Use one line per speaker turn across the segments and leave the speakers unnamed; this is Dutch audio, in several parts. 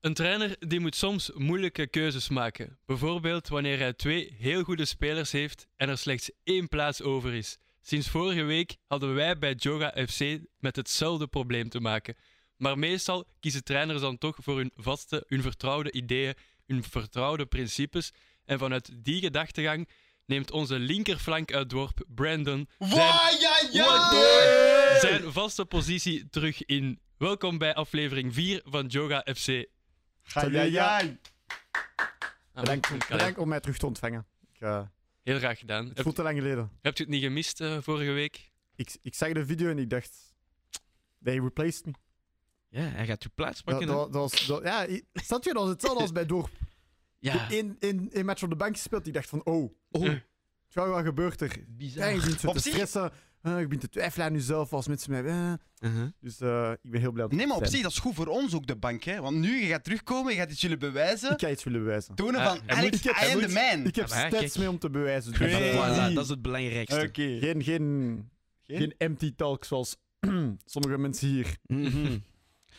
Een trainer die moet soms moeilijke keuzes maken. Bijvoorbeeld wanneer hij twee heel goede spelers heeft en er slechts één plaats over is. Sinds vorige week hadden wij bij Joga FC met hetzelfde probleem te maken. Maar meestal kiezen trainers dan toch voor hun vaste, hun vertrouwde ideeën, hun vertrouwde principes. En vanuit die gedachtegang neemt onze linkerflank uit dorp, Brandon, zijn,
Wa, ja, ja!
zijn vaste positie terug in. Welkom bij aflevering 4 van Joga FC.
Ga, ja, ja.
Ah,
Bedankt,
goed,
bedankt om mij terug te ontvangen. Ik, eh,
Heel graag gedaan.
het
Heb,
voelt te lang geleden.
heb je het niet gemist eh, vorige week?
Ik, ik zag de video en ik dacht... They replaced me.
Ja, hij gaat uw plaats
Nou,
Dat,
pakken. hè?
dat, dat was, dat, ja, i- snap je? Dat was hetzelfde als bij Dorp.
ja,
Eén één- één match op de bank gespeeld. Ik dacht van, oh,
Oh.
tja, wat gebeurt er? Ja,
bizar.
je bent zo
Op
te
zich-
stressen. eh, ik ben te twijfelen aan jezelf als mensen mij... eh.
Uh-huh.
Dus eh, ik ben heel blij dat
Nee, maar op
ik er
zich, dat is goed voor ons ook, de bank. Hè? Want nu, je gaat terugkomen, je Hm. gaat het jullie
ben.
bewijzen.
Ik ga iets willen bewijzen.
Tonen
Ah,
van,
hij
Alex,
moet- ik heb-
I
hij
am the
moet-
man.
Ik heb
Ah, maar ja,
stats
kijk.
mee om te bewijzen. Dus
Crazy.
dat-
Voilà, dat is het belangrijkste.
Oké.
Geen, geen, geen empty talk zoals sommige mensen hier. Ik
Mhm.
ga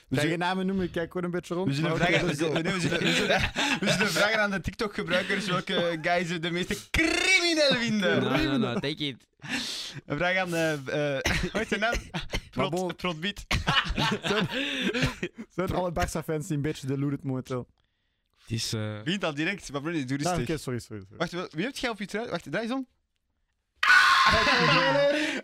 Dus
geen
je-
namen noemen, ik kijk gewoon een beetje rond.
we zullen,
maar
vragen,
oké,
we,
let's
zullen, we,
go.
zullen, we zullen- we zullen vragen aan de TikTok-gebruikers welke guys ze de meeste crimineel
No,
vinden.
no, no, Nou, take it.
We vragen aan de... eh, hoe heet zijn naam?
Maar bon.
Prot, Protbiet.
Zijn alle Barca-fans die een beetje deluded momenteel?
Het is... eh,
Wint al direct, maar broer, doe
Nou,
rustig.
oké, sorry, sorry. sorry.
Wacht, wel- wie hebt jij op je trui? Wacht, draai eens om.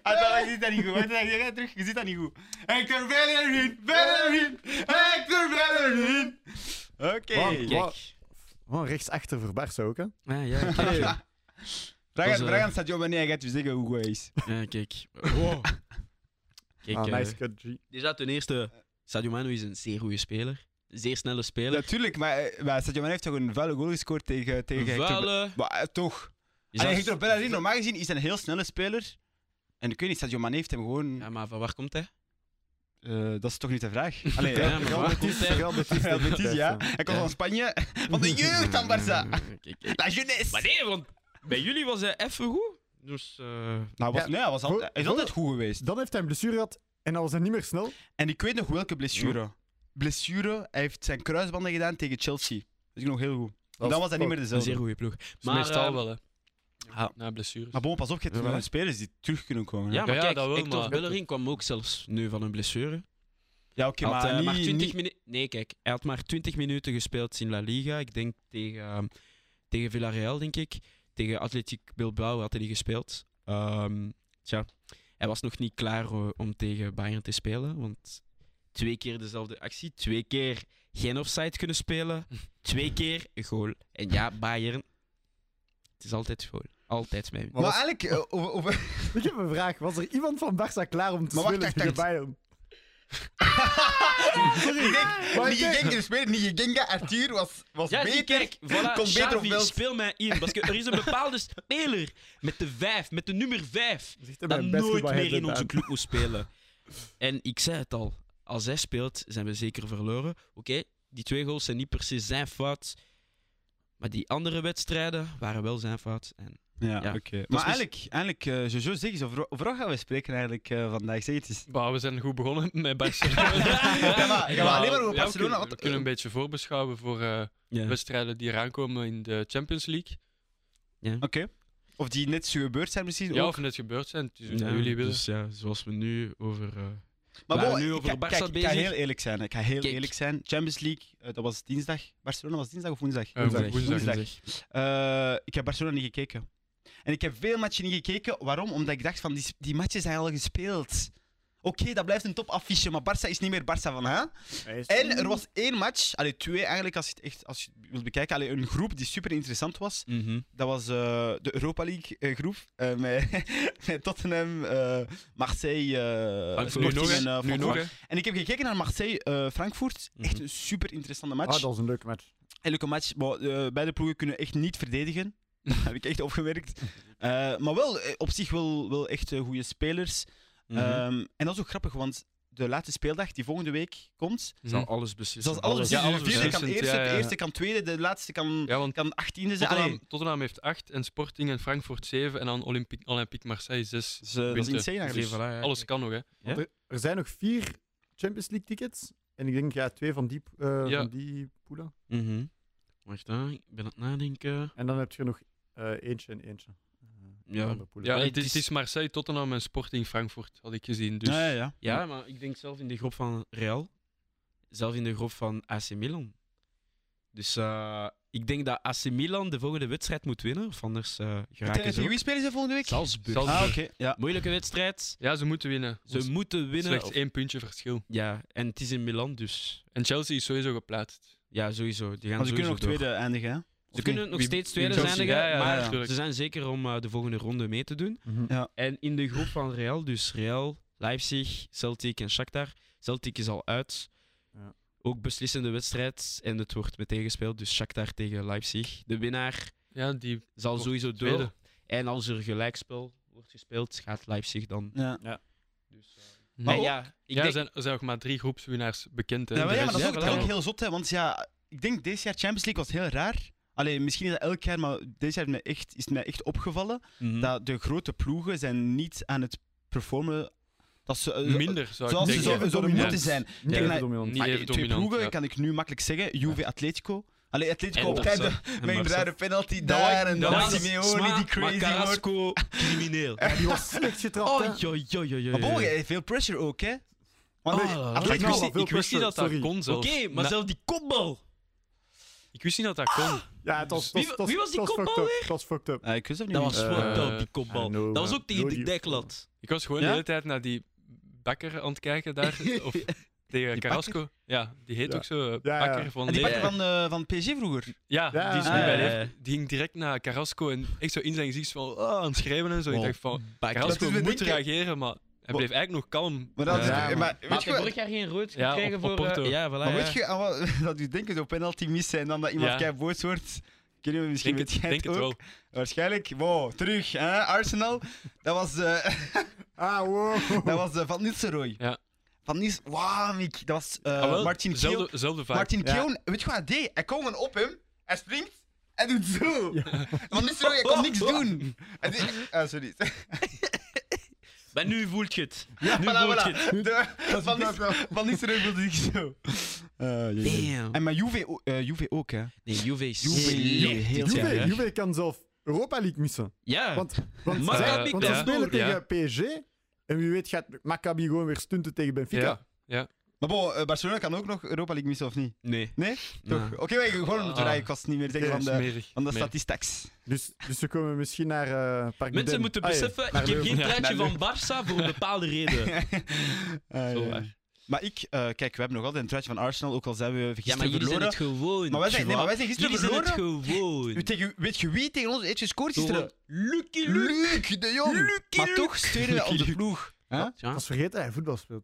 Ah, dat- je ziet dat niet goed. Wacht, jij gaat terug, je ziet dat niet goed. Hector Bellerin, Bellerin, Hector Bellerin. Oké.
Wow.
kijk.
Oh, rechtsachter voor Barca ook, hè?
Ah, ja, kijk.
Vraag
Dat
aan-
is,
vraag
eh,
aan Sadio wanneer hij gaat je zeggen hoe goed hij is.
Ja, kijk. Wow. Kijk,
ah,
eh,
nice cut, G.
Dus ja, ten eerste, Sadio Manu is een zeer goede speler. Zeer snelle speler.
Natuurlijk, maar, eh, maar Sadio Mane heeft toch een vuile goal gescoord tegen, tegen Hector Be-
Vuile.
Maar eh, toch.
Is
Allee,
dat-
Hector Bellerin, normaal gezien, is een heel snelle speler. En ik weet niet, Sadio Mane heeft hem gewoon...
Ja, maar van waar komt hij?
Eh, dat is toch niet de vraag? Allee,
Ja, maar
Real
waar
Betis-
komt hij?
Real Betis, Real Betis, ja. Hij komt
Ja.
van Spanje, van de jeugd aan Barça.
Kijk, kijk.
La jeunesse.
Maar nee, want bij jullie was hij even goed. Dus eh,
Nou, was,
Ja.
nee, hij, was altijd, hij is
Voor-
altijd goed geweest.
Dan heeft hij een blessure gehad en dan was hij niet meer snel.
En ik weet nog welke blessure. Blessure, hij heeft zijn kruisbanden gedaan tegen Chelsea. Dat is nog heel goed.
Dat
dan
was-
was hij niet meer
een
dezelfde.
zeer goede ploeg.
Is
Maar,
meestal
eh,
wel, hè.
ah.
Na blessures.
Maar bon, pas op, je hebt
Ja,
wel
voilà.
spelers die terug kunnen komen. hè.
Ja, maar
ja,
kijk,
dat wel,
Hector
maar-
Bellerin kwam ook zelfs nu van een blessure.
ja oké,
Hij had, eh,
maar, niet,
maar 20
niet-
minu- Nee, kijk, hij had maar 20 minuten gespeeld in La Liga. Ik denk tegen, ehm, tegen Villarreal, denk ik. Tegen Atletico Bilbao had hij niet gespeeld. Ehm, tja, hij was nog niet klaar eh, om tegen Bayern te spelen. Want twee keer dezelfde actie, twee keer geen offside kunnen spelen, twee keer een goal. En ja, Bayern, het is altijd goal. Altijd mee.
Maar
Maar was-
eigenlijk, eh, over- over-
Ik heb een vraag. Was er iemand van Barca klaar om te
Maar wacht, wacht,
spelen tegen
wacht.
Bayern?
ik denk,
Maar
niet
kijk-
Genk, de speler, niet Genga, Arthur was, was
Ja, die
beter.
kerk. Voilà,
Komt beter op
Xavi,
veld.
speel mij in. Parce que er is een bepaalde speler met de vijf, met de nummer vijf,
Zegt
dat nooit meer in onze club moet spelen. En ik zei het al, als hij speelt, zijn we zeker verloren. Oké, die twee goals zijn niet per se zijn fout. Maar die andere wedstrijden waren wel zijn fout. En
Ja,
Ja.
oké. Maar eigenlijk, eigenlijk eh, Jojo, zeg eens, over, over wat gaan we spreken eigenlijk eh, vandaag? Zeg het eens.
Bah, we zijn goed begonnen met Barcelona.
Ja, maar- ja, maar alleen maar over
Ja, we
Barcelona,
kunnen- we
want-
kunnen, een beetje voorbeschouwen voor eh,
ja.
wedstrijden die eraan komen in de Champions League.
Oké. Of die net zo gebeurd zijn misschien
Ja,
ook.
of net gebeurd zijn. Het is wat jullie willen.
Dus ja, zoals we nu over... eh,
Maar
waren
bon,
nu
ik-
over
kijk,
Barça
kijk, ik ga
bezig.
heel eerlijk zijn. Ik ga heel
Kijk.
eerlijk zijn. Champions League, eh, dat was dinsdag. Barcelona was dinsdag of woensdag?
Eh, woensdag.
Woensdag. Eh, ik heb Barcelona niet gekeken. En ik heb veel matchen niet gekeken. Waarom? Omdat ik dacht van, die, die matchen zijn al gespeeld. Oké, dat blijft een topaffiche, maar Barça is niet meer Barça van, hè? En er was één match, allee, twee eigenlijk, als je het echt als je het wilt bekijken. Allee, een groep die super interessant was.
Mhm.
Dat was eh, de Europa League eh, groep eh, met, met Tottenham, eh, Marseille, eh,
Frankfurt. Ah, Nu
Sporting
nog, hè?
en eh,
Nu nog,
Frankfurt.
hè?
En ik heb gekeken naar Marseille, eh, Frankfurt. Echt
Mhm.
een super interessante
Ah,
match.
dat was een leuke match.
En leuke match. Maar, eh, beide ploegen kunnen echt niet verdedigen. Dat heb ik echt opgewerkt. Eh, maar wel eh, op zich wel, wel echt eh, goede spelers.
Mhm.
Ehm, en dat is ook grappig, want de laatste speeldag die volgende week komt.
Zal alles beslissen.
Zoals Mhm. alles,
Ja,
ja,
Dus alles
de vierde kan
beslissend,
eerste,
ja, ja.
de eerste kan tweede, de laatste kan,
Ja, want
kan achttiende zijn. Allee,
Tottenham, Tottenham heeft 8 en Sporting en Frankfurt 7 en dan Olympique, Olympique Marseille 6.
dat is, eh, dat is
Winter.
insane
Oké,
eigenlijk.
voilà, ja,
Alles kan nog, hè?
Er zijn nog vier Champions League tickets. En ik denk, ja, twee van die, eh
Ja.
van die poelen.
Mhm. Wacht, hè, ik ben aan het nadenken.
En dan heb je er nog eh, eentje en eentje. Eh,
Ja.
andere poelen.
Ja,
Maar
het
het
is,
is-
het is Marseille, Tottenham en Sporting Frankfurt, had ik gezien. Dus
Ja, ja, ja.
Ja, maar ik denk zelf in de groep van Real. Zelf in de groep van AC Milan. Dus eh, ik denk dat AC Milan de volgende wedstrijd moet winnen. Of anders eh geraken
Tegen
ze
tegen
ook.
wie spelen ze volgende week?
Salzburg.
Salzburg.
Ah, oké. Ja.
Moeilijke wedstrijd.
ja, ze moeten winnen. Dus
Ze moeten winnen.
Slechts
Of-
één puntje verschil.
Ja, en het is in Milan, dus
En Chelsea is sowieso geplaatst.
ja, sowieso. Die gaan
Maar ze kunnen
sowieso
nog
door.
tweede eindigen, hè?
Ze kunnen nog
Wie- wie
steeds tweede
Chelsea-
zijn,
ja, ja, ja,
maar
natuurlijk.
ze zijn zeker om eh, de volgende ronde mee te doen.
Mhm.
Ja.
En in de groep van Real, dus Real, Leipzig, Celtic en Shakhtar. Celtic is al uit.
Ja.
Ook beslissende wedstrijd en het wordt meteen gespeeld. Dus Shakhtar tegen Leipzig. De winnaar
Ja, die
zal
Wordt
sowieso door.
tweede.
En als er gelijkspel wordt gespeeld, gaat Leipzig dan.
Ja.
Dus, eh,
Maar
en
ja,
ja, ik
er
denk,
zijn, er zijn ook maar drie groepswinnaars bekend. Hè.
Ja, maar,
De
ja, maar
rest-
dat is ook,
Ja,
het kan
voilà.
ook heel zot, hè, want ja, ik denk deze jaar Champions League was heel raar. Allee, misschien is dat elk jaar, maar deze jaar is het mij echt, is het mij echt opgevallen
Mhm.
dat de grote ploegen zijn niet aan het performen dat ze, eh,
minder, zou
zoals
ik
ze
denken.
zouden
Dominant.
moeten zijn.
Niet
Ja.
even
Nee.
dominant.
Niet
Maar
even
die twee
dominant,
ploegen
ja.
kan ik nu makkelijk zeggen. Juve, Atletico. Allee, Atletico
En
op tijd
Barca. En
met een
Barca.
rare penalty
Dat
daar
was-
en
dat
dan
was-
Simeone die crazy wordt.
Carrasco, crimineel.
Ja, die was slecht getrapt, hè.
Oh, joh, joh, joh,
Maar bon, jij hebt veel pressure ook, hè? Want eh,
Oh,
Atletico-
Maar ik wist,
Atletico-
niet- ik wist niet dat dat
Sorry.
kon
Oké,
zelfs.
maar
Na-
zelf die kopbal.
Ik wist niet dat dat kon.
Ja, het was, het
Wie-
het
wie was die
het
kopbal
fucked up, Het was fucked up.
Eh, ik wist dat niet.
Dat was
Eh,
fucked up, die kopbal.
I know,
dat was
eh,
ook tegen
door
de
die-
deklat.
Ik was gewoon
Ja?
de hele tijd naar die bakker aan het kijken daar. Of tegen Carrasco. Ja, die heet
Ja.
ook zo. eh,
Ja, ja.
Bakker van
En die
Leeuwen.
bakker van, eh, van PSG vroeger.
Ja,
Ja.
die is nu
Ah,
bij
ja, ja.
Leef. Die ging direct naar Carrasco en echt zo in zijn gezicht van ah, aan het schrijven en zo. Ik
Wow.
dacht van,
Bakker.
Dat
Carrasco
is met
moet
denken-
reageren, maar hij bleef eigenlijk nog kalm.
Maar dat
Eh,
is-
Ja,
maar,
maar-
weet je, wat-
jaar geen rood
Ja, gekregen op- op voor, eh, Porto.
ja, voilà.
maar
ja.
weet je aan wat, dat u denken zo'n penalty mis zijn dan dat iemand
Ja.
kei boos wordt? Kunnen we misschien
denk het,
weet jij
denk het
ook?
wel.
Waarschijnlijk. Wow, terug, hè? Arsenal. Dat was, eh,
Ah, wow.
dat was eh, Van Nistelrooy.
Ja.
Van Nils, wauw, Mick. Dat was eh,
Ah, wel,
Martin Kiel.
zelfde, zelfde vibe.
Martin
Ja.
Keown, weet je wat hij deed? Hij kwam gewoon op hem, hij springt en doet zo.
Ja.
Van Nistelrooy, hij kon niks doen. Hij deed- ah, sorry.
Maar nu voelt je het.
Ja,
nu
voilà,
voelt je
voilà.
het.
De-
Dat is
Van Nis-
inderdaad wel-
Van Nistelrooy wilde ik zo.
Damn.
En maar Juve, o- eh, Juve ook, hè?
Nee, Juve is
Juve-
slecht
Juve-
dit jaar,
Juve,
hè.
Juve kan zelf Europa League missen.
Ja.
Want, want,
Maccabi
zij-
kan
want ze
door,
spelen
ja.
tegen PSG. En wie weet gaat Maccabi gewoon weer stunten tegen Benfica.
Ja.
Maar bon, eh, Barcelona kan ook nog Europa League missen, of niet?
Nee.
Nee? Toch?
Nee.
Oké, wij gaan gewoon omdat we
Ah.
rijden. ik was niet meer zeggen van de,
Smerig.
van de
Nee.
statistics.
Dus, dus we komen misschien naar eh Park du
Mensen
Den.
moeten
Ah, ja,
beseffen,
naar
ik heb
Leuven.
geen
Ja,
truitje
naar
van Barça voor een bepaalde reden.
Ah,
Zo
ja.
waar.
Maar ik, eh, kijk, we hebben nog altijd een truitje van Arsenal, ook al zijn we gisteren
Ja, maar jullie zijn
verloren.
het gewoon.
maar, wij zijn, nee, maar wij zijn gisteren
Jullie zijn het
verloren. U
gewoon.
Tegen, weet je wie tegen ons heeft gescoord
Gewoon
gisteren?
Lucky Luke.
Luc de Jong!
Lucky
maar
Luke.
toch steunen we onze
Luke.
ploeg. Huh?
Ik
Ja.
was vergeten dat hij voetbal speelt.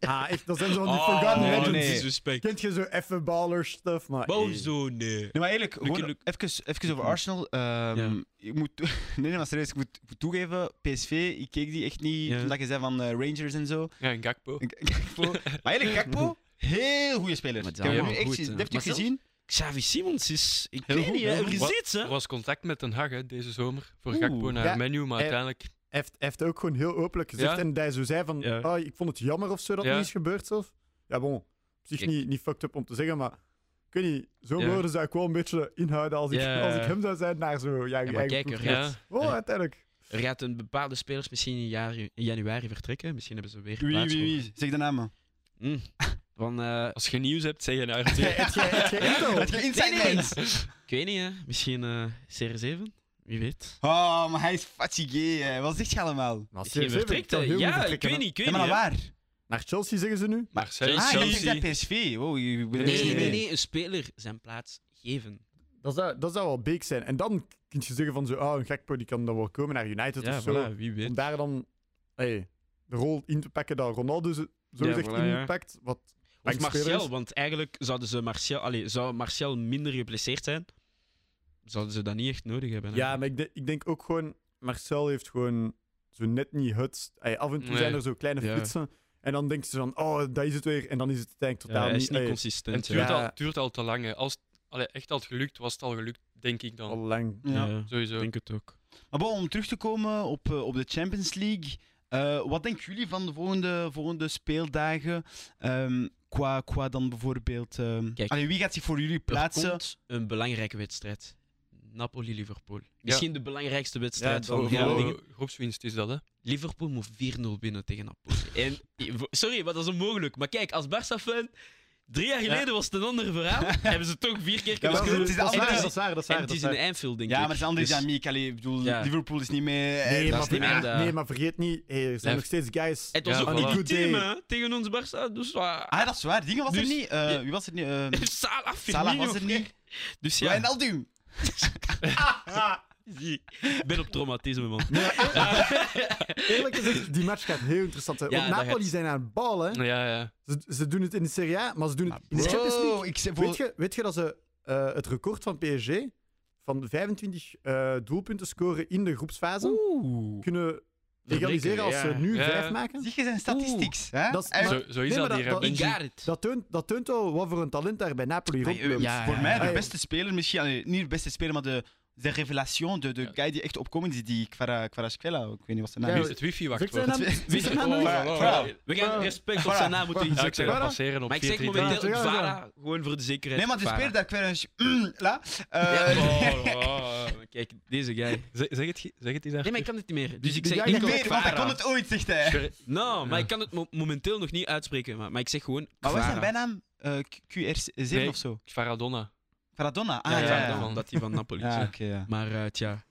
ah, echt, dat zijn zo'n die
Oh,
forgotten
nee,
legends.
nee.
Disrespect.
Kent je zo effe baller stuff, maar... hey.
Bozo, nee.
Nee, maar eerlijk,
Lucky
gewoon Even, even over Arsenal. ehm, ik moet, nee, nee, maar serieus, ik moet, ik moet toegeven, PSV, ik keek die echt niet,
Ja.
omdat je zei van eh, Rangers en zo.
Ja, en Gakpo.
Ik- Gakpo. maar eigenlijk, Gakpo, heel goede speler.
Maar
Ik
dat
heb hem
allemaal
echt
goed,
gezien.
hè.
Dat heb
Maar
je
zelfs-
gezien.
Xavi Simons is... Ik
Heel
weet
goed,
niet, hè.
heel
Er
goed.
is
Wat-
iets, hè.
Er was contact met Den Haag hè, deze zomer voor
Oeh.
Gakpo naar
Ja,
menu, maar
eh,
uiteindelijk
Hij heeft, hij heeft ook gewoon heel openlijk gezegd.
Ja.
En dat hij zo zei van,
Ja.
ah, ik vond het jammer of zo dat
Ja.
niet is gebeurd zelf. Ja, bon, op zich
Kijk.
niet, niet fucked up om te zeggen, maar ik weet niet, zo'n
Ja.
woorden zou ik wel een beetje inhouden als ik,
Ja.
als ik hem zou zijn naar zo, ja, je
maar
eigen
kijk,
ploeg
er
gaat.
gaat-
Oh, uiteindelijk.
Er gaat een bepaalde spelers misschien in, jaar- in januari vertrekken. Misschien hebben ze weer
Wie,
plaats
wie, wie? Zeg de namen.
voor- Mm. Van, eh,
als je nieuws hebt, zeg je naar het weer.
Heb jij- heb jij intel?
Dat je inside
Nee, nee.
lines.
ik weet niet, hè. Misschien eh CR7? Wie weet.
Oh, maar hij is fatigué. hè. Wat zegt je allemaal?
Maar
Misschien
CR7
vertrekt
kan
hij.
heel goed
Ja, ik
vertrekken,
weet
hè.
niet, ik weet
Ja, maar
niet.
naar
hè.
waar?
Naar Chelsea zeggen ze nu.
Marseille,
Ah, ik
Chelsea.
dacht PSV. Wow, ik ben er
Nee,
echt
nee,
niet
nee,
mee.
een speler zijn plaats geven.
Dat zou, dat zou wel beek zijn. En dan kun je zeggen van zo, ah, een Gakpo die kan dan wel komen naar United
Ja,
of zo.
voilà, wie weet.
Om daar dan hey, de rol in te pakken dat Ronaldo ze zo
Ja,
zegt
voilà, ja.
inpakt. Wat
Of
bankspeler is.
Martial, want eigenlijk zouden ze Martial... Allee, zou Martial minder geblesseerd zijn, zouden ze dat niet echt nodig hebben.
Ja,
eigenlijk.
maar ik, de- ik denk ook gewoon, Marcel heeft gewoon zo net niet het. Ey, af en toe
Nee.
zijn er zo kleine
Ja.
flitsen. En dan denkt ze van, oh, dat is het weer. En dan is het uiteindelijk
Ja,
totaal
hij is
niet.
niet
ey,
En het
consistent.
duurt,
Ja.
Ja.
al, het duurt al te lang. hè. Als het allee, echt al gelukt was, het al gelukt, denk ik dan.
al lang.
Ja.
Ja, ik
Sowieso.
denk het ook.
Maar bon, om terug te komen op, eh, op de Champions League. Eh, wat denken jullie van de volgende, volgende speeldagen? Ehm, qua, qua dan bijvoorbeeld... ehm,
Kijk.
allee, wie gaat zich voor jullie
Er
plaatsen?
komt een belangrijke wedstrijd. Napoli-Liverpool. Misschien de belangrijkste wedstrijd
Ja,
van
het
de
wordt-
jaren.
ja.
Voor groepswinst is dat, hè?
Liverpool moet 4-0 binnen tegen Napoli. En, sorry, maar dat is onmogelijk. Maar kijk, als Barca-fan, drie jaar geleden was het een ander verhaal. hebben ze toch vier keer kunnen
maar
scoren.
het is
dat is
altijd-
en
waar,
het
dat
is,
is waar, dat is
en
waar.
het
dat
is
is
in
waar.
Anfield, denk
Ja,
ik.
maar het is een andere
Dus-
dynamiek. Allee, ik bedoel,
Ja.
Liverpool is niet meer...
Nee,
dat
maar,
is niet
vergeet-
meer de-
nee, maar vergeet niet, hey, er zijn
Ja.
nog steeds guys.
Het was
Ja,
ook
voilà.
niet
Good
team,
day.
hè, tegen ons Barça. Dus ah,
Ah, dat is waar. Dingen was
Dus-
er niet. Eh,
Ja.
Wie was er niet? Eh,
Salah, Firmino.
Salah was er niet.
Dus ja,
Wijnaldum.
zie, ik ben op traumatisme, man.
Eerlijk gezegd, die match gaat heel interessant zijn.
Ja,
Want
dat
Napoli
gaat-
zijn aan het ballen. hè.
Ja, ja.
Ze, ze doen het in de Serie A, maar ze
Ah,
doen het in de Champions League.
Wow, ik zeg voor...
Weet je, weet je dat ze eh, het record van PSG van 25 eh, doelpunten scoren in de groepsfase
Oeh.
kunnen egaliseren als ze nu
Ja.
vijf maken?
Zie je zijn statistics, hè? Eh,
Dat is-
Hij-
maar-
Zo, zo is
Nee,
dat,
maar
die
dat-
Rabinji.
Got it.
Dat toont, dat toont al wat voor een talent daar bij Napoli
Voor-
rondloopt.
ja,
eh, voor
ja,
mij
ja.
de beste speler, misschien allee, niet de beste speler, maar de, de revelation, de, de guy die echt opkomend is, die Kvara- Kvaratskhelia, ik weet niet wat zijn naam
Nu
Ja,
is
is.
het wifi wacht
Zeg zijn
wordt.
naam? Zeg zijn naam
Oh,
nog?
Maar-
wow,
Vara.
wow.
We gaan respect op
Voilà.
zijn naam moeten
Ja, ik
inzetten.
zou dat
Vara?
passeren op 4-3-3.
Maar ik zeg
Ja,
momenteel
ja, ja.
Vara, gewoon voor de zekerheid.
Nee, maar de
Vara.
speler daar Kvaratsch... Mm, la. Eh,
Ja,
Oh, wow.
Maar Kijk, deze guy. Nee,
Zeg zeg het, ge- zeg het eens
maar ik
even.
kan dit niet meer. Dus ik
Die
zeg
guy
niet
enkel
kan
meer, want hij kon
Vara.
het ooit, zegt hij.
Nou, maar
Ja.
ik kan het mo- momenteel nog niet uitspreken. Maar, maar ik zeg gewoon
Maar wat is zijn
Kvara.
bijnaam? Eh, Q- QR7
Nee.
of zo?
Faradonna.
Kvaradonna? Ah,
Ja, ja,
ja.
dan, dat hij van Napoli is.
Ja,
hè.
oké, ja.
Maar eh, tja.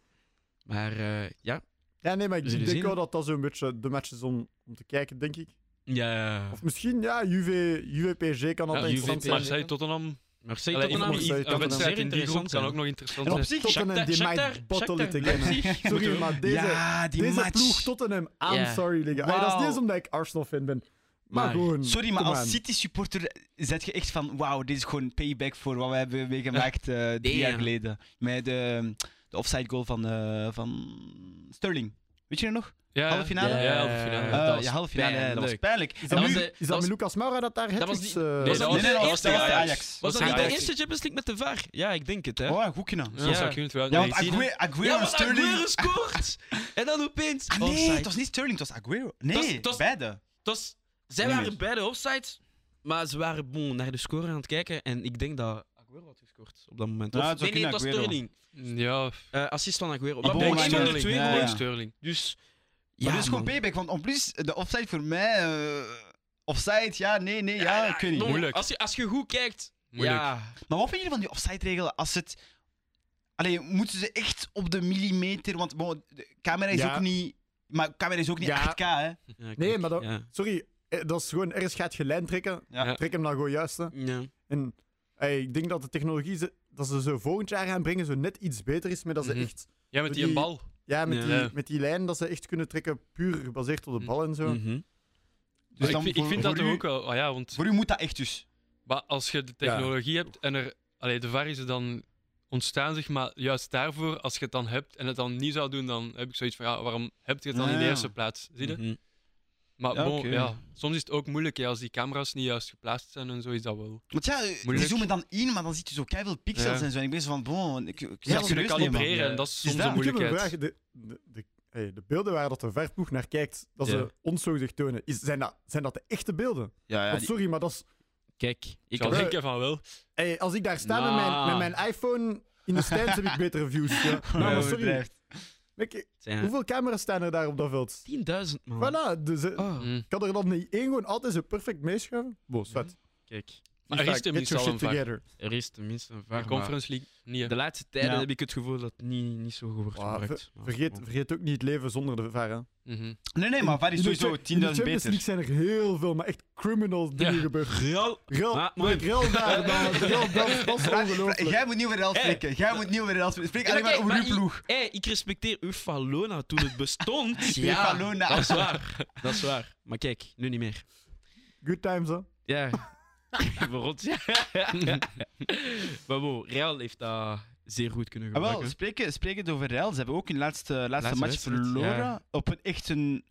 Maar eh, ja.
Ja, nee, maar
We zullen
ik denk
zien.
wel dat dat zo'n beetje de match is om, om te kijken, denk ik.
Ja.
Of misschien, ja, Juve, Juve PSG kan altijd
Ja, Juve,
interessant zijn.
PSG.
Marseille, Tottenham.
Marseille
Allee,
Tottenham
Marseille,
i- een
Tottenham.
wedstrijd
wedstrijd in die groep
kan ook nog interessant
En op
zijn.
zich,
Shakhtar-
Tottenham, die
Shakhtar-
might bottle it
Shakhtar,
again. hè. Sorry, maar deze,
ja, die
deze
match.
ploeg Tottenham, I'm
Ja.
sorry, liggen. Hey, dat is niet
Wauw.
eens omdat ik Arsenal-fan ben. Maar,
Maar-
gewoon...
Sorry, maar
come
als
on.
City-supporter zet je echt van... Wauw, dit is gewoon payback voor wat we hebben meegemaakt eh, drie jaar
Damn.
geleden. Met de, de offside goal van, eh, van Sterling. Weet je dat nog?
Ja,
halve finale?
Ja, halve finale.
Ja,
Eh,
dat was
ja, halve finale. ja, Dat was
pijnlijk.
pijnlijk.
Is
En
dat,
was
nu-
de-
nu, is
dat
dat
was-
met Lucas Moura dat daar
was
hat-tricks...
die-
eh,
Nee, dat was-
nee, nee,
de
nee,
eerste
dat was de
Ajax.
Ajax.
Was dat
Ja,
niet de
ik-
eerste Champions League met de VAR? Ja, ik denk het, hè.
Oh, goed kunnen.
Zo
Ja.
zou ik het wel
Ja, want
niet zien, hè.
Aguero, Aguero
ja,
en
maar Aguero
Sterling...
scoort! en dan opeens...
Ah, nee,
offside.
het was niet Sterling, het was Aguero. Nee,
Het was- het was-
beide.
Het was- zij
Nee,
waren
nee.
beide offsides, maar ze waren bon, naar de score aan het kijken. En ik denk dat Aguero had gescoord op dat moment.
Ja,
Of-
het zou
nee, nee, het
kunnen,
was
Aguero.
Sterling.
Ja, f-
Eh, assist van Aguero.
Maar
Ik
Ah, bon,
denk
maar
één van de
Sterling,
twee
ja,
gewoon.
ja.
Sterling.
Dus...
Ja,
Ja,
maar dit is gewoon
man.
payback, want en plus de offside voor mij... eh, offside, ja, nee, nee, ja, ik weet niet.
non,
Moeilijk.
Als je, als je goed kijkt...
Moeilijk.
Ja.
Maar wat vind je van die offside-regel als het... Allee, moeten ze echt op de millimeter... Want bon, de camera is
Ja.
ook niet... Maar camera is ook niet
Ja.
8K, hè. Dus
Ja,
Nee,
kijk,
maar dat-
Ja.
Sorry, eh, dat is gewoon ergens gaat je lijn trekken.
Ja.
Trek hem dan gewoon juist. hè.
Ja.
En hey, ik denk dat de technologie ze, dat ze zo volgend jaar gaan brengen zo net iets beter is, maar dat ze
Mhm.
echt
Ja, met die een
Die-
bal.
ja, met,
Ja.
Die,
Ja.
met die lijn dat ze echt kunnen trekken puur gebaseerd op de bal en zo.
Mhm.
Dus ik,
dan
vind- ik
voor-
vind dat
voor
toch
u-
ook wel. Ah, ja, want
Voor u moet dat echt dus.
maar als je de
Ja.
technologie hebt en er. Allee, de VAR is er dan ontstaan, zeg maar. Juist daarvoor, als je het dan hebt en het dan niet zou doen, dan heb ik zoiets van ja, waarom heb je het dan in de
Ah.
eerste plaats? Zie je?
Mhm.
Maar
Ja,
bon,
oké.
ja, soms is het ook moeilijk hè, als die camera's niet juist geplaatst zijn en zo is dat wel.
Want ja, eh, die
Moeilijk.
zoomen dan in, maar dan ziet je zo veel pixels
Ja.
en zo. En ik ben zo van, bon, ik, ik
Ja,
zou
Ja,
het
ze
kunnen
serieus nemen.
kalibreren
ja.
en dat is
Is
soms
dat-
de
Ik heb een
moeilijkheid.
vraag. De, de, de, hey, de beelden waar dat de verploeg naar kijkt, dat
Ja.
ze ons zo zich tonen, is, zijn, dat, zijn dat de echte beelden?
Ja, ja,
Want
die-
sorry, maar dat is,
Kijk, ik
Ik Mm. zou
had...
heb-
denken van wel.
hey, als ik daar sta
Nou.
met, mijn, met mijn iPhone in de stands, heb ik betere views. Ja. Nou,
Ja,
maar sorry.
overdrijft.
Mickey,
Ja.
hoeveel camera's staan er daar op dat veld?
10.000, man.
Voilà, dus, eh,
Oh.
Mm.
kan er dan niet één gewoon altijd zo perfect meeschuiven? Boos, vet.
Kijk,
Maar er Ah, is hem niet zo een VAR.
together.
er is tenminste een
De
VAR, maar-
Conference League niet. hè.
De laatste tijden
Ja.
heb ik het gevoel dat het niet, niet zo goed wordt
Wow,
gebruikt. Maar
Vergeet,
bon.
vergeet ook niet het leven zonder de VAR. hè.
Mhm.
Nee, nee, maar VAR is
In de
sowieso
Cha-
10.000
In de Champions
beter.
League zijn er heel veel, maar echt criminal dingen
Ja.
gebeurd.
Real.
Rel,
Maar,
maar,
mooi.
rel daar, dan, rel daar, dat is
Vraag-
ongelooflijk.
Jij moet niet weer elf
Hey.
spreken. Jij moet niet weer elf spreken. Spreek
Ja,
alleen
maar
maar
kijk,
over uw
maar i-
ploeg.
Hé, ik respecteer Uffalona toen het bestond.
Ja, Lona.
Dat is waar. Dat is waar. Maar kijk, nu niet meer.
Good times, hè?
Ja. Verrot. ja. maar bon, Real heeft dat zeer goed kunnen
Ah, wel,
gebruiken.
spreken, sprekend over Real, ze hebben ook hun laatste, laatste, match
wedstrijd,
verloren.
ja.
Op een echt een.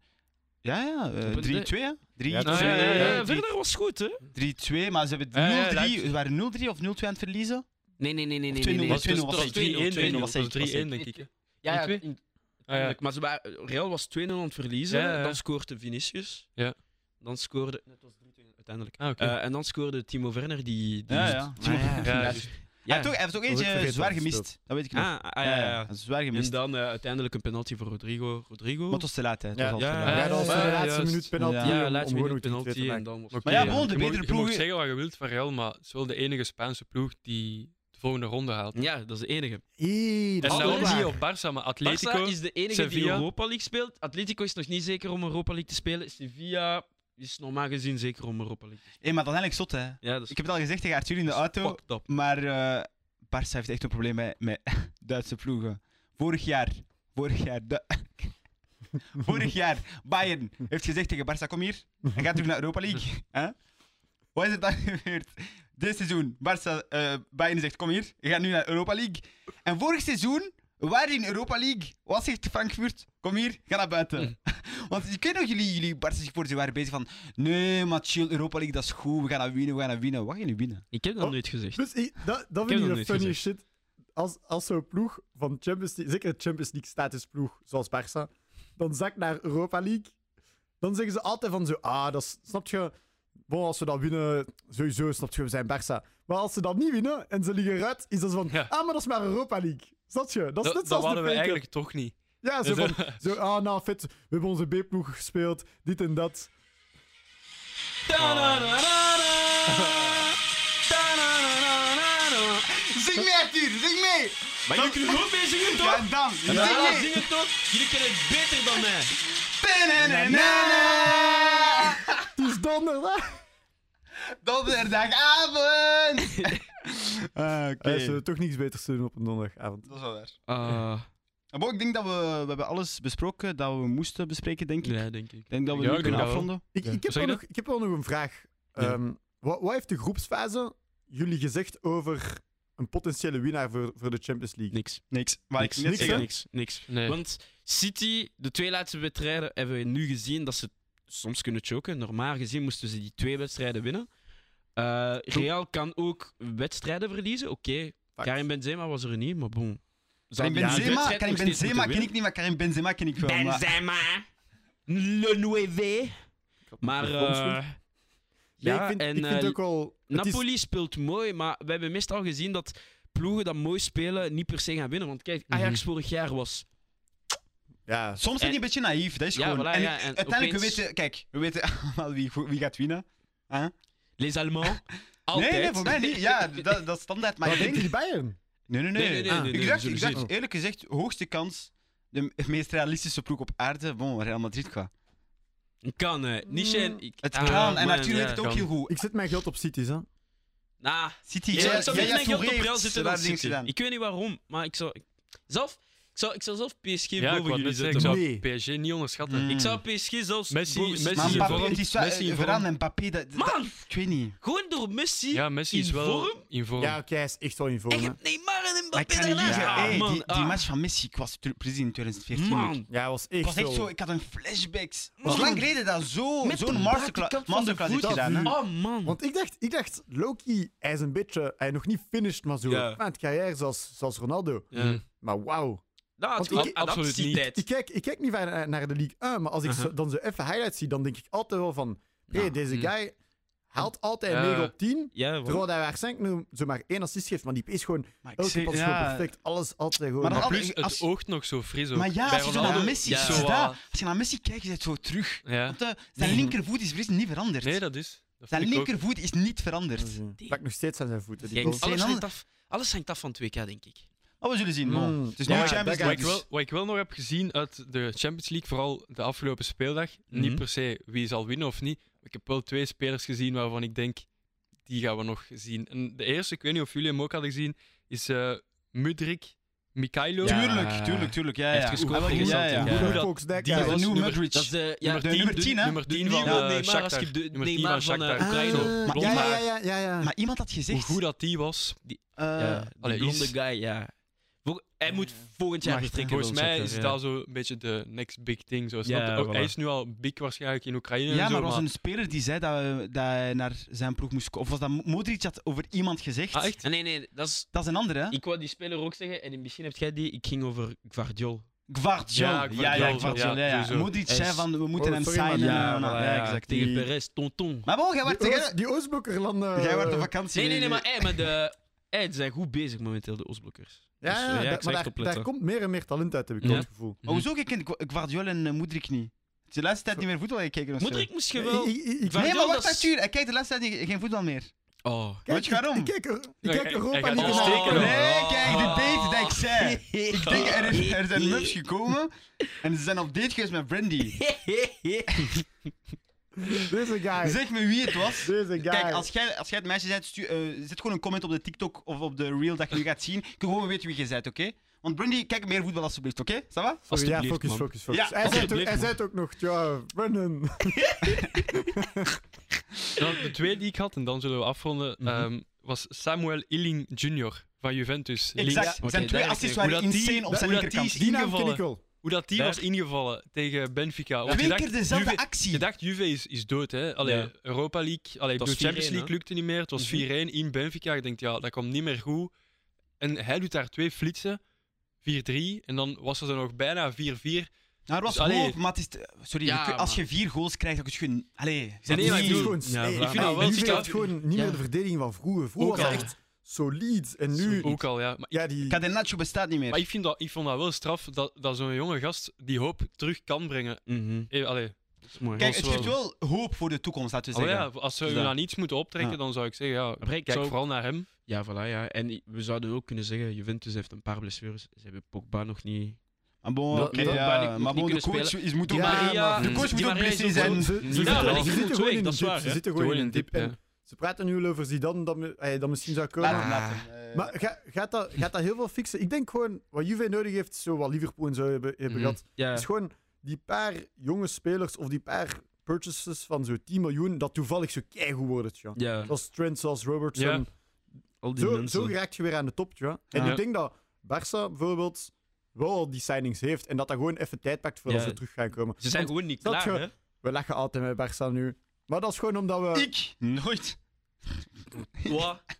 Ja, ja, eh,
Op een-
3-2. hè? 3-2.
Ja,
ja, ja, ja,
Eh, verder was het goed, hè?
3-2, maar ze hebben
Ja, ja,
0-3. Ze waren 0-3 of 0-2 aan het verliezen.
Nee, nee, nee. nee,
Of 2-0
nee, nee.
was het,
Het was
2-0 was het.
3-1, denk ik.
was het.
Het was 3-1, denk ik. hè.
Ja, ja,
Twee?
in-
Ah, ja.
Maar ze waren, Real was 2-0 aan het verliezen.
Ja, ja.
Dan scoorde Vinicius.
Ja.
Dan scoorde... Het was 3-2 uiteindelijk.
Ah, oké.
Eh, en dan scoorde Timo Werner die... die
Ja, ja.
Timo
Ah, ja.
Werner.
Ja,
Ja,
dus-
Hij heeft ook, hij heeft ook
ik
eentje
vergeten
zwaar
waar hij
gemist.
speelt.
Dat weet ik nog.
Ah, ah, ja, ja, ja.
Zwaar gemist.
En dan eh, uiteindelijk een penalty voor Rodrigo. Rodrigo?
Maar het was te laat, hè. Het was
Ja.
al te
Ja,
ja,
laat.
Ja, dat was de
ja, ja,
laatste
juist.
minuut penalty.
Ja,
om-
ja,
om
laatste
gewoon
minuut
nog iets
penalty
te
en
maken.
dan was
Maar
het
oké,
ja,
weer,
gewoon de
je mag-
betere
Je mag
ploeg-
zeggen wat je wilt van Real, maar het is wel de enige Spaanse ploeg die de volgende ronde haalt.
Ja, dat is de enige.
Ih,
En
dat is
daarom
waar.
niet op Barça, maar Atletico.
Barça is de enige die
Sevilla.
Europa League speelt. Atletico is nog niet zeker om Europa League te spelen. Sevilla is normaal gezien zeker om Europa League. te
Hé, maar dat is eigenlijk zot, hè.
spelen. Ja, dat is
Ik heb het al gezegd tegen Arthur in de
dat is
auto.
fucked up.
Maar eh Barça heeft echt een probleem met, met Duitse ploegen. Vorig jaar, vorig jaar, Du- vorig jaar, Bayern heeft gezegd tegen Barça, kom hier, en gaat terug naar Europa League. hè? Wat is er dan gebeurd? Dit seizoen, Barça, eh, Bayern zegt, kom hier, je gaat nu naar Europa League. En vorig seizoen, we waren in Europa League, wat zegt Frankfurt? Kom hier, ga naar buiten. Want je kunt nog jullie, jullie Barça supporters waren bezig van, nee, maar chill, Europa League, dat is goed, we gaan dat winnen, we gaan dat winnen. Wat gaan jullie winnen?
Ik heb dat
Oh.
nooit gezegd.
Dus ik- dat, dat
heb
vind ik
dat
de
nooit
funny
gezegd.
shit. Als, als zo'n ploeg van Champions League, zeker een Champions League statusploeg zoals Barça, dan zakt naar Europa League, dan zeggen ze altijd van zo, ah, dat is- snap je, bon, als we dat winnen, sowieso, snap je, we zijn Barça. Maar als ze dat niet winnen en ze liggen eruit, is dat zo van,
Ja.
ah, maar dat is maar Europa League. Snap je? Dat
Dat,
is net
dat
zoals de
hadden we
beker.
eigenlijk toch niet.
Ja, zo
Dus,
van, zo, ah, nou, fit, we hebben onze B-ploeg gespeeld, dit en dat.
Zing mee, Arthur, zing mee!
Maar jullie kunnen goed mee
Ja,
zingen, toch?
dan, zing
Ja,
mee!
zingen toch? Jullie kennen het beter dan mij.
Ta-na-na-na-na.
Het is donderdag!
Donderdagavond! Ah, Oké,
Eh, ze hebben toch niks beters te doen op een donderdagavond.
dat is wel waar.
Ah,
Maar bon, ik denk dat we, we hebben alles besproken dat we moesten bespreken, denk ik.
ja, denk ik.
Ik denk dat we
Ja,
nu
ik
kunnen
denk dat
afronden.
Ik,
Ja.
ik, heb
Zeg je
wel
dat?
nog, ik heb wel nog een vraag.
Ja.
Ehm, wat, wat heeft de groepsfase jullie gezegd over een potentiële winnaar voor, voor de Champions League?
Niks.
Niks. Waar ik
niks,
net
niks,
zei.
niks, niks.
Nee.
Want City, de twee laatste wedstrijden, hebben we nu gezien dat ze soms kunnen choken. Normaal gezien moesten ze die twee wedstrijden winnen. Eh, Real kan ook wedstrijden verliezen. Oké,
Fact.
Karim Benzema was er niet, maar bon.
Karim
Ja, de
Benzema,
wedstrijd
Karim
nog steeds
Benzema
moeten
ken ik niet, maar Karim Benzema ken ik wel. maar-
Benzema! Le Nueve! Maar, eh,
Nee,
ja,
ik vind,
en
ik vind
eh,
ook al... het is-
Napoli speelt mooi, maar we hebben meestal gezien dat ploegen dat mooi spelen niet per se gaan winnen. Want kijk, Ajax
Mhm.
vorig jaar was...
ja,
Soms ben je een beetje naïef, dat is
Ja,
gewoon.
voilà,
en
ja, en
uiteindelijk,
opeens-
we weten, kijk, we weten allemaal wie, wie gaat winnen. Huh?
Les Allemands, altijd.
Nee, nee, voor mij niet. Ja, dat, dat is standaard. Maar
maar
ik denk,
die Bayern.
Nee, nee, nee.
Nee, nee, nee,
Ah.
nee, nee,
ik dacht,
nee,
ik
nee,
dacht eerlijk gezegd, hoogste kans, de m- meest realistische ploeg op aarde, bon, Real Madrid qua.
Kan, hè. Niet zijn... ik-
Mm. Het
euh, Ah,
kan, en
man,
Arthur
ja.
weet het ook
kan.
heel goed.
Ik zet mijn geld op Cities, hè.
Nah,
City,
ik
jij-
zou, ik zou
jij-
met mijn
jij
geld op
Touré
Real
heeft
zitten
daar
dan
dingen
City.
gedaan.
Ik weet niet waarom, maar ik zou... ik- Zelf, ik zou, ik zou zelf PSG
Ja, ik
boven
wou
jullie
net zeggen,
zetten.
ik
man.
zou
Nee.
PSG niet onderschatten.
Mm.
Ik zou PSG zelfs
Messi-
boven City
Messi
Maar
in
zetten.
vorm.
Mbappé, het is wel-
Messi in
eh,
vorm.
Varane en Mbappé, dat, dat-
Man,
ik weet niet.
gewoon door Messi.
Ja, Messi is
in
wel
vorm?
in vorm.
Ja, oké, hij is echt wel in vorm,
En
hè.
je hebt Neymar en
Maar ik
Mbappé
ga niet
daarnaast.
liegen.
Ah,
Hey,
man,
die, die
ah.
match van Messi, ik was ter- precies in 2014.
Man.
Ja, hij was echt
Ik was echt
wel-
zo, ik had een flashbacks. Het was
Man.
lang geleden dat zo- zo'n
Met de
masterclass,
buitenkant van de
masterclass heeft
voet.
gedaan. hè.
Dat-
Oh man.
Want ik dacht, ik dacht Loki, hij is een beetje... Hij is nog niet finished, maar zo.
Ja.
Aan het carrière zoals, zoals Ronaldo.
Mhm.
Hmm.
Maar wauw.
Nou, het
Want
is
ik-
absoluut niet.
Ik kijk, ik kijk niet vaak naar, naar de League 1, maar als ik
Uh-huh.
zo- dan zo even highlights zie, dan denk ik altijd wel van... Hé,
Nou,
deze
Hmm.
mm.
guy haalt altijd
Ja.
9 op 10,
Ja,
terwijl hij waarschijnlijk nu zo maar één assist geeft, maar die is gewoon...
Maar ik
Elke
zeg-
pas gewoon
ja,
perfect, alles altijd gewoon...
Maar
Maar
dat-
plus,
als-
het
als-
oogt nog zo fris ook.
Maar ja,
Bij
als je zo
Ronaldo-
naar Messi,
ja.
is
Zo,
dat.
ah,
als je naar Messi kijkt, is het zo terug.
Ja.
Want, eh, zijn
Nee.
linkervoet is precies niet veranderd.
Nee, dat is. Dat
Zijn
vind ik ook.
linkervoet is niet veranderd.
Ik pak nog steeds aan zijn voeten. Die
Kijk,
goal.
Alles
alles,
hangt
hangt af, alles hangt af van 2K, denk ik.
Oh, we zullen zien.
Mm.
man. Het is nu
Ja,
Champions
Wat
dat
League.
ik, wel, wat ik wel nog heb gezien uit de Champions League, vooral de afgelopen speeldag,
Mhm.
niet per se wie zal winnen of niet. maar Ik heb wel twee spelers gezien waarvan ik denk, die gaan we nog zien. En de eerste, ik weet niet of jullie hem ook hadden gezien, is eh Mudrik Mikailo.
Ja.
Dus Tuurlijk, tuurlijk, tuurlijk. Ja,
Hij heeft
ja.
gescoord
Ah, wel,
tegen
ja, ja.
Celtic.
Broeder
Ja.
Volksdijk,
Die
ja.
was
was nieuwe
nummer-
Mudric.
Dat is de, ja,
Nummer- de nummer 10, hè?
Nummer 10 van
nieuwe
eh,
Neymar,
Shakhtar.
als je de
Nummer 10
Neymar
van
van, eh,
Shakhtar.
Ah,
Oekraïne.
ja,
Blond
ja,
haar.
ja, ja, ja, ja.
Maar iemand had gezegd...
Hoe goed dat die was.
eh,
ja, die
Allee,
blonde
is-
guy, ja. Vol- hij moet volgend jaar
Mag-
vertrekken.
Volgens
wil ik
mij is
zeggen, ja.
dat zo een beetje de next big thing. Zo, snap
Ja,
je? Ook-
voilà.
Hij is nu al big waarschijnlijk in Oekraïne.
Ja,
en zo,
maar er was een speler die zei dat, eh, dat hij naar zijn ploeg moest komen. Of was dat Mo- Modric had over iemand gezegd?
Ah, echt?
Ah, Nee, nee, dat is...
Dat is een andere, hè?
Ik wou die speler ook zeggen, en misschien heb jij die, ik ging over Guardiol.
Gvardiol.
Ja,
Ja, ja,
Gvardiol,
Gvardiol,
ja,
ja, ja.
sowieso.
Modic,
Hij
hè,
is-
van we moeten
Oh,
hem
sorry, maar-
signen.
Ah,
Ja,
Ah, Ja, ja, exact.
Tegen
Die-
Perez, Tonton.
Maar bon, jij werd
Die, Oost,
tegen-
die Oostblokkerlanden.
jij werd
eh,
op vakantie.
Nee, nee, nee, maar, hey, maar de, hey, ze zijn goed bezig momenteel, de Oostblokkers.
Ja,
Dus, eh,
ja,
ja, ik
da-
zou echt
maar daar,
opletten.
daar komt meer en meer talent uit, heb ik
Ja.
wel het gevoel.
Maar hoezo ik ken Gwa- Gvardiol en eh, Moedrik niet? Het is de laatste tijd niet meer voetbal gekeken of zo.
Modric misschien wel.
Ik- ik- ik- ik-
Nee,
Gvardiol,
maar
dat
wacht,
is-
Arthur. Hij kijkt de laatste tijd niet- geen voetbal meer.
Oh.
kijk,
Weet je waarom?
Ik, ik kijk, er- ik
Hij-
kijk
hij-
Europa
hij gaat
niet
Oh.
naar.
steken.
Nee,
Oh.
kijk, de date dat ik zei. Ik denk, er, is, er zijn mugs gekomen en ze zijn op date geweest met Brandy.
Deze guy.
Zeg me wie het was.
Deze guy.
Kijk, als jij, als jij het meisje bent, stu- eh, zet gewoon een comment op de TikTok of op de reel dat je nu gaat zien. Ik wil gewoon weten wie je bent, oké? Want Brandy, kijk meer voetbal alsjeblieft, oké? Ça va?
Sorry, ja,
Alsjeblieft,
focus,
man.
focus, focus.
Ja,
hij zei het ook-
alsjeblieft,
hij
man.
zei het ook nog, ja, Brennan.
Dan de twee die ik had, en dan zullen we afronden,
Mhm.
ehm, was Samuel Illing Jr. van Juventus.
Exact.
Links.
Het
Oké,
zijn twee
daar-
assists
hoe
waren
dat die-
insane op
hoe
zijn
dat
linkerkant.
die-
Die naam ken
Ingevallen.
ik wel.
Hoe dat die
Daar-
was ingevallen tegen Benfica. Want je
Twee
dacht,
keer dezelfde
Juve- Je
actie.
dacht, Juve is, is dood, hè? Allee,
Ja.
Europa League, allee, ik
Het was
bedoel, Champions
4-1,
League
hè?
lukte niet meer. Het was
Mhm.
4-1 in Benfica. Je denkt, ja, dat komt niet meer goed. En hij doet daar twee flitsen, 4-3. En dan was er zo nog bijna 4-4.
Nou, het was
Dus, allee.
hoog, maar het is... te- Sorry,
Ja,
je kunt- als
maar-
je vier goals krijgt, dan kun je gewoon... Allee,
Nee,
zijn
maar ik
niet-
bedoel-
Gewoon
Ja,
sneller.
voilà.
Ik vind dat wel
Juve heeft
straf.
gewoon niet
Ja.
meer de verdediging van vroeger. Vroeger
Ook
was
al.
dat echt solide. En nu,
Ook al, ja. Maar ik,
ja, die...
Cadenaccio bestaat niet meer.
maar ik, vind dat, ik vond dat wel straf dat, dat zo'n jonge gast die hoop terug kan brengen.
Mhm,
Eh, Allee,
dat is mooi.
Kijk,
Dat
het
is
geeft wel hoop voor de toekomst, laten we
allee,
zeggen.
ja, als we
Dus
hem
dat-
aan iets moeten optrekken,
Ja.
dan zou ik zeggen, ja,
Maar ik
kijk
zou-
vooral naar hem.
Ja, voilà, ja. En i- we zouden ook kunnen zeggen, Juventus heeft een paar blessures. Ze hebben Pogba nog niet...
Maar bon,
Dat-
oké,
dat-
ja,
Banik moet
maar
niet
bon, de
kunnen
coach
spelen.
is, moet ook
Ja,
maar-
maar-
de coach moet ook blessé
Ze-
zijn.
ze-
Ja,
Ze
dat
zitten- ze
is goed,
zitten gewoon
twee,
in
dat
een
is
dip.
waar,
Ze
hè.
zitten gewoon
Gewoon
in een dip.
ja.
En Ze praten nu wel over Zidane, dat me- hij dat misschien zou komen.
Laat hem, laat hem. Eh,
Maar ga- gaat dat, gaat dat heel veel fixen? Ik denk gewoon, wat Juve nodig heeft, zo wat Liverpool en zo hebben, hebben
Mhm.
gehad,
Ja,
is gewoon die paar jonge spelers of die paar purchases van zo'n 10 miljoen, dat toevallig zo keigoed worden, tja.
ja
Zoals Trent, zoals Robertson.
al die
Zo,
mensen.
zo raak je weer aan de top, tja. En
Ja.
ik denk dat Barça bijvoorbeeld wel al die signings heeft en dat dat gewoon even tijd pakt voordat
Ja.
ze terug gaan komen.
Ze zijn
Want
gewoon niet
dat
klaar,
ge-
hè?
we lachen altijd met Barça nu. Maar dat is gewoon omdat we...
Ik? Nooit.
Wat? Ik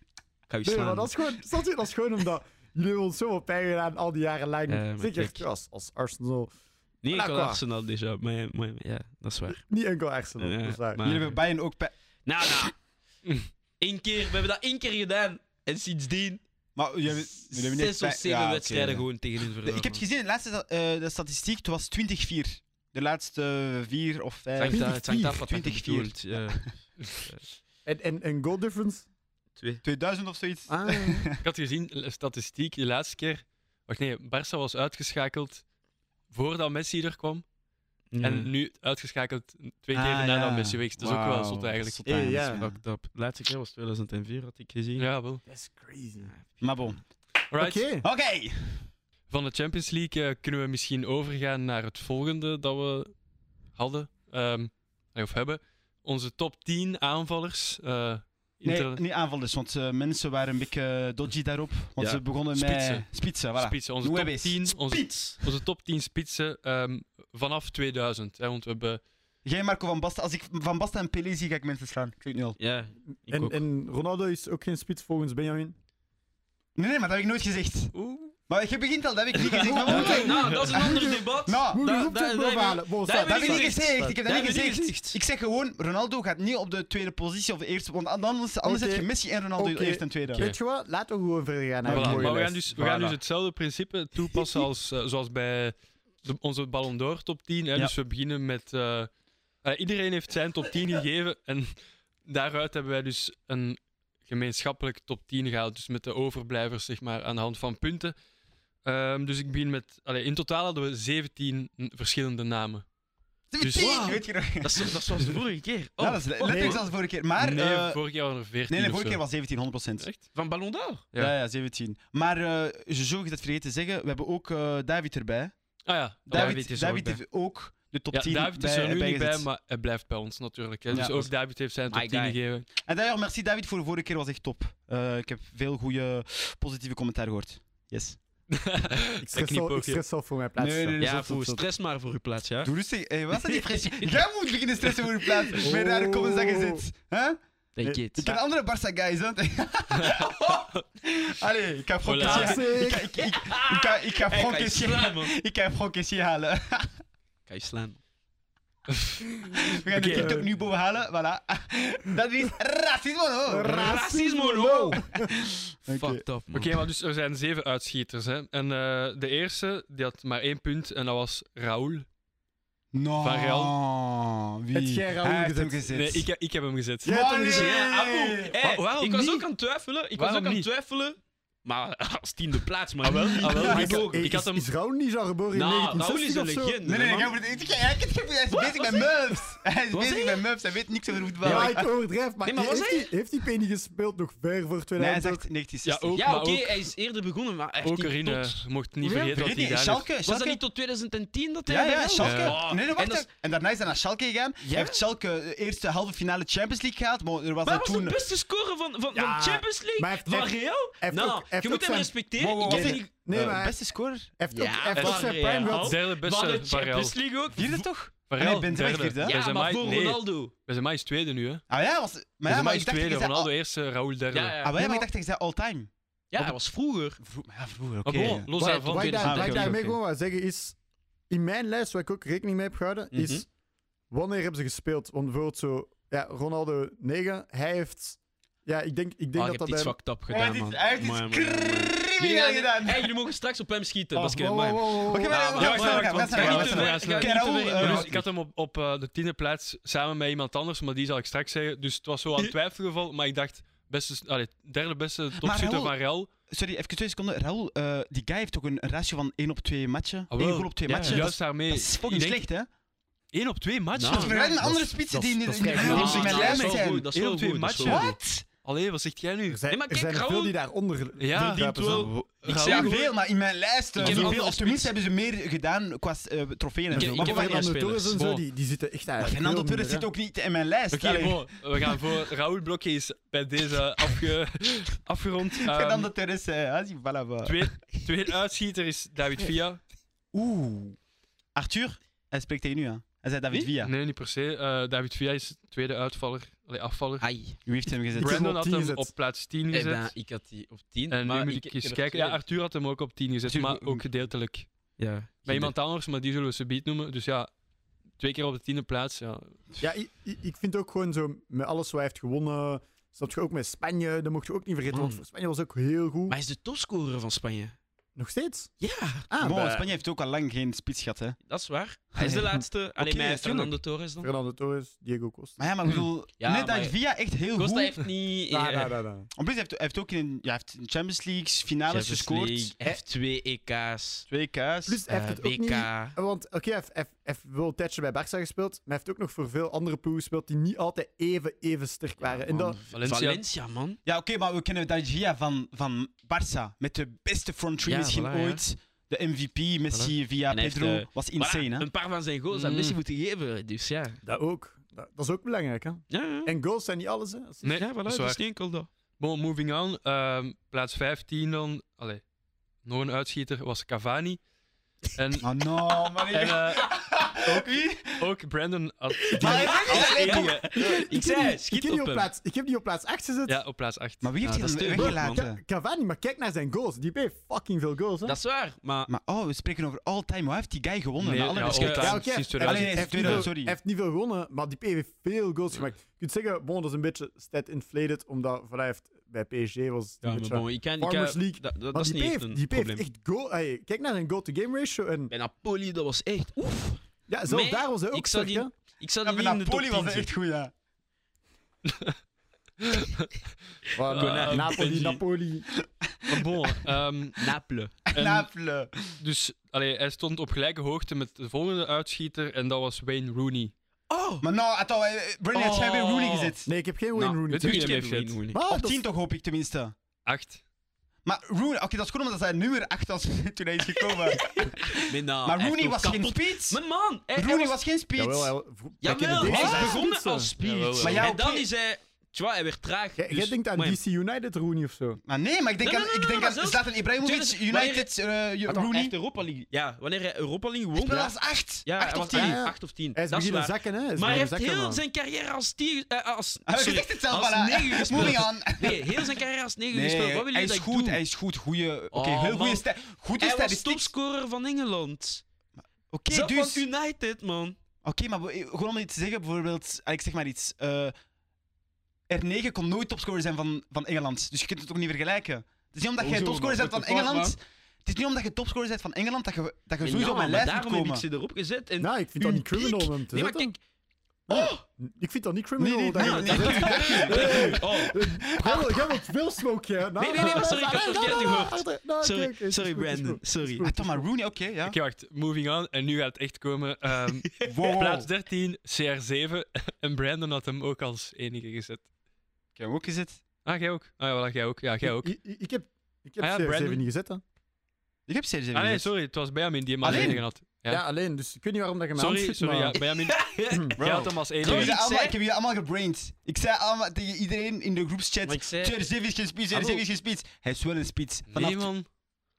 ga je
Nee,
slaan.
maar dat is gewoon, snap je? dat is gewoon omdat jullie hebben ons zoveel pijn gedaan al die jaren lang.
Ja, maar
Zeker
kijk.
ja, als, als Arsenal.
Nee, ik had
Aqua.
Arsenal dus, ja. Maar, ja, maar ja, dat is waar.
Niet enkel Arsenal.
Ja,
dat is waar.
maar-
Jullie hebben Bayern ook... pe-
Nou, nou. Eén keer, we hebben dat één keer gedaan. En sindsdien
Maar jullie hebben-
s-
jullie hebben niet
zes of
pe-
zeven
ja, oké,
wedstrijden
ja.
gewoon tegen hun
De-
verloren.
Ik heb het
man.
gezien, de laatste sta- eh, de statistiek, het was 20-4. De laatste eh, vier of
Het hangt
vijf.
daar- Het hangt af wat je
24.
bedoelt, ja.
En, en, en goal difference?
Twee.
2000 of zoiets.
Ah,
Ik had gezien, eh, statistiek, de laatste keer. Wacht nee, Barça was uitgeschakeld voordat Messi er kwam. En nu uitgeschakeld twee keer
Hmm. Ah,
nadat
ja.
Messi weg is. Dat is ook wel zot eigenlijk.
Tot
Eh,
aan,
ja.
dat is fucked up. De laatste keer was 2004, had ik gezien.
Ja, wel.
that's crazy.
Maar bon.
Right.
Oké.
Ah,
Oké.
Van de Champions League eh, kunnen we misschien overgaan naar het volgende dat we hadden. ehm, eh, of hebben. Onze top 10 aanvallers. eh,
Nee,
inter-
niet aanvallers, want eh, mensen waren een beetje eh, dodgy daarop. Want
Ja.
ze begonnen
Spitsen.
met spitsen. Voilà.
spitsen. Onze top,
Nueves.
10, onze,
Spits!
onze top 10 spitsen ehm, vanaf 2000. Hè, want we hebben
Jij Marco van Basten. Als ik Van Basten en Pelé zie, ga ik mensen slaan. Ik weet het nu al.
Ja, ik
En,
ook.
en Ronaldo is ook geen spits volgens Benjamin.
Nee, nee, maar dat heb ik nooit gezegd. Maar je begint al, dat heb ik niet gezegd. Maar
Ja,
wat moet ik-
nou, dat is een ander debat.
Nou,
Moet
Ah, daar-
je roept
daar-
het
daar-
boven halen. Bon,
daar
staat-
dat heb ik
Sorry.
niet gezegd. Ik heb dat
Daar
niet
heb ik niet
gezegd.
gezegd.
Ik zeg gewoon, Ronaldo gaat niet op de tweede positie of de eerste. Want anders, anders
Oké.
heb je Messi en Ronaldo
Oké.
eerste en tweede.
Oké.
Weet je wat? Laten we gewoon verder gaan naar
Voilà,
een mooie
maar we gaan,
lijst.
dus, we gaan
Voilà.
dus hetzelfde principe toepassen als, eh, zoals bij de- onze Ballon d'Or top 10. Hè?
Ja.
Dus we beginnen met... eh, eh, iedereen heeft zijn top 10 gegeven en daaruit hebben wij dus een gemeenschappelijk top 10 gehaald. Dus met de overblijvers zeg maar, aan de hand van punten. Ehm, dus ik begin met... allee, in totaal hadden we 17 n- verschillende namen. Dus-
Tien,
Wow.
weet je nog?
Dat is, dat is zoals de vorige keer. Oh,
Ja, dat is le- letterlijk
nee.
zoals de vorige keer. Maar,
nee,
eh,
vorig jaar waren er 14
nee, nee,
of
vorige
zo.
keer was 17, 100
Echt?
Van Ballon d'Or?
Ja.
Ja. ja, 17. Maar eh Jojo heeft dat vergeten te zeggen. We hebben ook eh, David erbij.
Ah ja,
David,
David
David,
is er ook bij.
heeft ook de top
ja,
10
David is
bij-
er nu niet bij,
gezet.
maar hij blijft bij ons natuurlijk. Hè?
Ja,
Dus
dat
ook
is-
David heeft zijn
My
top 10
guy.
gegeven.
En daarom, merci David voor de vorige keer, was echt top. Eh, ik heb veel goede positieve commentaar gehoord. Yes.
Ik
Dat
stress, al, ik
knipoogje.
stress al voor mijn plaats.
Nee, nee, nee.
Ja,
zot,
voor
zot, zot.
stress maar voor uw plaats, ja.
Doe rustig. Hey, wat is dat die pressie? Jij moet beginnen stressen voor je plaats. Met rare
Oh.
comments dat je zit. Huh?
Denk
Eh,
je
Ik
het.
ken andere Barça guys. Hè? Allee, ik ga Franck
Voilà.
Kessié- ik, ik, ik, ik ga- ik ga
Hey,
Franck
kan je
Kessié-
slaan, man.
ik ga Franck Kessié halen.
Kan je slaan.
We gaan de
Oké.
TikTok nu boven halen, voilà. Dat is racisme, hoor.
Racisme,
no.
no. Fucked up, man.
Oké, maar dus er zijn zeven uitschieters. Hè. En eh, de eerste, die had maar één punt en dat was Raoul.
No.
Van
Nou, Wie?
Heb jij Raoul
Hij heeft hem
gezet?
gezet.
Nee, ik, ik heb hem gezet.
Jij hebt hem
Maar
gezien.
nee.
Ja, Abu, hey,
Wa- waarom
ik was
niet?
ook aan het twijfelen. Ik was
Waarom
ook aan het
niet?
twijfelen. Maar als tiende plaats, man.
Ah, wel, ah, wel,
Ja,
maar
ik
ik-
ook.
ik had
Is,
hem-
is Raoul niet genre geboren in
Nou, Raoul is
1960
een
of zo?
legende.
Nee, nee,
man.
ik heb het- ik- ik- ik- ik- hij is bezig met mufs. Hij is
Wat
bezig
zeg
met mufs, hij weet niks over voetbal.
Ja, ik overdrijf, maar,
Nee, maar wat
heeft,
zei
die, heeft die Penny gespeeld nog ver voor
Nee, hij
2000?
zegt 1960.
Ja, ook.
Ja,
maar
oké, hij is eerder begonnen, maar echt
Ook
niet
erin,
tot-
eh, mocht niet
Ja,
vergeten wat
Vergeet
hij
niet,
daar heeft.
Schalke.
Was dat
Schalke.
niet tot 2010 dat hij
Ja,
daar
ja,
wel-
Schalke.
Ja.
Nee, nee, wacht
En dat is-
even. En daarna is hij naar Schalke gegaan.
Ja?
Hij heeft Schalke de eerste halve finale Champions League gehaald, maar er was
Maar
hij
hij was
toen...
de beste scorer van, van,
Ja,
van Champions League?
maar hij heeft-
van
hij heeft-
Real?
heeft
nou,
ook- hij heeft
je
ook
moet hem
zijn-
respecteren.
Wow, wow,
ik
wow.
heb
Wat
niet...
Nee,
Eh,
maar hij
beste scorer.
heeft ook,
Ja,
hij heeft ook
van
zijn
Real.
prime gehad.
Wat?
Derde
Van
beste
de
van Real.
Champions League ook?
Vierde toch?
Van
Nee,
Real,
Benzema is
derde.
vierde, hè?
Benzema-
Ja, maar voor
nee,
Ronaldo.
Benzema is tweede nu, hè.
Ah ja, was... Maar ja,
Benzema
maar
is
ik dacht dat
tweede,
je zei...
Ronaldo
al-
eerste, Raoul derde.
Ja, ja.
Ah, maar ja, maar
maar-
ik dacht dat je zei all-time.
ja, hij was vroeger.
Vro- maar Ja, vroeger, oké.
Maar bon, los
Wat,
daarvan.
wat ik daar-
Ah,
wat ik
oké,
daarmee
oké.
gewoon wou zeggen is... In mijn lijst, waar ik ook rekening mee heb gehouden,
Mhm.
is... Wanneer hebben ze gespeeld? Want bijvoorbeeld zo... Ja, Ronaldo 9, hij heeft... Ja, ik denk, ik denk
Ah,
dat
ik heb
dat
iets
bij...
fucked up
Hij
gedaan,
heeft
man.
iets- hij heeft
Amai,
iets
amai, amai. Jullie
crimineel
gaan-
gedaan.
Hey, jullie mogen straks op hem schieten.
Oh,
Dat is
wow, wow,
man.
wow, wow.
Oké, maar
Ah,
wacht,
maar-
wacht,
maar-
wacht, wacht,
maar-
wacht,
maar-
wacht,
maar-
wacht.
maar-
Oké,
maar-
Raoul,
maar-
eh,
Dus
wacht.
ik had hem op, op eh, de tiende plaats samen met iemand anders, maar die zal ik straks zeggen. Dus het was zo aan het twijfelen gevallen, maar ik dacht, beste, allee, derde beste topschutter
Raoul-
van Real.
Sorry, even twee seconden. Raoul, eh, die guy heeft ook een een ratio van 1 op 2 matchen.
Ah,
1
wel.
goal op 2
Ja,
matchen.
ja.
Dat
Juist
is-
daarmee.
dat is fucking
ik denk,
slecht, hè?
één op twee matchen.
Nou,
Als we vergelijken met
dat
andere
is-
spitsen
dat
die
is-
in de-
dat
in
is
de
vrij
Ja,
goed.
Premier League
dat
met
is
Ja,
wel
lijnen
goed,
zijn.
Dat is
Eén
wel
op twee
goed. dat is wel
matchen.
goed.
Wat?
Allee, wat zegt jij nu?
Er zijn,
Nee, maar
er
kijk,
zijn er veel
Raoul-
die daaronder
Ja.
Verdient
doorkruipen, zo.
wel.
Ik
Raoul-
zeg
Ja,
Raoul-
veel, maar in mijn lijst. eh,
Ik heb
veel-
nog wel
Of tenminste
spits.
hebben ze meer gedaan qua eh, trofeeën en
Ik-
zo.
ik
Maar
heb
bon,
wel-
Fernando
spelers.
Torres en zo,
Wow.
die, die zitten echt eigenlijk
Fernando
veel
Torres zit
minder,
ook niet in mijn lijst.
Oké,
Allee,
bro, we gaan voor Raoul Blokje is bij deze afge, afgerond. Ehm,
Fernando Torres, eh, ah, zie, voilà. voilà.
twee, tweede uitschieter is David Villa.
Oeh. Arthur, hij spreekt tegen u aan. Hij zei David Via.
Nee, niet per se. Eh, David Villa is tweede uitvaller, allee, afvaller.
Ai.
U heeft hem gezet.
Brand-
Brandon had
op 10
hem
gezet.
op plaats 10
Eh,
gezet.
ben, ik had die op
En
10.
Eh, nu
maar
moet
ik
ik eens
heb er
kijken. Ja,
twee.
Arthur had hem ook op 10 gezet,
Arthur,
maar
hoe- hoe-
ook gedeeltelijk.
Ja.
Bij iemand anders, maar die zullen we ze beat noemen. Dus ja, twee keer op de tiende plaats. Ja.
hè. Ja, ik, ik- ik vind ook gewoon zo, met alles wat hij heeft gewonnen, snap je ook met Spanje, dat mocht je ook niet vergeten, want
Mm.
voor Spanje was ook heel goed.
Maar hij is de topscorer van Spanje.
Nog steeds?
Ja,
Ah,
Bon,
bij
Spanje heeft ook al lang geen spits gehad, hè?
dat is waar. Hij is de laatste. Alleen
Oké,
mij
tuurlijk.
Fernando Torres dan.
Fernando Torres, Diego Costa.
Maar ja, maar ik bedoel,
Mm. Ja,
net
maar-
David Villa echt heel
Costa
goed.
heeft niet...
Ja,
eh,
ja, ja, ja.
En plus, hij heeft, hij heeft ook in, ja, hij heeft in Champions League's finales
Champions
gescoord.
League,
Eh.
F2 EK's.
Twee K's.
Plus, hij
eh,
heeft het ook
WK.
niet... Want, oké, hij heeft- hij heeft- hij heeft wel een tijdje bij Barça gespeeld, maar hij heeft ook nog voor veel andere ploegen gespeeld die niet altijd even, even sterk waren. en dat...
Valencia.
Valencia, man.
Ja, oké, maar we kennen David Villa van, van Barça. Met de beste front three
Ja,
misschien
voilà, ja.
ooit. De MVP, Messi, Villa,
En hij heeft,
Pedro.
eh,
was insane,
Voilà,
hè?
Een paar van zijn goals aan
Mm.
Messi moeten geven. Dus ja.
Dat ook. Dat, dat is ook belangrijk, hè.
Ja, ja.
En goals zijn niet alles, hè. Dat is-
Nee,
ja, voilà,
dat is
dat
waar.
is niet enkel dat.
Bon, moving on. Ehm, plaats 15 dan. Allee, nog een uitschieter was Cavani. En,
Oh no, man.
en eh,
Wie?
ook Brandon had
Maar hij heeft
als
alleen-
enige.
Ik
Ik heb
zei,
die- ik
schiet
heb die
op hem.
plaats, Ik heb die op plaats 8 gezet.
Ja, op plaats 8.
Maar wie heeft
Ja,
hij
dat is
dan
te goed,
weggelaten?
Ka- Cavani, maar kijk naar zijn goals. Die heeft fucking veel goals, hè.
Dat is waar, maar...
Maar oh, we spreken over all-time. Hoe heeft die guy gewonnen?
Nee,
Na alle
ja,
wedstrijden.
all-time.
Ja, oké.
Sinds
Hij heeft-
2000.
hij heeft
Nee,
niet veel-
sorry.
Hij heeft niet veel gewonnen, maar die PV heeft veel goals gemaakt. Je kunt zeggen, bon, dat is een beetje stat inflated, omdat voilà, hij heeft, bij PSG was het
Ja,
een
maar
beetje...
bon, ik kan... ik
Farmers
kan-
League.
Dat, dat,
maar
dat is
die
niet
PV
echt
heeft,
een
die PV heeft
probleem.
echt goal... Hey, kijk naar zijn goal-to-game ratio. En,
Bij Napoli, dat was echt... Oef.
ja, zelfs
mij-
daar was hij ook
ik zou
sterk,
die-
hè.
Ik zat
Ja,
niet
maar
in de top
Napoli
10
was
zitten.
echt goed, ja.
Van,
Ah,
eh, Napoli,
Benji.
Napoli.
Maar bon, ehm,
Napelen.
en
Napelen.
dus, allee, hij stond op gelijke hoogte met de volgende uitschieter en dat was Wayne Rooney.
Oh!
Maar nou, atto, eh, Bernie heeft zijn weer Rooney gezet.
Nee, ik heb geen Wayne
Nou,
Rooney.
weet u-
Ik
wie
heb
heeft het?
Wayne Rooney.
Maar
Op
dat is-
10 toch, hoop ik tenminste.
8.
Maar Rooney, oké, dat is goed omdat hij nummer 8 was toen hij is gekomen.
Maar, nou,
maar
hij
Rooney
heeft
was
ook
geen
kapot-
spits.
Mijn man! Hij, hij
Rooney
was...
was geen spits.
Jawel, hij...
Jawel,
Kijk, in de
hij
deze
is
zijn
begonnen
spitsen.
als spits.
Jawel,
Maar ja,
en dan
oké.
is hij Tja, hij werd traag.
Jij,
dus-
jij denkt aan
maar ja,
DC United, Rooney of zo.
Maar nee, maar ik denk
Nee,
aan,
nee, nee,
ik denk
maar
aan
zelfs-
Zlatan Ibrahimovic,
Tuurlijk, wanneer-
United, eh, Ju-
Rooney.
Rooney.
Echt Europa League. Ja, wanneer hij Europa League
Hij
won.
speelde
Ja,
als acht.
ja,
acht
hij
of
was
tien.
tien.
ja, 8 of 10.
Hij is
Dat is
beginnen
waar.
zakken, hè? Hij is
Maar hij
beginnen
heeft
zakken, man.
heel zijn carrière als 10 eh, als
Hij
sorry,
zegt het zelf,
als
Ah, voilà.
9 gespeeld.
Moving on.
Nee, heel zijn carrière als 9 gespeeld. Wat wil
hij is
je dat ik
goed,
doe?
hij is goed. Goeie, oké,
Oh,
heel goede
man.
stijl. Goede
Hij was
statistiek.
topscorer van Engeland.
Oké,
Zelf
dus,
van United, man.
oké, maar we- gewoon om iets te zeggen, bijvoorbeeld, ah, ik zeg maar iets. eh, R9 kon nooit topscorer zijn van, van Engeland, dus je kunt het ook niet vergelijken. Het is niet omdat jij
Hoezo,
topscorer
man?
bent van
What the fuck,
Engeland... Het is niet omdat je topscorer bent van Engeland dat je, dat je
En
sowieso
ja,
op mijn
maar
lijst moet
daarom heb ik
komen.
ze erop gezet. En
Nou, ik vind dat
hun
niet criminal
piek-
om hem te
Nee, maar
zetten.
kijk. Oh!
Ik vind dat niet
Nee,
criminal.
nee,
dat
nee,
je-
nee, nee.
Oh.
Jij wilt- Jij wilt veel smoke, hè? Nou,
Nee, nee, nee, maar sorry, ik had
nou,
het
nou,
verkeerd
nou,
gehoord.
nou, nou, oké,
Sorry,
oké, het is
sorry,
goed, het is
Brandon.
goed.
Sorry.
Ah, toch maar Rooney, oké, ja.
Oké, wacht. Moving on. En nu gaat het echt komen. Ehm,
Wow.
Plaats 13, CR7. en Brandon had hem ook als enige gezet.
Ik heb ook gezet.
Ah, jij ook? Ah, ja, voilà, jij ook. Ja, jij ook.
Ik, ik, ik heb, ik heb
Ah ja,
CR7
Brandon.
niet gezet, hè?
Ik heb serieus
Ah nee, sorry. Het was Benjamin die hem als
Alleen?
enige had. Ja.
Ja. alleen, dus ik weet niet waarom dat je mij
Sorry,
aanschiet,
sorry. Ja,
maar...
Benjamin,
Bro.
jij had hem als
Ik heb,
enige.
jullie
Sorry.
allemaal,
zei-
ik heb jullie allemaal gebrained. Ik zei allemaal tegen iedereen in de
Maar
groepschat...
ik zei...
Serzev is geen spits, Serzev is geen spits. Hij is wel een spits. Vanaf
Nee, man.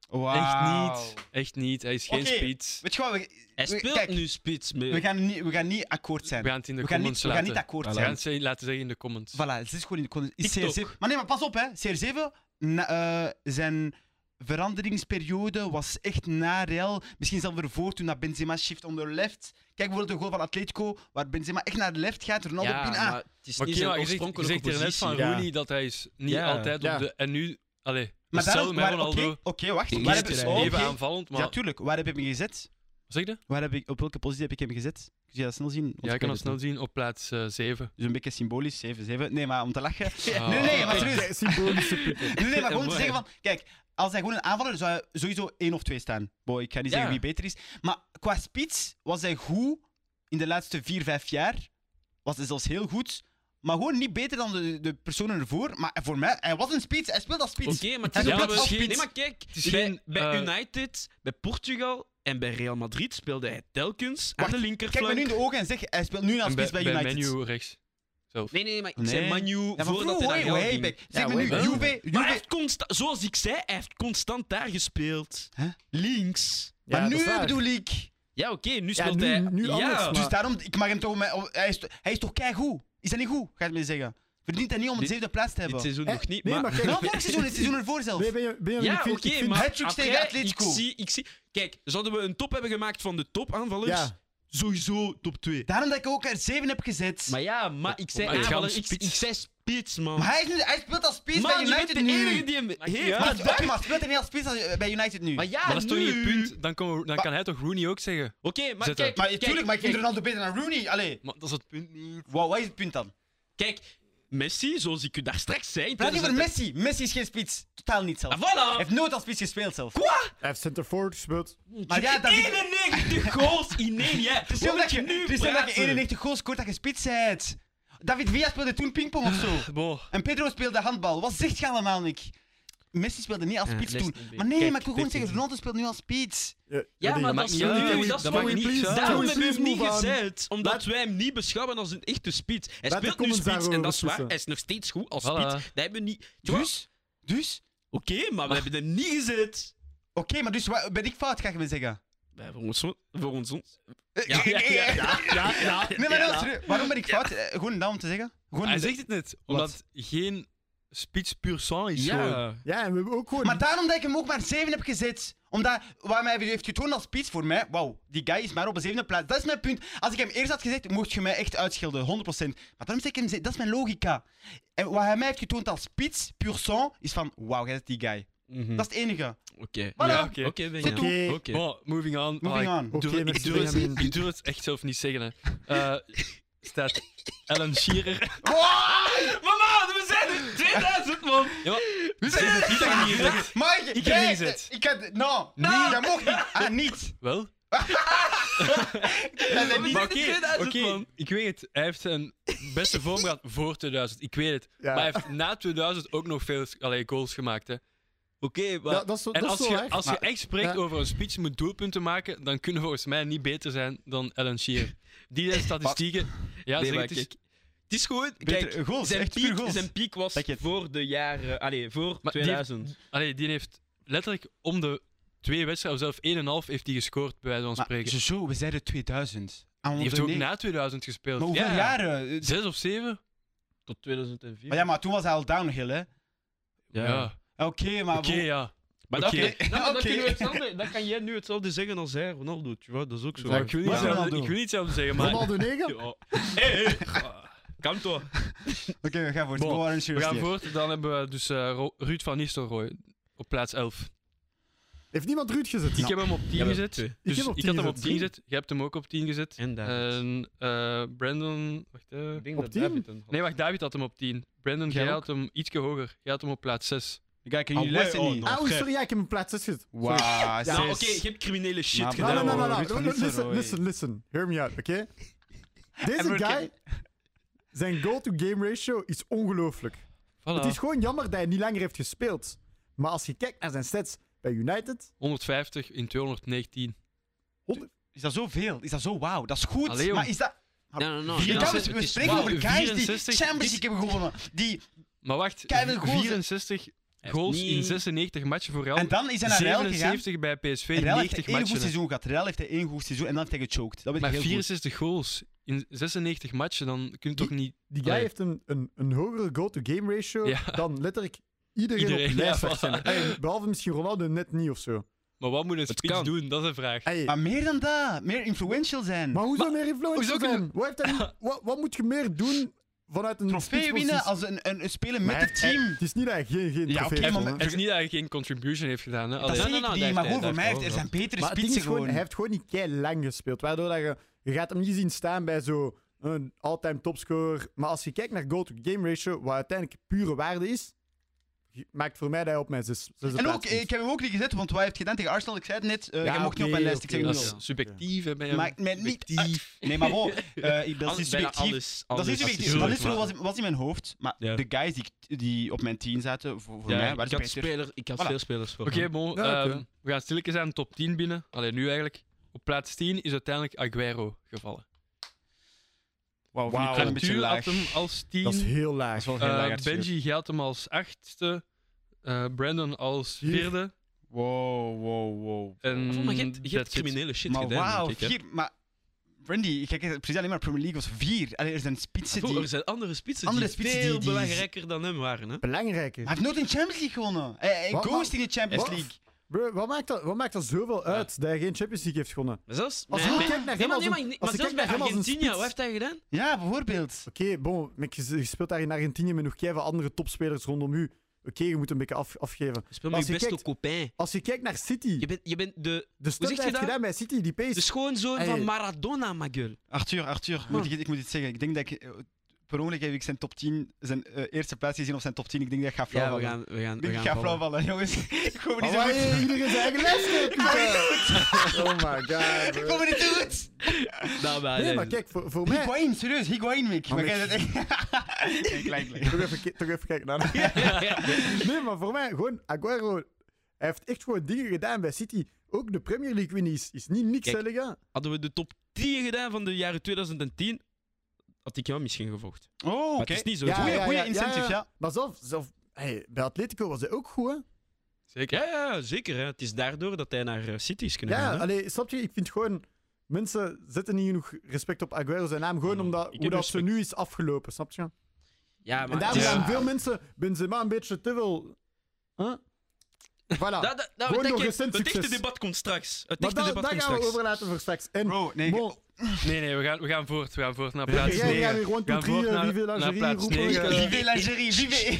Wauw.
Echt niet. Echt niet. Hij is geen
Oké.
spits.
Weet je wat, we,
Hij
we-
speelt
kijk,
nu spits mee.
we, gaan niet, we gaan niet akkoord
We
zijn.
gaan het in de
We gaan niet,
comments
we gaan niet
laten.
akkoord
We gaan
zijn.
het ze- laten zeggen in de comments.
Voilà, het is gewoon in de comments. Is
TikTok.
CR7 Maar nee, maar pas op hè. CR7, na- eh, zijn veranderingsperiode was echt na Real. Misschien zelfs ervoor toen dat Benzema shift onder left. Kijk bijvoorbeeld de goal van Atletico, waar Benzema echt naar de left gaat, Ronaldo
ja,
pin ah. aan.
maar het is
Maar
niet
Kima,
zijn
je zegt, je zegt
oorspronkelijke
er net
positie.
van
Ja.
Rooney dat hij is niet
Ja.
altijd
Ja.
op de... En nu... Allee,
Maar
hetzelfde met
waar- oké,
Ronaldo.
Oké, wacht.
Die
Waar
is
heb ik,
er, hè.
oh,
Even
oké.
aanvallend, maar...
Ja, tuurlijk. Waar heb ik hem gezet?
Wat zeg je?
Waar heb ik, op welke positie heb ik hem gezet? Kun je dat snel zien? Want
Ja, ik kan
weet
dat snel
niet.
zien op plaats eh, 7.
Dus een beetje symbolisch, 7-7. Nee, maar om te lachen.
Ah.
Nee, nee, maar
Kijk,
serieus.
kijk, Symbolische punten.
Nee, nee, maar gewoon om te
Mooi.
zeggen van... Kijk, als hij gewoon een aanvaller zou hij sowieso 1 of 2 staan. Boy, ik ga niet
Ja.
zeggen wie beter is. Maar qua spits was hij goed in de laatste 4, 5 jaar. Was hij zelfs heel goed. Maar gewoon niet beter dan de, de personen ervoor. Maar voor mij, hij was een spits. Hij speelde als spits.
Oké, maar het
Hij
is
doet
wel
dat
wel-
als spits.
Nee, maar kijk,
is
bij,
geen,
bij
eh,
United, bij Portugal en bij Real Madrid speelde hij telkens
Wacht,
aan de
Kijk me
linkerflank.
nu in de ogen en zeg, hij speelt nu als
En
spits
bij,
bij,
bij
United.
Menu rechts. Zelf.
Nee, nee, maar ik zei
Nee.
Manu
Ja, maar
voordat hij
vroeg,
naar
way,
Real
way
ging.
back. Zeg
Ja,
me nu,
way back.
Juve...
Maar hij
Juve
heeft constant, zoals ik zei, hij heeft constant daar gespeeld.
Hè?
Links.
Ja,
maar
dat is
nu
waar.
bedoel ik...
Ja, oké, nu
Ja,
speelt
nu-
hij...
nu
ja.
anders, maar-
Dus daarom, ik mag hem toch... Met, oh, hij, is, hij is toch keigoed? Is dat niet goed? Ga je mij zeggen. Verdient hij niet om de
Dit-
zevende plaats te
Dit
hebben?
seizoen
Eh,
nog niet,
nee,
maar...
maar
Nou,
kijk...
vorig seizoen, het seizoen ervoor zelf.
Ben je- ben je- ben je-
Ja,
ik
oké,
vind- ik vind-
maar
Hattrick
après,
tegen Atletico.
Ik zie, ik zie... Kijk, zouden we een top hebben gemaakt van de topaanvallers?
Ja.
Sowieso top 2.
Daarom dat ik ook er 7 heb gezet.
Maar ja, maar ik zei
Maar het gaat om
aanvaller, ik,
spits.
ik zei spits, man.
Maar hij, is nu, hij speelt als spits
man,
bij
je bent
United
de
nu.
enige die hem heeft.
Ja.
Maar,
Maar,
oké,
daar-
maar speelt hij niet als spits als- eh, bij United nu?
maar ja,
maar dat is toch niet het
nu-
punt? Dan, komen we- dan
Maar-
kan hij toch Rooney ook zeggen?
Oké, maar
Zet
kijk,
hem.
maar
kijk,
tuurlijk, maar ik vind
kijk,
Ronaldo beter dan Rooney. Allee,
Maar dat is het punt niet.
wow, wat is het punt dan?
kijk, Messi, zoals ik u daar straks zei... in
Praat niet over
2000
Messi. Messi is geen spits. Totaal niet zelf.
dus Ah,
Hij
voilà!
heeft nooit als spits gespeeld zelf.
Hij heeft center forward gespeeld.
Maar ja, dat... Het
91 goals in één jaar. Het
is niet omdat je, het is niet omdat je
praten?
91 goals scoort dat je spits bent. David Villa speelde toen pingpong of
Ah.
zo.
Bo.
En Pedro speelde handbal. Wat zegt je allemaal, Nick? Messi speelde niet als
Ja,
spits
les
toen.
niet meer.
Maar nee,
Kijk,
maar ik wil gewoon
dit is-
zeggen, Ronaldo speelt nu als spits.
Ja, maar
maakt
dat is
niet uit.
nu,
Dat
dat is
maakt
nog
niks
niet.
uit.
Daarom
Please
hebben we hem
move
niet
on.
gezet, omdat
Laat-
wij hem niet beschouwen als een echte spits. Hij
Laat de
speelt nu
comments
spits en
daarover
dat is waar,
beslissen.
hij is nog steeds goed als
Voilà.
spits. Dat hebben we niet. Tja,
Dus? Dus?
Oké, maar we hebben hem niet gezet.
Oké, maar dus wa- ben ik fout, ga je me zeggen?
Wij voor ons, voor ons, ons.
Ja, ja, ja. Nee, maar nou, serieus, waarom ben ik fout? Eh, Gewoon dat om te zeggen. Gewoon
Hij
de-
zegt het net. Omdat geen spits pur sang is gewoon.
Ja, en we hebben ook gewoon...
Maar daarom dat ik hem ook maar 7 heb gezet. Omdat, waar mij heeft het gewoon als spits voor mij. Wauw, die guy is maar op een zevende plaats. Dat is mijn punt. Als ik hem eerst had gezet, mocht je mij echt uitschelden, 100%. Maar daarom zeg ik hem, ze- dat is mijn logica. En wat hij mij heeft getoond als spits, pur sang, is van, wauw, jij is die guy.
Hm. Mhm.
Dat is het enige.
Oké.
Voilà.
Ja, oké.
Oké, ben
Zit
je. Oké.
Bon, moving on.
Moving
Ah, ik
on.
durf-
Oké,
ik,
merci,
durf het,
Benjamin.
ik durf het echt zelf niet zeggen. Hè. Eh, staat Alan Shearer.
Mama, we zijn er! 2000, man!
Ja, maar- zeg het niet dat je niet gezegd hebt.
Maar
heb
ik jij-
hem gezet.
Ik had, nou,
Nee.
dat mocht niet. Ah, niet.
Wel?
Dat is niet.
Maar
Maar
oké,
in 2000,
oké,
man.
ik weet het. Hij heeft zijn beste vorm gehad voor 2000. Ik weet het.
Ja.
Maar hij heeft na 2000 ook nog veel allee, goals gemaakt. Hè.
Oké, maar...
Ja, dat is, zo-
En
dat is
als
zo
je,
waar.
als je
Maar-
echt spreekt
ja.
over een speech moet doelpunten maken, dan kunnen volgens mij niet beter zijn dan Alan Shearer. Die zijn statistieken. Ja,
Nee,
zeg
maar
het eens.
kijk, het Het is gewoon...
Beter,
Kijk,
goals,
zijn,
echt puur
piek,
goals.
zijn piek was
Pak het.
voor de euh, jaren... Allee, voor
Maar die-
2000.
Allee, die heeft letterlijk om de twee wedstrijden, of zelfs 1,5 heeft hij gescoord, bij wijze van
Maar
spreken.
zo, we zeiden 2000. Aan
die heeft
onze
ook
ne-
na 2000 gespeeld.
Ah, Maar hoeveel
ja.
jaren? Eh,
Zes of zeven?
Tot 2004.
Maar ja, maar toen was hij al downhill, hè?
Ja.
Oké, maar...
Oké,
voor-
ja.
Maar
Oké.
dat, dat, dat
Oké.
kunnen we hetzelfde, dat kan jij nu hetzelfde zeggen als hij, Ronaldo. tja, Dat is ook zo.
Ja,
ik, wil niet
Maar
hetzelfde-
Bah,
Ronaldo.
ik wil niet hetzelfde zeggen, maar...
Ronaldo 9?
Ja. Hey, hey. Kan toch?
Oké, we gaan voor het.
Bon,
We waren
We
serieus
gaan
niet.
voort. Dan hebben we dus eh, Ro- Ruud van Nistelrooy op plaats 11.
Heeft niemand Ruud gezet?
Ik heb hem op 10
Ja,
gezet.
twee.
Dus
heb
ik,
op 10
had hem op
gezet.
10 gezet. Je hebt hem ook op 10 gezet.
En daar.
En eh, Brandon... Wacht, eh.
ik denk
op
dat
tien?
David een-
Nee, wacht, David had hem op 10. Brandon,
Jij
jij
ook?
had hem ietsje hoger. Jij had hem op plaats 6.
Kijk, jullie
Ah,
luisteren
oh,
niet.
no.
Ah, oei, sorry, ja, ik heb hem plaats 6 gezet.
Wauw, zes.
Nou,
Ja, oké, je hebt criminele shit
Maar-
No,
gedaan.
no, no, no, no.
Ruud van
Listen,
Nistelrooy.
listen, listen. Hear me out, oké? Deze
American-
guy, zijn goal-to-game ratio is ongelooflijk. Het is
Ah.
Voilà.
gewoon jammer dat hij niet langer heeft gespeeld. Maar als je kijkt naar zijn stats bij United,
150 in 219.
Is dat zoveel? Is dat zo wauw? Dat is goed,
Allee, jong.
maar is dat...
no, no.
Hier,
ja,
dames,
het
we
is nou,
spreken
wauw.
over guys die
64
Champions League hebben gewonnen. Die,
Maar wacht,
Keiwel goals, hè.
64 goals in 96 matchen voor Real.
en dan is hij naar Real gegaan.
77 bij PSV,
Real heeft hij
90
één goed
matchen. hè.
seizoen gehad. Real heeft hij één goed seizoen en dan heeft hij gechoked. Dat weet ik
Maar
heel goed.
64 goals in 96 matchen, dan kun je toch niet...
die guy
Allee.
heeft een, een, een hogere go-to-game ratio
Ja.
dan letterlijk iedereen,
Iedereen,
op de lijst
ja,
zou zijn.
voilà.
Hey, behalve misschien Ronaldo net niet of zo.
Maar wat moet een spits
kan.
doen? Dat is een vraag.
Hey,
Maar meer dan dat. Meer influential zijn.
maar hoezo meer influencer
hoezo
zijn? Wat, heeft hij niet- wat, wat moet je meer doen vanuit een
Trofee
spitspositie?
dus-
winnen als een, een, een speler
Maar
met
hij-
het team.
Het is niet dat hij geen, geen
Ja,
trofee
oké,
heeft
maar-
gewonnen.
Het is niet dat hij geen contribution heeft gedaan. Hè?
Dat
Allee.
zie
Nee,
ik
nee, nee,
niet,
dat
maar
heeft
gewoon voor
hij-
mij heeft-
dat
er
heeft
zijn betere
Maar het ding is
spitsen
gewoon,
gewoon.
hij heeft gewoon niet kei lang gespeeld. Waardoor dat je, je gaat hem niet zien staan bij zo'n all-time topscorer. Maar als je kijkt naar goal-to-game ratio, wat uiteindelijk pure waarde is, je- maakt voor mij dat hij op mijn zes, zesde
En
plaats
ook,
komt.
ik heb hem ook niet gezet, want hij heeft gedaan tegen Arsenal. Ik zei het net, eh,
Ja,
hij mocht niet op mijn
oké,
lijst. Ik
oké,
zeg
dat
nul.
is subjectief. Hè, bij hem.
Maakt mij niet
Subjectief.
Nee, maar wow, eh, ik- dat is subjectief.
Alles,
Dat is
alles.
subjectief.
is
Dat
tuurlijk,
is wel
maar-
was, in- was in mijn hoofd. Maar
Ja.
de guys die, ik- die op mijn 10 zaten, voor, voor
Ja,
mij waren
ik had,
beter.
speler, ik had
Voilà.
veel spelers voor
Oké,
hem.
bon.
Ja, oké.
ehm, we gaan stilletjes aan de top 10 binnen. Alleen nu eigenlijk. Op plaats 10 is uiteindelijk Aguero gevallen.
Wauw, vind ik
Wauw.
wel een beetje
Arthur
laag.
had hem als 10.
Dat is heel
Dat
laag.
is wel heel laag,
eh,
Arthur.
Benji geldt hem als 8e. Brandon als
Vier.
4e.
Wow, wow, wow.
En
Oh, Maar je hebt- je hebt
that's it.
criminele shit
Maar
gedaan.
wauw,
denk ik, hè.
vier. Maar Brandy, kijk, precies alleen maar Premier League was vier. Allee, er zijn spitsen
Bro,
die...
er zijn andere spitsen
Andere
die
spitsen die-
veel
die-
belangrijker dan hem waren. Hè?
Belangrijker.
Hij heeft nooit een Champions League gewonnen. Hij, hij
Wat?
ghost in de Champions
Wat?
League.
Bro, wat, maakt dat, wat maakt dat zoveel uit dat hij geen Champions League heeft gewonnen?
Maar zelfs,
Als
nee,
je
nee,
kijkt naar
nee,
hem
maar,
als
nee, maar,
een-
nee,
als
maar
je
zelfs
kijkt
bij
naar hem als een
Argentinië,
spits.
wat heeft hij gedaan?
Ja, bijvoorbeeld.
Oké, bon, maar je, je speelt daar in Argentinië met nog keiveel andere topspelers rondom u. Oké, je moet een beetje af, afgeven.
Speel
Als
met
je
je beste
kijkt-
copain.
Als je kijkt naar City,
Je bent, je bent de,
de stuff die
zeg je
hij heeft
dat?
gedaan bij City, die pace.
de schoonzoon
Hey.
van Maradona, ma gueule.
Arthur, Arthur, moet ik, ik moet iets zeggen. Ik denk dat ik... eh, Per ongeluk heb ik zijn top 10, zijn eh, eerste plaats gezien of zijn top 10. Ik denk dat ik ga flauw
Ja, we
vallen.
gaan, we gaan,
Ik
we
denk
gaan
ik ga flauw
vallen.
vallen, jongens. ik kom er
Maar
niet zo
waar
goed.
je iedereen zijn eigen lijst speelt, Pieter? Oh my god.
Ik
bro.
kom er niet zo goed.
Nou, maar,
Nee,
nee.
maar kijk, voor, voor mij...
Higuain, serieus, Higuain, Mick.
Maar
Maar jij bent echt- Nee, klein, klein.
Toch even, ki- toch even kijken naar... Nee, maar voor mij gewoon, Aguero... Hij heeft echt gewoon dingen gedaan bij City. Ook de Premier League winnen is, is niet niks,
Kijk.
hè, Lega.
Hadden we de top 10 gedaan van de jaren 2010, had ik jou misschien gevocht.
Oh,
Maar
oké.
het is niet zo.
Ja,
goed.
Goeie,
ja,
goeie
ja,
incentive,
ja.
ja.
Maar zelf, zelf hey, bij Atletico was hij ook goed, hè?
Zeker.
Ja, ja, zeker. Hè. Het is daardoor dat hij naar eh, City is kunnen
Ja,
gaan. hè.
allee, snap je? Ik vind gewoon... Mensen zetten niet genoeg respect op Aguero zijn naam, gewoon
Ja,
omdat
Mm, ik heb
hoe dat ze
respect.
nu is afgelopen, snap je?
Ja, maar
en daarom
het is-
zijn veel mensen Benzema een beetje te veel... Huh? Voilà.
Dat, dat, dat,
Gewoon
dat-
door
kijk,
recent
het echte
succes.
debat komt straks. Het
Maar
echte
dat,
debat
dat
komt
gaan we
straks.
overlaten voor straks. En
Bro, nee.
Bon,
Nee, nee, we gaan, we gaan voort. We gaan voort naar
jij
plaats
negen.
gaat
9.
weer 1,
Gaan
2, 3,
voort naar-
vive
naar
l'Algérie,
plaats
roepen.
negen.
eh,
Vive l'Algérie, vive.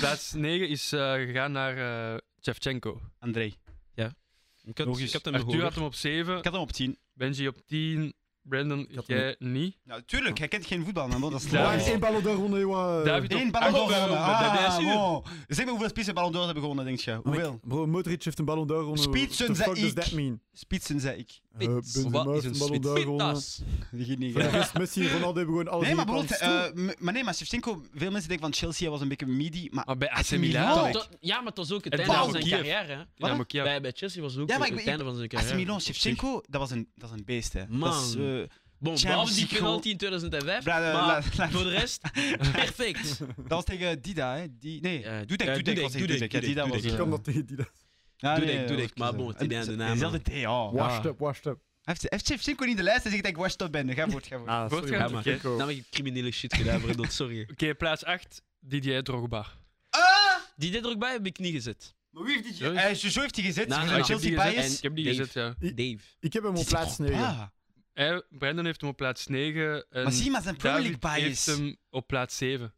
Plaats 9 is eh, gegaan naar eh Shevchenko.
André,
Ik had,
Logisch.
ik had hem
Arthur
gehoord.
had hem op 7,
ik had hem op 10.
Benji op 10, Brandon,
had hem
jij niet.
Ja, tuurlijk, hij kent geen voetbal, man. Dat
Ja.
is
Waar
David.
is één ballon d'Or onder jongen?
David
Eén
op
Ballon d'Or
acht.
gewonnen.
bij- bij
Ah,
BSU.
wow. Zeg me hoeveel spitsen Ballon d'Or hebben gewonnen, denk je? Hoeveel?
Bro, Modric heeft een ballon d'Or onder.
Spitsen,
What the fuck
zei
does
ik.
that mean?
Spitsen, zei ik.
Eh, Benzema heeft een ballon d'Or gewonnen.
Fitness.
Die ging niet.
Voor de rest, Messi en Ronaldo hebben gewoon alle
Nee, maar
drie
bijvoorbeeld,
kansen toe.
eh, m- maar nee, maar Shevchenko, veel mensen denken van Chelsea, hij was een beetje midi, maar...
Maar Ah, bij AC
Milan.
Milan.
Oh,
Kijk.
Dat- Ja, maar het was ook het
En
einde van
Paul
zijn
Kiev.
carrière. hè.
Dynamo
Wat?
Kiev.
Bij, bij Chelsea was het ook
Ja, maar ik
het
ben-
einde van zijn
AC
carrière.
Milan,
Op zich.
Shevchenko, dat was een, dat was een beest, hè. Dat is,
Man.
eh,
Bon,
Champions
behalve die
League
penalty in 2005.
Bra- eh,
maar
laat- laat-
voor de rest, perfect.
Dat was tegen Dida, hè? Die, nee,
Eh,
Dudek,
eh,
Dudek,
Dudek,
was tegen
Dudek,
Dudek. Ja,
Dudek,
Dida was...
Dudek.
Ik
eh,
kan dat tegen die.
ja,
Dudek,
dat
Dudek,
was
maar
kut,
bon,
hè.
het is niet aan de naam,
Dezelfde T, ja. Hij
Washed up, washed up.
heeft- hij heeft zich Cinco niet de lijst en zegt dat ik washed up ben. Ga voort, ga voort.
Ah,
Wordt
sorry,
gaan,
man.
oké.
Gekko.
Namelijk criminele shit gedaan, Brendel, sorry.
Oké, plaats 8, Didier Drogba.
Ah!
Die dit er ook bij heb ik niet gezet.
Maar wie heeft die...
Sorry.
Eh, Jojo heeft die gezet.
Nou,
voor
nou,
de
ik heb die
Chelsea
gezet.
bias.
Ik heb die
Dave.
gezet, ja.
Dave.
Ik heb hem op
Die is Ah.
plaats
toch
9.
pa.
Hij, Brandon heeft hem op plaats 9. En
Maar zie maar zijn Premier
David
League bias.
heeft hem op plaats 7.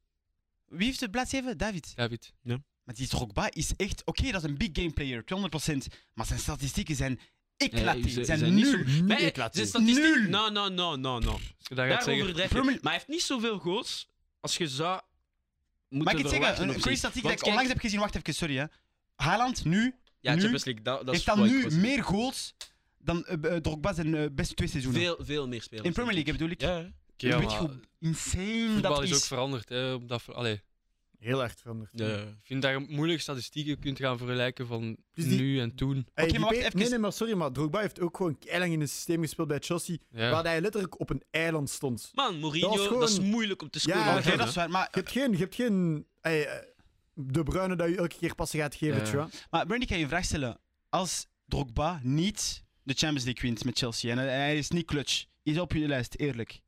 Wie heeft de plaats even? David.
David.
Maar die Drogba is echt... Oké, dat is een big game player, 200%. Maar zijn statistieken zijn... Ik laat
ze-
die.
ze
Zijn
zijn niet
nul.
zo- Maar, eh, zijn
Nul.
statistiek... No, no, no, no, no.
Als je dat gaat
Daar
zeggen.
overdrijf je.
Premier
Maar
League-
hij heeft niet zoveel goals als je zou
Mag
moeten
ik het
verwachten
zeggen? Een
op
crazy
zich.
statistiek dat
Want
ik onlangs
kijk,
heb gezien. Wacht even, sorry hè. Haaland nu
Ja,
nu-
Champions League, dat, dat is
heeft dan
wat ik
nu
wou zeggen.
meer goals dan eh, eh, Drogba zijn eh, beste twee seizoenen.
Veel, veel meer spelers.
In Premier League bedoel ik.
Ja, ja.
Oké, ja,
Weet je
maar
hoe insane
voetbal
dat
is
is?
ook veranderd. Hè, op dat, ver- allee,
Heel erg veranderd.
Ja, ja.
ik vind dat je moeilijk statistieken kunt gaan vergelijken van
Dus die-
nu en toen.
Hey,
Oké,
die
maar wacht
Pe-
even.
Nee, nee, maar sorry, maar Drogba heeft ook gewoon keilang in een systeem gespeeld bij Chelsea,
Ja.
waar hij letterlijk op een eiland stond.
Man, Mourinho, dat,
Dat was gewoon-
is moeilijk om te scoren.
Ja,
Oké,
tegen,
dat is
hè.
waar. Maar,
Je hebt geen... Je hebt geen hey, eh, de bruine dat je elke keer passen gaat geven,
Ja.
tja.
maar Brandy, ik ga je een vraag stellen. Als Drogba niet de Champions League wint met Chelsea en hij- en hij is niet clutch, is op je lijst, eerlijk.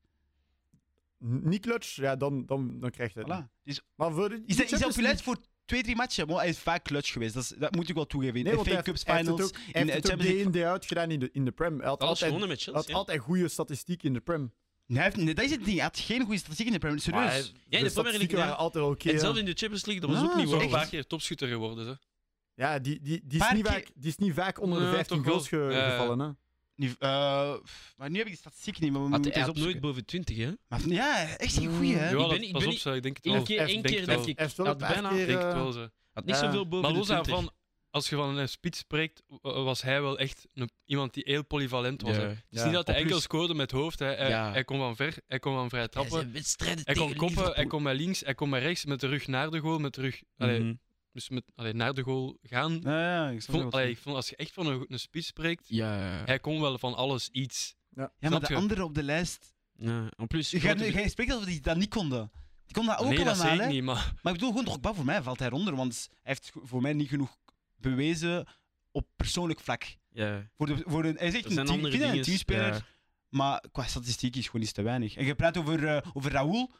N- Niet clutch, ja, dan, dan, dan krijg je het. niet.
Voilà. Dus Is,
Maar voor de,
is, hij, is hij op je lijst
lijst
voor twee, drie matchen? Maar hij is vaak clutch geweest, dat, is- dat moet ik wel toegeven. In
Nee, want
FA
hij
Cups,
heeft, hij heeft het
Finals,
ook, hij
in, eh,
heeft het ook
Champions
day in, day out gedaan in de, in de Prem. Hij had
Alles
altijd,
gewonnen
hij
met Chelsea.
had
ja.
altijd goede statistiek in de Prem.
Nee, hij heeft, nee, dat is het ding. Hij had geen goede statistiek in de Premier League,
Maar
serieus.
hij-
de Premier
Dus statistieken
League,
waren
ja.
altijd oké.
En
ja.
zelfs in de Champions League, dat was
Ah,
ook niet
zo
Zo
waar.
een paar
echt.
keer topschutter geworden. Ze.
Ja, die, die, die, is
Paar
niet
keer-
vaak, die is niet vaak onder de
Ja,
15
toch wel.
goals ge-
Ja, ja.
gevallen. Hè?
Nu- eh, pff, maar nu heb ik de statistiek niet, maar we
Had
moeten
hij
eens
had nooit
opzoeken.
boven 20, hè?
Maar, ja, echt een goeie, hè?
Ja, dat-
ben niet- ik
pas
ben
op,
niet-
ze, ik denk het wel.
Eén keer, één
Ik denk
keer
het wel.
denk ik.
Hij heeft wel
Hij
een
had
paar
bijna-
Ik
keer...
denk
eh,
het wel. Ze.
Had niet
Ja.
zoveel boven
Maar
de
los
20.
daarvan, als je van een spits spreekt, wa- was hij wel echt een- iemand die heel polyvalent was.
Ja.
hè. Het is
Ja.
niet dat hij
Op plus-
enkel scoorde met hoofd. Hè. Hij,
Ja.
hij kon van ver, hij kon van vrij
Ja,
trappen.
zijn wedstrijden
Hij kon
tegen
koppen, hij
Liverpool.
kon met links, hij kon met rechts, met de rug naar de goal, met de rug allee,
Mhm.
dus met, allee, naar de goal gaan. Ik
Ja, ja, ik
vond,
snap wel wat
allee,
je
ik vond, als je echt van een, een spits spreekt,
Ja, ja, ja.
hij kon wel van alles iets.
bedoelt. Ja, maar
Snap
de
je?
anderen op de lijst...
ja.
En plus,
Jij
grote-
jij spreekt alsof die dat niet konden. Die konden dat ook
nee, dat
allemaal,
zei ik
hè?
niet, maar
Maar ik bedoel, gewoon Drogba voor mij valt hij eronder, want hij heeft go- voor mij niet genoeg bewezen op persoonlijk vlak.
ja.
Voor de, voor een, hij is echt
Er
een,
zijn
team, ik
andere
vind hij een
dingen.
teamspeler,
Ja.
maar qua statistiek is gewoon iets te weinig. En je praat over, eh, over Raoul.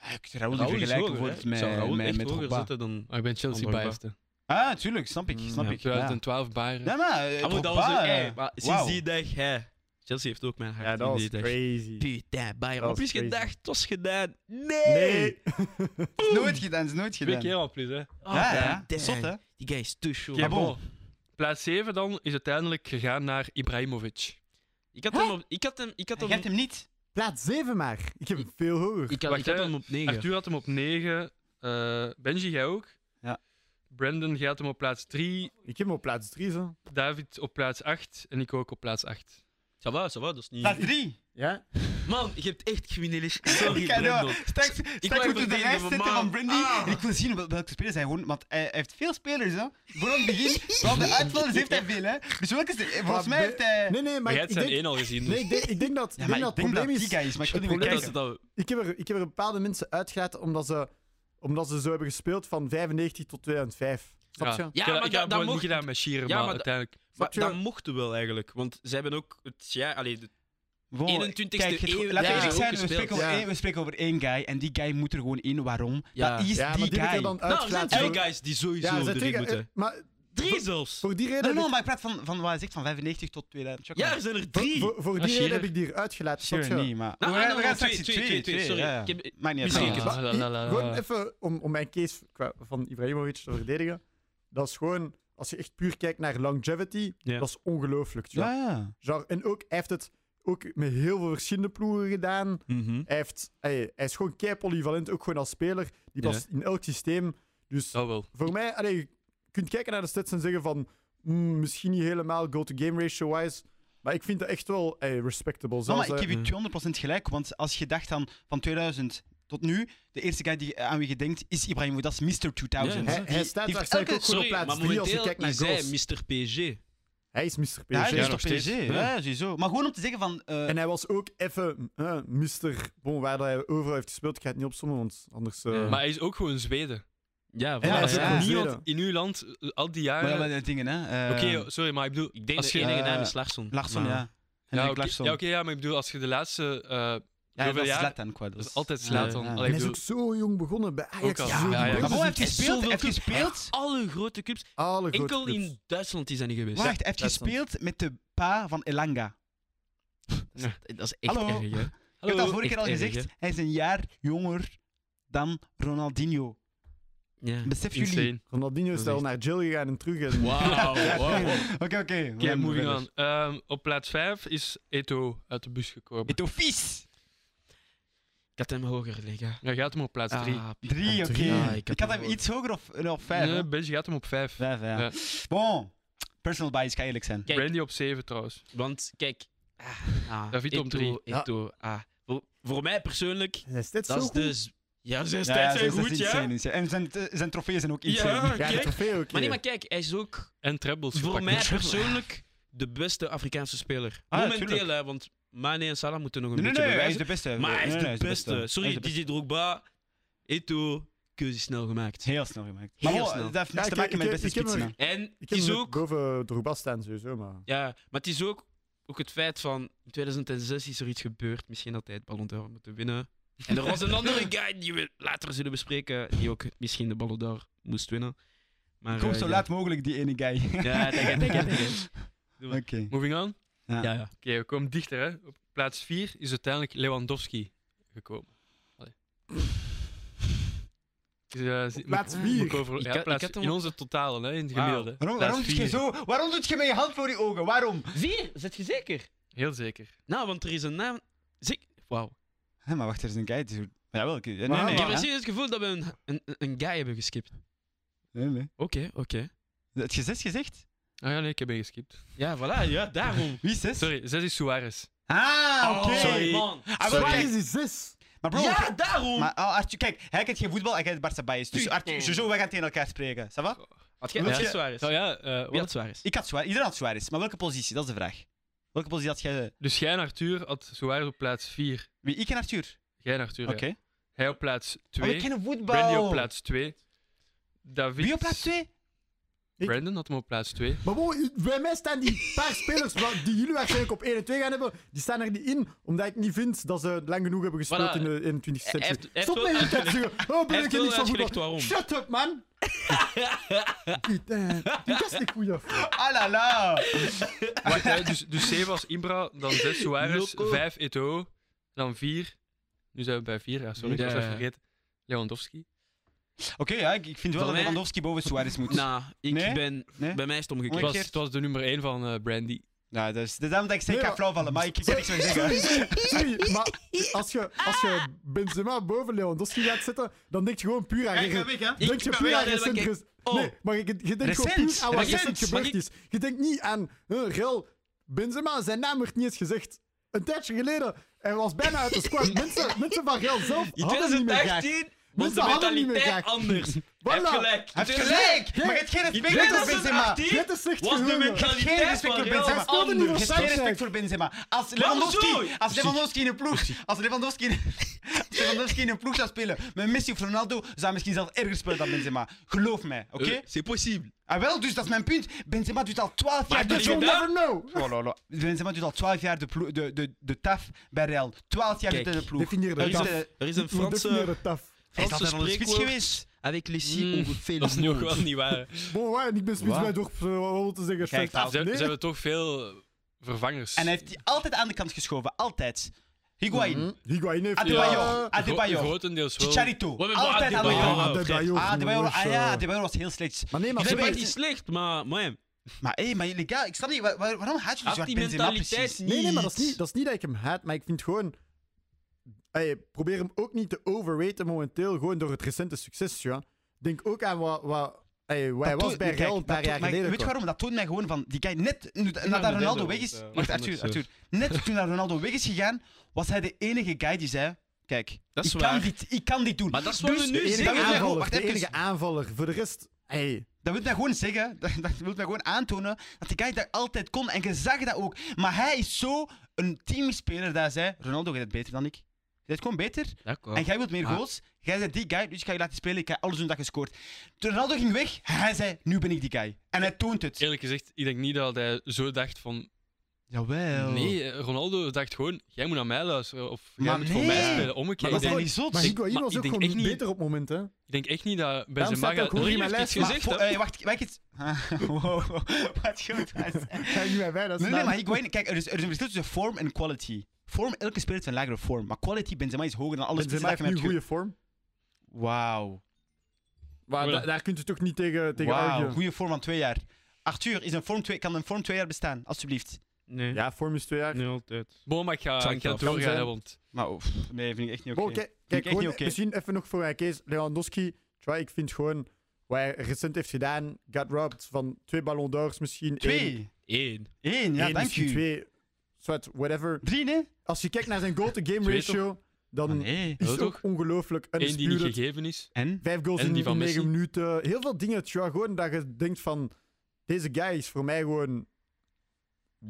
Ja, Ik Raoul niet
Raoul is
vergelijken
hoger,
voor
hè.
het
Ik
met,
zou Raoul
met,
echt
met
hoger
Drogba.
zetten dan...
Maar ik ben Chelsea
Anderba.
biased. hè.
Ah, tuurlijk, snap ik,
Mm,
snap
ja.
ik. Ja,
2012 Bayern.
Ja, maar eh,
Ah, maar dat was
Drogba,
ook-
eh,
hey, maar sinds
wauw.
die dag, hè. Chelsea heeft ook mijn hart
Ja, dat
in
was
die dag.
crazy.
Putain, Bayern.
Dat
Op
was
is
crazy.
gedacht, het was gedaan. Nee!
Nee!
Het is nooit gedaan, het is nooit
Twee
gedaan.
keer al plus, hè.
Oh,
ja, ja.
damn.
Zot, hè?
Die guy is te show.
Oké,
Ja, Ah, bon.
bon. Plaats 7 dan is uiteindelijk gegaan naar Ibrahimovic.
Ik had hem op... Ik had hem... Ik had
Hij
hem...
kent hem niet.
Plaats 7 maar. Ik heb hem veel hoger.
Ik had,
Wacht,
ik had
hè.
hem op 9.
Arthur had hem op 9. eh, Benji, jij ook?
Ja.
Brandon, jij had hem op plaats 3.
Ik heb hem op plaats 3 zo.
David op plaats 8. En ik ook op plaats 8.
Ça va, ça va, dat is niet...
Plaats 3.
Ja?
Man, je hebt echt criminele shit. Sorry,
Ik kan
Brandon.
wel. Straks, straks
wou
moeten we de
even
lijst
zeggen,
zetten
maar-
van Brandy.
Ah.
En ik wil zien wel- welke spelers hij gewoon... Want hij, hij heeft veel spelers, hè. Vooral in het begin. Vooral de uitvallers heeft hij veel, hè. Dus welke... is- Volgens
Maar
mij
de-
heeft hij...
Nee, nee, maar
Maar jij
ik,
hebt
ik
zijn
denk...
één al gezien.
Nee, ik denk, ik denk dat,
Ja,
ik
maar
denk
ik denk
dat het probleem
dat
is...
die guy is, maar ik wil
het
niet meer
probleem
dus Dat
is-
kijken.
is dat...
ik, heb er, ik heb er bepaalde mensen uitgehaald omdat ze, omdat ze zo hebben gespeeld van 95 tot 2005. Snap je?
Ja,
Ja,
ik heb,
maar
ik heb
dat- dat
gewoon niet
mocht-
gedaan met Shearer,
Ja,
maar,
maar dat-
uiteindelijk...
Maar
je?
dat mochten wel eigenlijk, want zij hebben ook het jaar, allee, de
Wow,
21ste
kijk, het-
eeuw
Laten we
ja,
eerlijk
ook
zijn, we
gespeeld.
spreken, over
Ja.
één, we spreken over één guy. En die guy moet er gewoon in. Waarom?
Ja.
Dat is
Ja, maar
die
die moet
guy.
je dan
Nou, er zijn
uitlaten.
twee guys die sowieso
Ja, ze
erin
tegen,
moeten.
eh, maar
drie zelfs.
voor die reden...
Nee,
heb
nee,
ik-
maar ik praat van, van wat hij zegt, van 95 tot 2000. Check
Ja,
maar.
er zijn er
voor-
drie.
Voor, voor
Ah,
die reden
Shearer.
heb ik die eruit gelaten. Snap
Sure
je?
niet, maar...
Ah,
we
ah,
gaan,
nee,
we gaan
nee,
straks
twee,
twee,
twee,
twee,
twee, sorry.
ja, ja.
Ik heb-
Maakt niet uit.
Misschien-
ja.
Ah,
la,
Maar
la, la,
i-
la.
Gewoon even om, om mijn case qua- van Ibrahimovic te verdedigen. Dat is gewoon, als je echt puur kijkt naar longevity,
Ja.
dat is ongelooflijk. tja.
Ja, ja.
Genre, en ook, hij heeft het ook met heel veel verschillende ploegen gedaan.
Mhm.
Hij, heeft, hij, hij is gewoon kei polyvalent, ook gewoon als speler. Die
Ja.
past in elk systeem. Dus
Dat wel.
voor mij, allee, je kunt kijken naar de stats en zeggen van "Hmm, misschien niet helemaal goal-to-game ratio-wise. Maar ik vind dat echt wel allee, respectable.
Nou,
Zelfs,
maar ik
eh,
heb je 200% gelijk, want als je dacht aan van 2000 tot nu, de eerste guy die, eh, aan wie je denkt is Ibrahim, dat is Mr. 2000.
Ja,
hij, hij
Die-
staat
die-
waarschijnlijk ook
elke-
gewoon op
Sorry,
plaats
maar
3 als je
momenteel
kijkt naar
is hij
goals.
Mr. PSG.
Hij is Mr. PSG.
Ja, hij is
nog
toch PSG?
steeds.
Ja, sowieso. Maar gewoon om te zeggen van... eh,
En hij was ook even eh, Mr. Bon, waar dat hij overal heeft gespeeld. Ik ga het niet opzommen, want anders... eh,
Ja.
Maar hij is ook gewoon Zweden.
Ja,
Ja,
Maar
voilà.
als er
ja.
niemand
Zweden.
in uw land eh, al die
maar
jaren...
ja, maar dingen, hè. eh,
Oké, sorry, maar ik bedoel...
Ik denk
Als
de
je-
enige naam
eh,
is Larsson.
Larsson,
maar-
ja.
Ja,
Hendrik
oké,
Larsson.
ja, oké, ja, maar ik bedoel, als je de laatste... eh
Ja, dat
Zoveel
is
jaar-
Zlatan, qua.
dat
dus.
is altijd
Ja,
slaat
ja.
dan.
En
Allee,
en
ik
hij is
bedoel,
ook zo jong begonnen bij Ajax.
Ook al.
zo
Ja, ja.
jong.
Maar
Maar
gewoon,
gewoon,
heeft
hij heeft
gespeeld?
zoveel
Heeft
clubs.
gespeeld?
Alle grote clubs.
Alle grote
Enkel
clubs.
in Duitsland is hij niet geweest.
Wacht, hij heeft
dat is dan-
gespeeld met de pa van Elanga.
Dat is echt
Hallo.
erg, hè.
Ik heb dat
hallo.
vorige keer al
echt erg,
gezegd. Hij is een jaar jonger dan Ronaldinho.
Ja.
Besef jullie?
Insane.
Ronaldinho is
Dat is
al naar Jill gegaan en terug. En...
Wauw, wauw. Oké,
Oké, oké. we gaan
moving
verder.
on. Ehm, op plaats 5 is Eto uit de bus gekomen.
Eto vies.
Ik had hem hoger liggen.
Hij gaat hem op plaats 3.
Ah,
Drie,
Ja,
oké.
drie.
Ja, ik
ik,
had
had
hem
hem
ook.
iets hoger of, of vijf. hè?
nee, Benji gaat hem op 5.
Vijf, ja.
Ja.
Bon. Personal bias, kan eerlijk zijn.
Kijk.
Brandy op 7 trouwens.
Want kijk, ah, ah,
David om
Eto'o,
drie.
Ja.
Eto'o, ah. voor, voor mij persoonlijk,
Hij is dit zo
dat is
goed.
dus. Ja, zijn
Ja,
stats
ze-
zijn
ze is
goed, ja.
insane, insane. En zijn, eh, zijn trofeeën zijn ook insane.
Ja,
Ja, de
kijk.
trofee ook. eh.
Maar nee,
hier.
maar kijk, hij is ook
En trebles
voor
gepakt.
mij persoonlijk de beste Afrikaanse speler.
Ah,
Momenteel,
tuurlijk.
hè, want Mane en Salah moeten nog een
Nee, nee,
beetje
nee, hij is
bewijzen.
de beste.
maar hij is
Nee,
de
nee,
beste. Sorry,
Hij is de beste.
DJ Drogba, Eto'o, keuze snel gemaakt.
Heel snel gemaakt.
Heel
maar bon,
snel.
dat heeft
Ja,
niks te
ik-
maken met
ik-
beste
ik heb
spitsen.
hem-
hè.
En
Ik
het
heb
is
hem
ook,
boven Drogba staan sowieso, maar...
ja, maar het is ook, ook het feit van, in 2006 is er iets gebeurd, misschien dat hij het Ballon d'Or moeten winnen. En er was een andere guy die we later zullen bespreken, die ook misschien de Ballon d'Or moest winnen. Maar,
Kom
eh,
zo
ja.
laat mogelijk, die ene guy.
Ja, denk het, denk het, denk het.
Oké.
Moving on. Oké,
Ja.
Ja, ja.
we komen dichter. Hè. Op plaats 4 is uiteindelijk Lewandowski gekomen. Allee. Dus, eh, zie-
plaats
moet- moet ik
vier?
over-
Ik
ja,
had- ik
plaats-
had hem
in
op-
onze totale, hè, in het
Wauw.
gemiddelde.
Waarom,
Plaats
waarom, doet je
vier.
zo, waarom doet je met je hand voor je ogen? Waarom?
Vier, zet je zeker?
Heel zeker.
Nou, want er is een naam. Zik. Wauw.
Hé, maar wacht, er is een guy. het is hier- Jawel, ik- nee,
Maar-
nee,
Ik heb
hè?
precies het gevoel dat we een, een, een guy hebben geskipt.
nee, nee.
Oké, oké.
Het gezegd gezegd?
Ah ja, nee, ik heb hem geskipt.
Ja, voilà, ja, daarom.
Wie is zes?
Sorry, 6 is Suarez.
Ah, oké.
sorry.
Man.
Ah, wel,
Sorry.
Waar
kijk,
is die zes?
Maar bro,
ja, daarom!
maar, oh, Arthur, kijk, hij kijkt geen voetbal, hij kijkt Barça bias. Dus Arthur, sowieso, wij gaan tegen elkaar spreken. Ça va?
had jij
Ja.
had jij Suarez?
Nou ja, eh,
Wie
wat?
had Suarez?
Ik had Suarez, iedereen had Suarez, maar welke positie? Dat is de vraag. Welke positie had jij?
Dus jij en Arthur had Suarez op plaats 4.
Wie, ik en Arthur?
Jij en Arthur,
Oké.
ja. Hij op plaats
Oh,
2.
we kennen voetbal.
Brandy op plaats 2. David...
Wie op plaats 2?
Ik-
Brandon had hem op plaats 2.
Maar wow, bij mij staan die paar spelers wa- die jullie waarschijnlijk op 1 en 2 gaan hebben, die staan er niet in, omdat ik niet vind dat ze lang genoeg hebben gespeeld
Voilà.
in de 21 e
Hij
eeuw.
heeft- hij heeft
Stop
wel
met je tijd te zeggen, oh, ben
heeft
ik
wel
niet van
uitgelegd
voetbal.
waarom.
Shut up, man! Die- eh, Die gast is goed af.
Ah la la.
Wacht, hè, dus, dus 7 was Ibra, dan 6 Suarez,
Loco.
5 Eto'o, dan 4. Nu zijn we bij 4, ja, sorry, ik was
Ja.
even vergeten. Lewandowski.
Oké, ja, ik, ik vind wel
Van
dat
mij-
Lewandowski boven Suarez moet.
Nou, ik
Nee?
ben...
Nee?
Bij mij is het
Het
omgekeerd.
was, het was de nummer 1 van eh, Brandy.
Ja, Nou, dat is, dat is daarom dat ik zei, ik
Nee,
ga
maar-
flauw vallen, maar ik ik kan niks meer zeggen.
Sorry, sorry, maar als je, als je Benzema boven Lewandowski gaat zetten, dan denk je gewoon puur aan...
Kijk,
regen-
ik, hè?
Denk je
ben
puur
wel
aan
redelijk-
recent... ges-
Oh.
Nee, maar je, je denkt gewoon puur
Recent.
aan wat
Recent.
recent
Maar
gebeurd
ik-
is. Je denkt niet aan huh, Rel. Benzema, zijn naam werd niet eens gezegd. Een tijdje geleden, hij was bijna uit de squad. mensen, mensen van Rel zelf
In
hadden hem niet meer graag.
2018 was
Mensen
de
hadden hem niet meer
mentaliteit
graag.
anders. Hij heeft
Voilà.
gelijk.
Hij heeft gelijk! Maar je hebt geen respect voor Benzema.
2018
Je
Dit is slecht
was de
geheugen.
hebt geen
mentaliteit
respect
van
voor
Real
Hij
Benzema.
speelde
Je
niet voor
anders.
hebt geen respect
Southgate.
voor Benzema. Als
Waarom
Lewandowski,
zo?
als Lewandowski in een ploeg, als Lewandowski in, als Lewandowski in een ploeg zou spelen met Messi of Ronaldo, zou hij misschien zelfs erger spelen dan Benzema. Geloof mij, oké?
Eh, C'est possible.
Ah wel, dus dat is mijn punt. Benzema doet al 12 jaar de
But you'll
ploeg.
never know.
Oh, lol, lol. Benzema doet al 12 jaar de, ploeg- de, de, de taf bij Real. 12 jaar zit
Kijk,
hij in de ploeg.
Definieer de
Er is
taf.
een, er is een
Definieer
Franse,
de taf.
Hij is
Franse
altijd al een spits
spreekwoord.
geweest.
Avec les six,
Mm.
on vous fait
Dat is nu ook
l'amour.
wel niet waar.
Bon, ouais, ik ben spits
Wat?
bij dorp eh, om te zeggen.
Kijk,
fuck.
Ze
Nee. Mhm.
ze hebben toch veel eh, vervangers.
En hij heeft die altijd aan de kant geschoven. Altijd. Higuain.
Mhm. Higuaín heeft...
Adebayo.
Ja.
Adebayo.
Gro- grotendeels wel.
Chicharito.
Wat hebben we
Altijd aan de
Adebayo?
kant.
Ah, Adebayo.
Ah, Adebayo, ah, ja,
jongens, eh.
Adebayo was heel slecht.
Maar nee, maar...
Ik
Ze
weet
sorry.
maakt niet slecht, maar man,
Maar hé, maar jullie, ja, ik snap niet, waar- waar- waarom haat je
had
zwart
die
Benzema
mentaliteit
precies?
niet.
Nee, nee, maar dat is, niet, dat is niet dat ik hem haat, maar ik vind gewoon... Ey, probeer hem ook niet te overraten momenteel, gewoon door het recente succes, ja. Denk ook aan wat, wat, ey, wat hij was
toont-
bij
kijk,
Real een
dat
paar
toont-
jaar
maar
geleden.
Weet je
kwam.
waarom? Dat toont mij gewoon van, die guy net, nu- nadat
Ronaldo
Ronaldo weg
was,
is...
eh,
Wacht,
was
Arthur,
zo.
Arthur. Net toen dat Ronaldo weg is gegaan, was hij de enige guy die zei, kijk,
Dat is
ik,
waar.
Kan dit, ik kan dit doen. Dus
Maar dat is wat we nu
de enige
zeggen.
aanvaller-
aanvaller,
wacht
de
even.
enige aanvaller. Voor de rest, ey,
Dat wil mij gewoon zeggen, dat, dat wil mij gewoon aantonen, dat die guy dat altijd kon. En je zag dat ook. Maar hij is zo een teamspeler dat hij zei, Ronaldo, jij bent beter dan ik. Je bent gewoon beter. En jij wilt meer
Ah.
Maar-
goals. Jij bent die guy, dus ik ga je laten spelen. Ik ga alles doen dat je scoort. Toen Ronaldo ging weg, hij zei, nu ben ik die guy. En hij toont het.
Eerlijk gezegd, ik denk niet dat hij zo dacht van...
Jawel.
Nee, eh, Ronaldo dacht gewoon, jij moet naar mij luisteren. Of jij
Maar
moet voor mij
nee.
spelen.
Maar
Omgekeerd.
dat
Ik
is
denk,
niet zot.
Maar
Ik-
Higuain
maar
was
ik
ook
denk
gewoon
echt niet-
beter op momenten.
ik denk echt niet dat bij
Daarom
zijn
staat
maga...
ook hoog in
Ronaldo
mijn
heeft
lijst,
iets gezegd,
Maar voor-
hè.
eh, wacht, wacht iets. Ah, wow, wat goed. hij zei.
Kijk, nu wij, dat is
Nee, nee,
na-
maar Higuain, kijk, er is, er is een verschil tussen vorm en quality. Vorm, elke speler heeft een lagere vorm. Maar quality, Benzema is hoger dan alles.
Benzema heeft nu goede vorm.
Wauw.
Maar
Voilà.
da- daar kun je toch niet tegen, tegen
Wauw,
arguen.
goede vorm van twee jaar. Arthur, is een vorm twee, kan een vorm twee jaar bestaan? Alsjeblieft.
Nee.
Ja, vorm is twee jaar.
Nee, altijd.
Bon, maar ik ga,
Zou
ik
ik
ga
wel
doorgaan,
zijn.
hè, want...
Maar oh, pff, nee, vind ik echt niet oké.
Bro, kijk, kijk
echt
gewoon,
niet oké.
misschien even nog voor mij, Kees. Lewandowski, tja, ik vind gewoon wat hij recent heeft gedaan, got robbed van twee Ballon d'Ors misschien. één.
Twee.
Eén.
Eén, ja,
Eén,
dank
misschien
u.
Twee, zwart, whatever.
Drie, nee?
Als je kijkt naar zijn goal-to-game
Twee
ratio, dan
Ah, nee.
is
Ja,
het ook
toch?
ongelooflijk
Eén die niet
undisputed.
gegeven is.
En?
Vijf goals
En
in
die van
9
Messi.
minuten. Heel veel dingen, tja, gewoon dat je denkt van... Deze guy is voor mij gewoon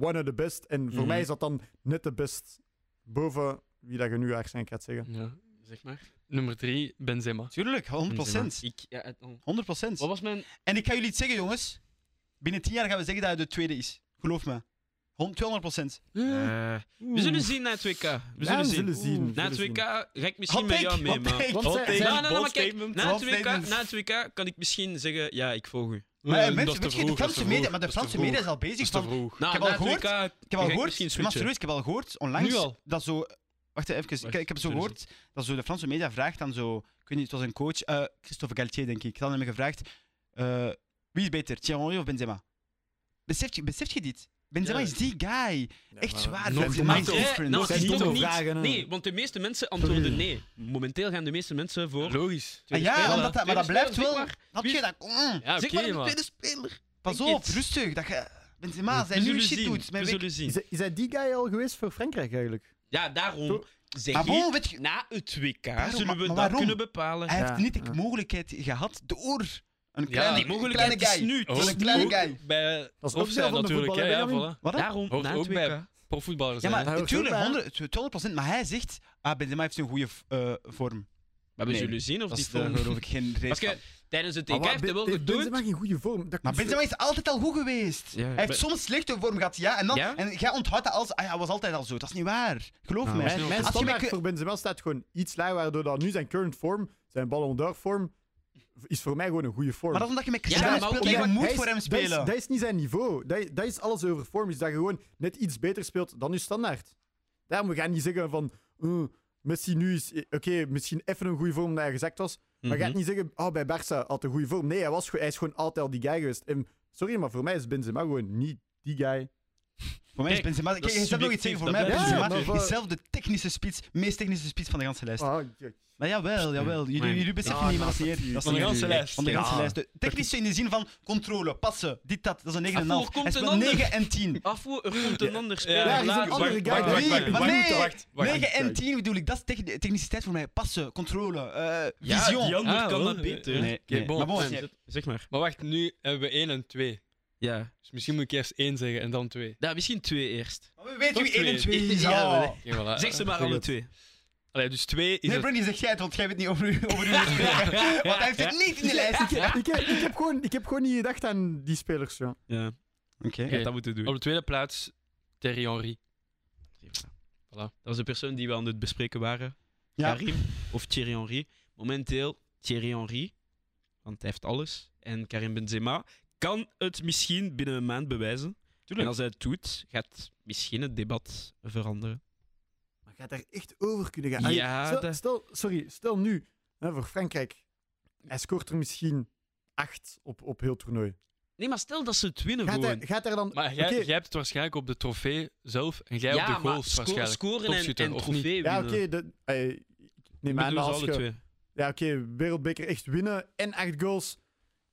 one of the best. En voor
Mhm.
mij is dat dan net de best. Boven wie dat je nu waarschijnlijk gaat zeggen.
Ja.
Zeg maar.
Nummer drie, Benzema.
Tuurlijk, 100%. 100%.
Ik, ja, het- oh. Wat was mijn...
En ik ga jullie iets zeggen, jongens. Binnen tien jaar gaan we zeggen dat hij de tweede is. Geloof me. Hon- 200%.
Eh,
We
Hmm.
zullen zien na het WK. We zullen
Ja, we
zien.
zullen zien. we
Na het
zullen
WK
zien.
ga ik misschien
Hot
met
take,
jou mee,
hot
man.
take.
Want
Hot
zij-
take,
zij-
Nee, nee, nee,
bold
maar kijk,
statement.
na het,
Bold
WK,
statement.
na het WK kan ik misschien zeggen, ja, ik volg u.
Maar
Eh,
eh, mensen,
dat is te
weet je, de
vroeg, dat is
Franse
te
media,
vroeg,
maar de
dat is te
Franse media
vroeg.
is al bezig.
Dat is te
Van,
vroeg.
Na,
heb
na
al
het
gehoord-
WK
ik heb al
ga ik
gehoord,
misschien
maar
switchen.
serieus, ik heb al gehoord onlangs
Nu al?
dat zo. Wacht even, ik, ik heb zo
sorry,
gehoord dat zo de Franse media vraagt aan zo. Ik weet niet, het was een coach, eh, Christophe Galtier, denk ik. Dan hebben we gevraagd: eh, wie is beter, Thierry Henry of Benzema? Beseft je, beseft je dit? Benzema
Ja.
is die guy. Echt
maar
zwaar.
nog
Benzema
niet
is
over-
different.
nog
zijn
niet,
domme
nog niet.
vragen, hè.
Nee, want de meeste mensen antwoorden
Sorry.
nee. Momenteel gaan de meeste mensen voor...
Logisch.
tweede
Ah ja,
speler.
omdat dat- maar dat
Tweede
blijft
speler,
wel-
zeg
Snap je dat? Mm.
Ja,
maar.
oké,
Zeg maar de
maar...
tweede speler.
Pas
Denk
op,
het.
rustig. Dat je, Benzema, als hij
We
nu
zullen
shit
zien.
doet.
We
met week-
zullen zien.
Is, hij- is hij die guy al geweest voor Frankrijk eigenlijk?
Ja, daarom
Maar
zeg
bon,
ik,
weet je,
na het WK
Daarom, maar-
zullen we
maar
dat
waarom?
kunnen bepalen.
hij heeft
Ja.
niet de
Ja.
mogelijkheid gehad door een kleine,
die mogelijkheid
kleine guy.
is nu.
Door een
Ook-
kleine
ook
guy.
Bij
Dat is
of
ook deel
zijn
van de
natuurlijk, hè,
voetballer,
ja,
Benjamin.
voilà.
Wat? dan?
Daarom,
Hoort
na het
ook
WK.
bij Profvoetballer
Ja,
zijn, hè.
maar
Hij hoort
natuurlijk,
ook bij.
100, 200%. Maar hij zegt, ah, Benzema heeft een goede eh, vorm.
Maar we
Nee,
zullen zien of
Dat
die
is daar
volgt.
geloof ik geen
Parce
reden.
que tijdens het
Ah,
E
Maar
EK
wat,
heeft hij wel
Be-
gedood.
Benzema geen goede vorm. Dat
Maar
komt-
Benzema is altijd al goed geweest.
Ja.
Hij heeft soms slechte vorm gehad, ja. En, dan,
Ja?
en jij onthoudt dat als, ah, ja, hij was altijd al zo. Dat is niet waar. Geloof
Nou,
me.
hij
Mijn,
is nog-
mijn
Als je
standaard
mij-
voor Benzema staat gewoon iets lager, waardoor dat nu zijn current vorm, zijn Ballon d'Or vorm, is voor mij gewoon een goede vorm.
Maar dat is omdat je met
Ja,
Cristiano
maar
speelt.
oké,
en je
maar
moet
Hij is-
voor hem
dat is- Dat is,
spelen.
niet zijn niveau. Dat, dat is alles over vorm. Is dat je gewoon net iets beter speelt dan je standaard. Daarom we gaan niet zeggen van. eh, Messi nu is. eh, Oké, misschien even een goede vorm omdat hij gezakt was. Maar
Mhm.
je gaat niet zeggen. Oh, bij Barça had een goede vorm. Nee, hij, was, gewoon- hij is gewoon altijd al die guy geweest. En, sorry, maar voor mij is Benzema gewoon niet die guy.
Voor mij is
Kijk,
Benzema... Kijk,
is
je zegt nog
subjectief,
iets zeggen. Voor
dat
mij is
blijft
Benzema
subjectief.
is zelf de technische spits, meest technische spits van de ganse lijst.
Ah, ja.
Maar jawel, jawel. Jullie,
Nee.
jullie beseffen
Ah,
niet, maar dat
dat
is niet
is
eerlijk.
niet
Dat is
eerlijk.
niet eerlijk. Van de
Ja.
ganse lijst. De Technische in de zin van controle, passen, dit, dat. Dat is een 9,5.
Ah, voor komt
Hij
een
speelt
ander.
9 en 10.
Afwo, er komt een ander speler.
Ja,
Ja,
is een
later.
andere
Wacht,
guy.
wacht,
Nee,
wacht,
maar
wacht.
nee.
wacht, wacht.
9 en
kijk.
10 bedoel ik, dat is techni- techniciteit voor mij. Passen, controle, eh,
Ja,
vision.
die ander
Ah,
kan
wel.
dat beter.
Nee,
Oké,
nee.
bon.
Maar bon,
Fijn.
je-
Zeg maar.
Maar wacht, nu hebben we 1 en 2.
Ja.
Dus misschien moet ik eerst 1 zeggen en dan 2.
Ja, misschien twee eerst.
maar we weten
Toch
wie 1 en 2 is.
Ja,
Ja.
wel,
Oké, voilà.
Zeg ze maar
Goed.
alle twee.
Allee, dus 2 is
Nee,
het...
Brandy, zeg jij het, want jij weet niet over u. Over u want hij heeft het niet in de lijst.
Ik, heb- ik, heb, ik, heb gewoon, ik heb gewoon niet gedacht aan die spelers. Ja.
Ja.
Oké.
Je hebt dat moeten doen.
Op de tweede plaats, Thierry Henry.
Dat was de persoon die we aan het bespreken waren.
Ja.
Karim of Thierry Henry. Momenteel Thierry Henry, want hij heeft alles. En Karim Benzema kan het misschien binnen een maand bewijzen. En als hij het doet, gaat misschien het debat veranderen.
Maar gaat daar echt over kunnen gaan? Allee,
Ja,
stel,
dat-
stel- sorry, stel nu hè, voor Frankrijk. Hij scoort er misschien acht op, op heel het toernooi.
Nee, maar stel dat ze het winnen
Gaat hij,
gewoon.
gaat hij dan.
Maar jij,
Oké.
jij hebt het waarschijnlijk op de trofee zelf en jij op
Ja,
de
maar
goals
sco-
waarschijnlijk.
scoren en,
Topschutter,
en
of niet?
trofee winnen.
Ja, oké. de- eh, ik neem
Maar
aan dat
bedoel,
als
alle
je-
twee.
Ja, oké. wereldbeker echt winnen en acht goals.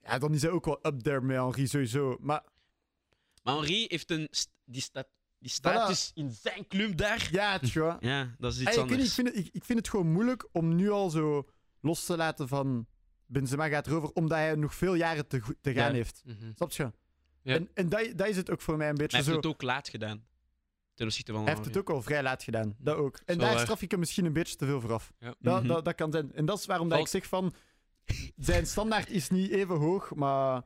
Ja, dan is hij ook wel up there met Henri sowieso. Maar
Maar Henri heeft een st- die, sta die
dus
status in zijn club daar.
ja, tja.
Ja, dat is iets
Allee, ik, weet niet,
anders.
ik, vind het, ik, ik vind het gewoon moeilijk om nu al zo los te laten van Benzema gaat erover omdat hij nog veel jaren te, goe- te gaan
Ja.
heeft.
Mhm.
Snap je?
Ja.
En, en dat, dat is het ook voor mij een beetje
hij
zo.
heeft het ook laat gedaan. Ten opzichte van
Hij heeft het ook al vrij laat gedaan. Dat ook. En
wel
daar
waar.
straf ik hem misschien een beetje te veel voor af.
Ja.
Dat,
Mhm.
dat, dat kan zijn. En dat is waarom dat ik
Valt-
zeg van... Zijn standaard is niet even hoog, maar...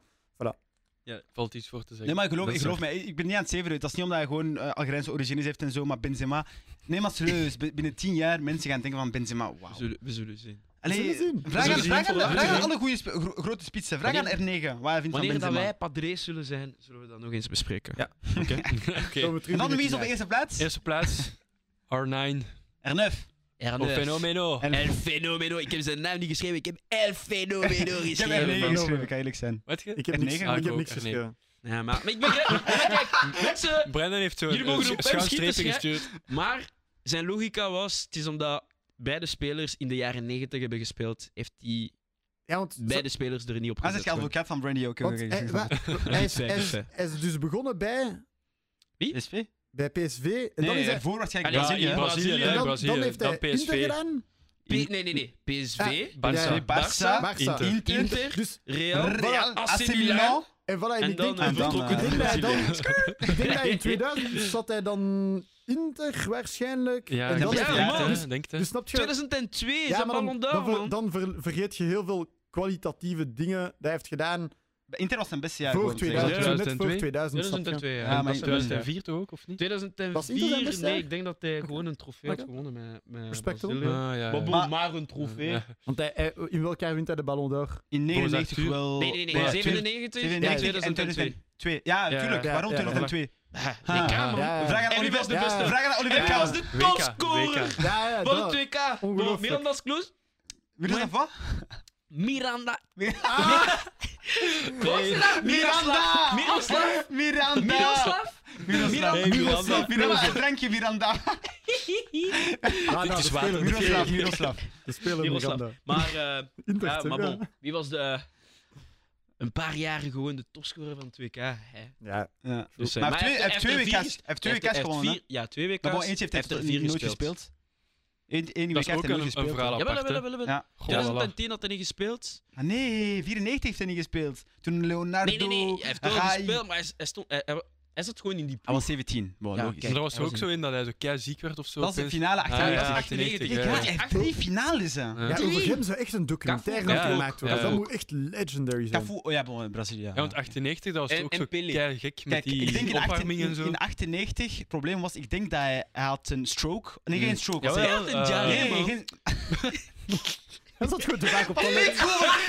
Valt iets voor te zeggen.
Nee, maar ik geloof,
Dat
ik
is
geloof mij, ik ben niet aan het zeven uit. Dat is niet omdat hij gewoon eh, Algerijnse origines heeft en zo, maar Benzema... Nee, maar serieus, bi- binnen tien jaar mensen gaan denken van Benzema,
We
wauw.
zullen, we zullen zien.
zullen
Allee,
zien. We
vraag aan,
zullen
vraag
zien,
aan,
voilà.
vraag aan
Zullen
alle goede sp- gro- grote spitsen. Vraag aan R9, wat hij vindt van
Wanneer dat
Benzema.
wij padres zullen zijn, zullen we dat nog eens bespreken.
Ja.
Oké.
komen we terug
En dan
in
wie
het
is op
jaar.
eerste plaats?
Eerste plaats, R9.
R9.
Ah,
Of Fenomeno.
En-
El Fenomeno. Ik heb zijn naam niet geschreven, ik heb El Fenomeno
Ik heb
geschreven.
R9
man.
geschreven, kan eerlijk zijn.
Wat je?
Ik heb niks,
negen.
Ah,
ik
ik
heb
ook,
niks
echt
geschreven.
Ja, maar, maar ik begrijp... maar kijk, mensen...
Brandon heeft zo
Jullie
een
mogen
sch-
op hem
schuinstreepje
schieten,
gestuurd.
Maar zijn logica was, het is omdat beide spelers in de jaren 90 hebben gespeeld, heeft hij
Ja, want... zo-
beide spelers er niet op
Hij Ah, is
gezet.
het advocaat van Brandy eh, ook.
want hij, wa- hij is,
fijn,
hij is-
fijn.
hij is dus begonnen bij,
SP? Nee,
bij PSV. En dan, is
nee,
hij,
ervoor waarschijnlijk
Allee,
Brazilië.
in
hè?
Brazilië,
Brazilië,
en
hè,
dan,
Brazilië.
dan heeft hij Inter
PSV.
gedaan.
P- nee, nee, nee. PSV,
Barca.
Ja, ja.
Nee, Barça,
Barça.
Inter.
Inter,
Inter,
Dus,
Real,
Real, AC
Milan.
Milan.
en voilà, en
en
ik denk,
dan
en
een
dan,
vertrokken
eh,
ik denk dat hij dan-
Brazilië.
ik denk dat in 2000 zat hij dan Inter waarschijnlijk.
Ja,
en
ik
dan
heb
ja,
heeft hij-
het
man.
geraakt,
Dus,
hè, denk het, hè.
dus snap je...
2002 is dat
dan,
Ballon
dan
d'Or,
ver-
man.
dan ver- vergeet je heel veel kwalitatieve dingen dat hij heeft gedaan
Inter was zijn beste jaar.
voor
gewoon, zeg.
2000.
Ja,
zo net voor
2002.
2000. snap je?
2002,
Ja, maar in
2004 toch ook, of niet?
2004,
beste jaar?
nee, ik denk dat hij gewoon een trofee had
Oké.
gewonnen met, met
Respectable.
Brazilië.
Ah,
Eh,
ja.
Maar, bon,
Maar-
maar een trofee.
Ja.
Want hij, hij- in welk jaar wint hij de Ballon d'Or?
In 99
Arthur.
wel...
Nee, nee, nee,
Ja,
97,
97 en
2002.
2002. Ja,
Ja,
tuurlijk.
ja,
Waarom
ja,
2002?
Nee,
Ah.
kan, man.
Ja, ja.
Vraag aan
En wie
Oliver
was de
Ja.
beste?
Vraag aan Oliver
Hij
Kaas.
was de
WK.
topscorer
Ja, ja,
van
dat.
het WK. Door
Ongelooflijk.
Miranda's Kloes.
Wie is dat van?
Miranda.
Ah! Miranda!
Miroslav.
Miranda!
Miroslav.
Miroslav! Miroslav! Miranda! Drankje Miranda!
Ah, nou,
is
de
water.
speler-
Miroslav, Miroslav.
De speler
Miroslav.
Miranda.
Maar, eh,
Inter,
ja,
toch,
maar
ja.
bon. Wie was de... eh, Een paar jaren gewoon de topscorer van het WK. Hè.
Ja,
Ja.
Dus, eh,
Maar hij
hij
heeft twee
er vier
WK's
ges-
heeft twee
hij heeft
WK's
er-
gewonnen. hè?
heeft vier- Ja, twee WK's.
Maar bon, eentje heeft
Hij
hij
er vier
nooit gespeeld. Eén één
Dat is
WK heeft
ook
hij nooit
een, een
gespeeld. hè?
verhaal
Ja, wel,
apart,
wel,
hè.
wel, wel, wel.
Ja.
Goh, la, la, la.
2010 had hij niet gespeeld.
Ah, nee, 94 heeft hij niet gespeeld. Toen Leonardo...
Nee, nee, nee. Hij heeft wel
Rai-
gespeeld, maar hij, hij stond, hij, hij- hij zat gewoon in die
Hij was 17. Wow,
Ja,
logisch.
kijk.
Maar er was er
Hij
ook
was
zo in dat hij zo kei ziek werd of zo.
Dat is de
opeens.
finale
Ah, ja,
98.
98,
Kijk,
ja.
hij heeft drie finales. hè.
Ja.
ja over
Drie.
hem zou echt een documentaire
Cafu
moeten
ook.
gemaakt worden.
Ja,
dat
ook.
moet echt legendary zijn.
Cafu, oh ja, bon, Brazilië.
Ja, want 98, dat was
En-
toch ook
en
zo
Pelé.
kei gek met
Kijk, ik denk
die
in, 18
opwarming en
in-
zo.
in 98, het probleem was, ik denk dat hij, hij had een stroke. Nee, geen stroke. Was
Ja,
hij.
wel,
Ja, een jaar,
eh,
nee,
man.
geen...
Hij zat gewoon te vaak op
Nee,
toilet.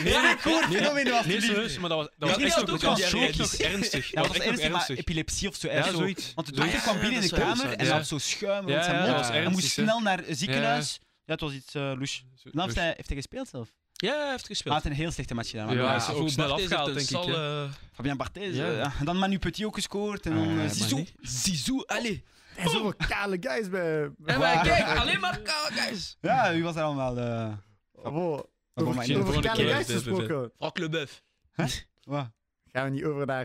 nee, nee, goed,
nee,
fenomeen was
Nee,
die liefde.
serieus, maar dat was, dat was
die
echt
had
nog
ook
dat
een
was echt nog
shock.
ernstig. Dat
Ja,
was echt
dat was
nog
ernstig, maar
ernstig.
epilepsie of zo.
Ja,
echt zo.
zoiets.
Want de dokter
Ja,
kwam binnen in
dat
de
is wel
kamer
zo,
en
ja.
had zo schuim
Ja,
rond zijn
ja,
mond.
dat was
hij moest
ernstig, hè.
snel naar het ziekenhuis. Ja. het was iets eh louche.
Zo-
Dan heeft hij, heeft hij gespeeld zelf.
Ja, hij heeft
Hij
gespeeld.
had een heel slechte match gedaan. maar-
Ja, hij is
ja.
ook snel afgehaald, denk ik,
Fabian Barthez.
Ja.
eh, ja. En dan Manu Petit ook gescoord. En
Ah,
dan eh,
maar
Zizou.
nee. Zizou, allez.
Oh.
En zoveel kale guys bij...
En wij kijk, alleen maar kou, guys.
Ja, wie was er allemaal? eh,
Wow.
voor
Over,
mij
niet.
over
Volgende
kale
keer,
guys
dit, dit, dit.
gesproken.
Frank Leboeuf.
wat?
Gaan we niet over naar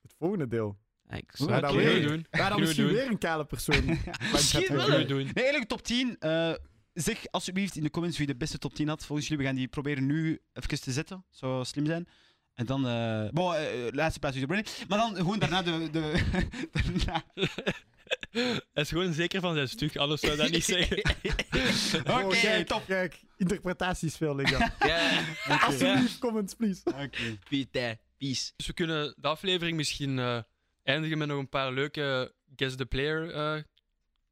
het volgende deel.
Ik
Oeh, dat
Oké,
weet
kunnen
ik.
we doen.
Ja, dan
Kunnen we
misschien
doen.
weer een kale persoon. Maar ik ga
Misschien
het
wel,
doen.
Kunnen we doen.
Nee, eigenlijk top 10. eh, zeg alsjeblieft in de comments wie de beste top 10 had. Volgens jullie, we gaan die proberen nu even te zetten. Zou slim zijn. En dan... eh bon, eh, eh, laatste plaats is de Brandy. Maar dan gewoon daarna de... de daarna.
Hij is gewoon zeker van zijn stuk, anders zou dat niet zeggen.
Oké,
Oh, kijk,
top.
Kijk, interpretaties veel liggen.
Ja,
Alsjeblieft, comments, please.
Oké.
Pieter, peace.
Dus we kunnen de aflevering misschien eh, eindigen met nog een paar leuke Guess the Player eh,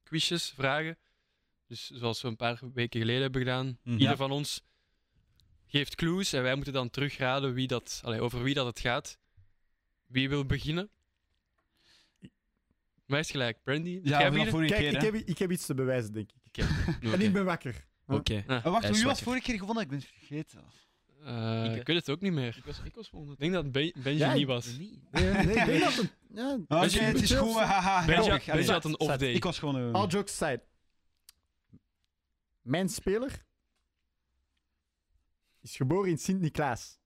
quizjes, vragen. Dus zoals we een paar weken geleden hebben gedaan.
Mhm.
Ieder van ons geeft clues en wij moeten dan terugraden wie dat, allee, over wie dat het gaat. Wie wil beginnen? Mij is gelijk, Brandy.
Ja,
jij
vanaf
beginnen?
vorige
Kijk,
keer.
ik
hè.
heb, ik heb iets te bewijzen, denk ik. En ik
Oké.
ben wakker.
Oké.
Eh, wacht, wie
Hij is
was
wakker.
vorige keer gewonnen? Ik ben het vergeten.
Eh,
Ik, hè.
ik weet het ook niet meer.
Ik was, ik was volgende.
Ik denk dat Ben- Benji
Ja,
niet
ik-
was.
Nee, Eh, nee, ik denk dat het- ja,
Oké,
Benji-
het is goed. Haha.
Benji,
grappig.
Benji
Allee.
had een off day.
Ik was gewoon... eh,
All jokes aside. Mijn speler is geboren in Sint-Niklaas.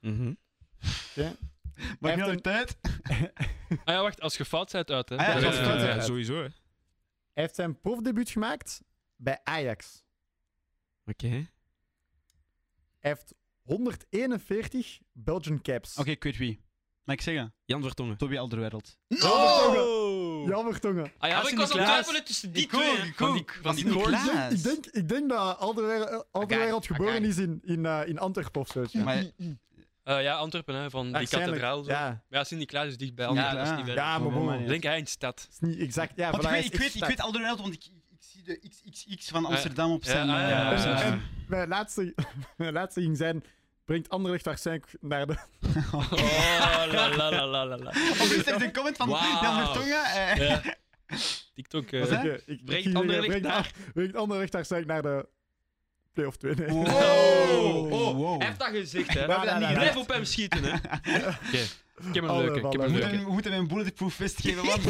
Maar ik
Hij
ben
heeft
tijd.
Ah ja, wacht, als je fout bent uit, hè? Eh,
Ah ja,
Dan
als je
ben
fout
je-
bent. Ja,
sowieso. Oké.
Hij heeft zijn profdebuut gemaakt bij Ajax. Hij heeft 141 Belgian caps.
Oké, ik weet wie. Mag ik zeggen?
Jan Vertongen.
Toby Alderwereld.
Oh.
No!
Jammertongen.
Ah ja, maar ik was aan het
Sinterklaas.
twijfelen tussen die twee. hè.
Van die- van die koorts.
Ik denk, ik denk, ik denk dat Alderweireld Alderweireld
Oké,
geboren
oké.
is in, in, eh, in Antwerpen of zo. Ja.
Maar
Eh, ja, Antwerpen, hè, van die
Waarschijnlijk,
kathedraal. Zo. Ja.
Ja,
ja, Sint-Nicolaas is dichtbij.
Ja,
Antwerpen, dat is niet ver.
ja, maar
Volgens
bon.
mij,
Ik denk Eindstad.
is niet exact. Ja,
Want ik
voilà,
weet,
is
ik weet, ik
exact.
weet Alderwereld, want ik, ik zie de XXX van Amsterdam op
Ja,
zijn...
ah, ja,
eh,
ja,
op
ja,
zijn-
ja.
En mijn laatste, mijn laatste ging zijn... Brengt Anderlecht waarschijnlijk naar de...
Oh, la la la la la la.
Of is er een comment van
Wauw.
Jan Vertongen? eh,
Ja. TikTok. eh,
Wat zei-
Oké, ik-
Brengt
ik ging
Anderlecht
zeggen,
naar-
brengt, brengt Anderlecht waarschijnlijk naar de... Play-off 2, nee.
Wow.
Oh, oh,
Wow.
Hij heeft dat gezegd, hè.
Ja, ja, ja, ja.
Blijf op hem schieten, hè.
Ik heb een
Oh,
leuke.
wel,
Ik heb
wel,
een
We
leuke.
wel.
moeten, we moeten hem een bulletproof vest geven, want...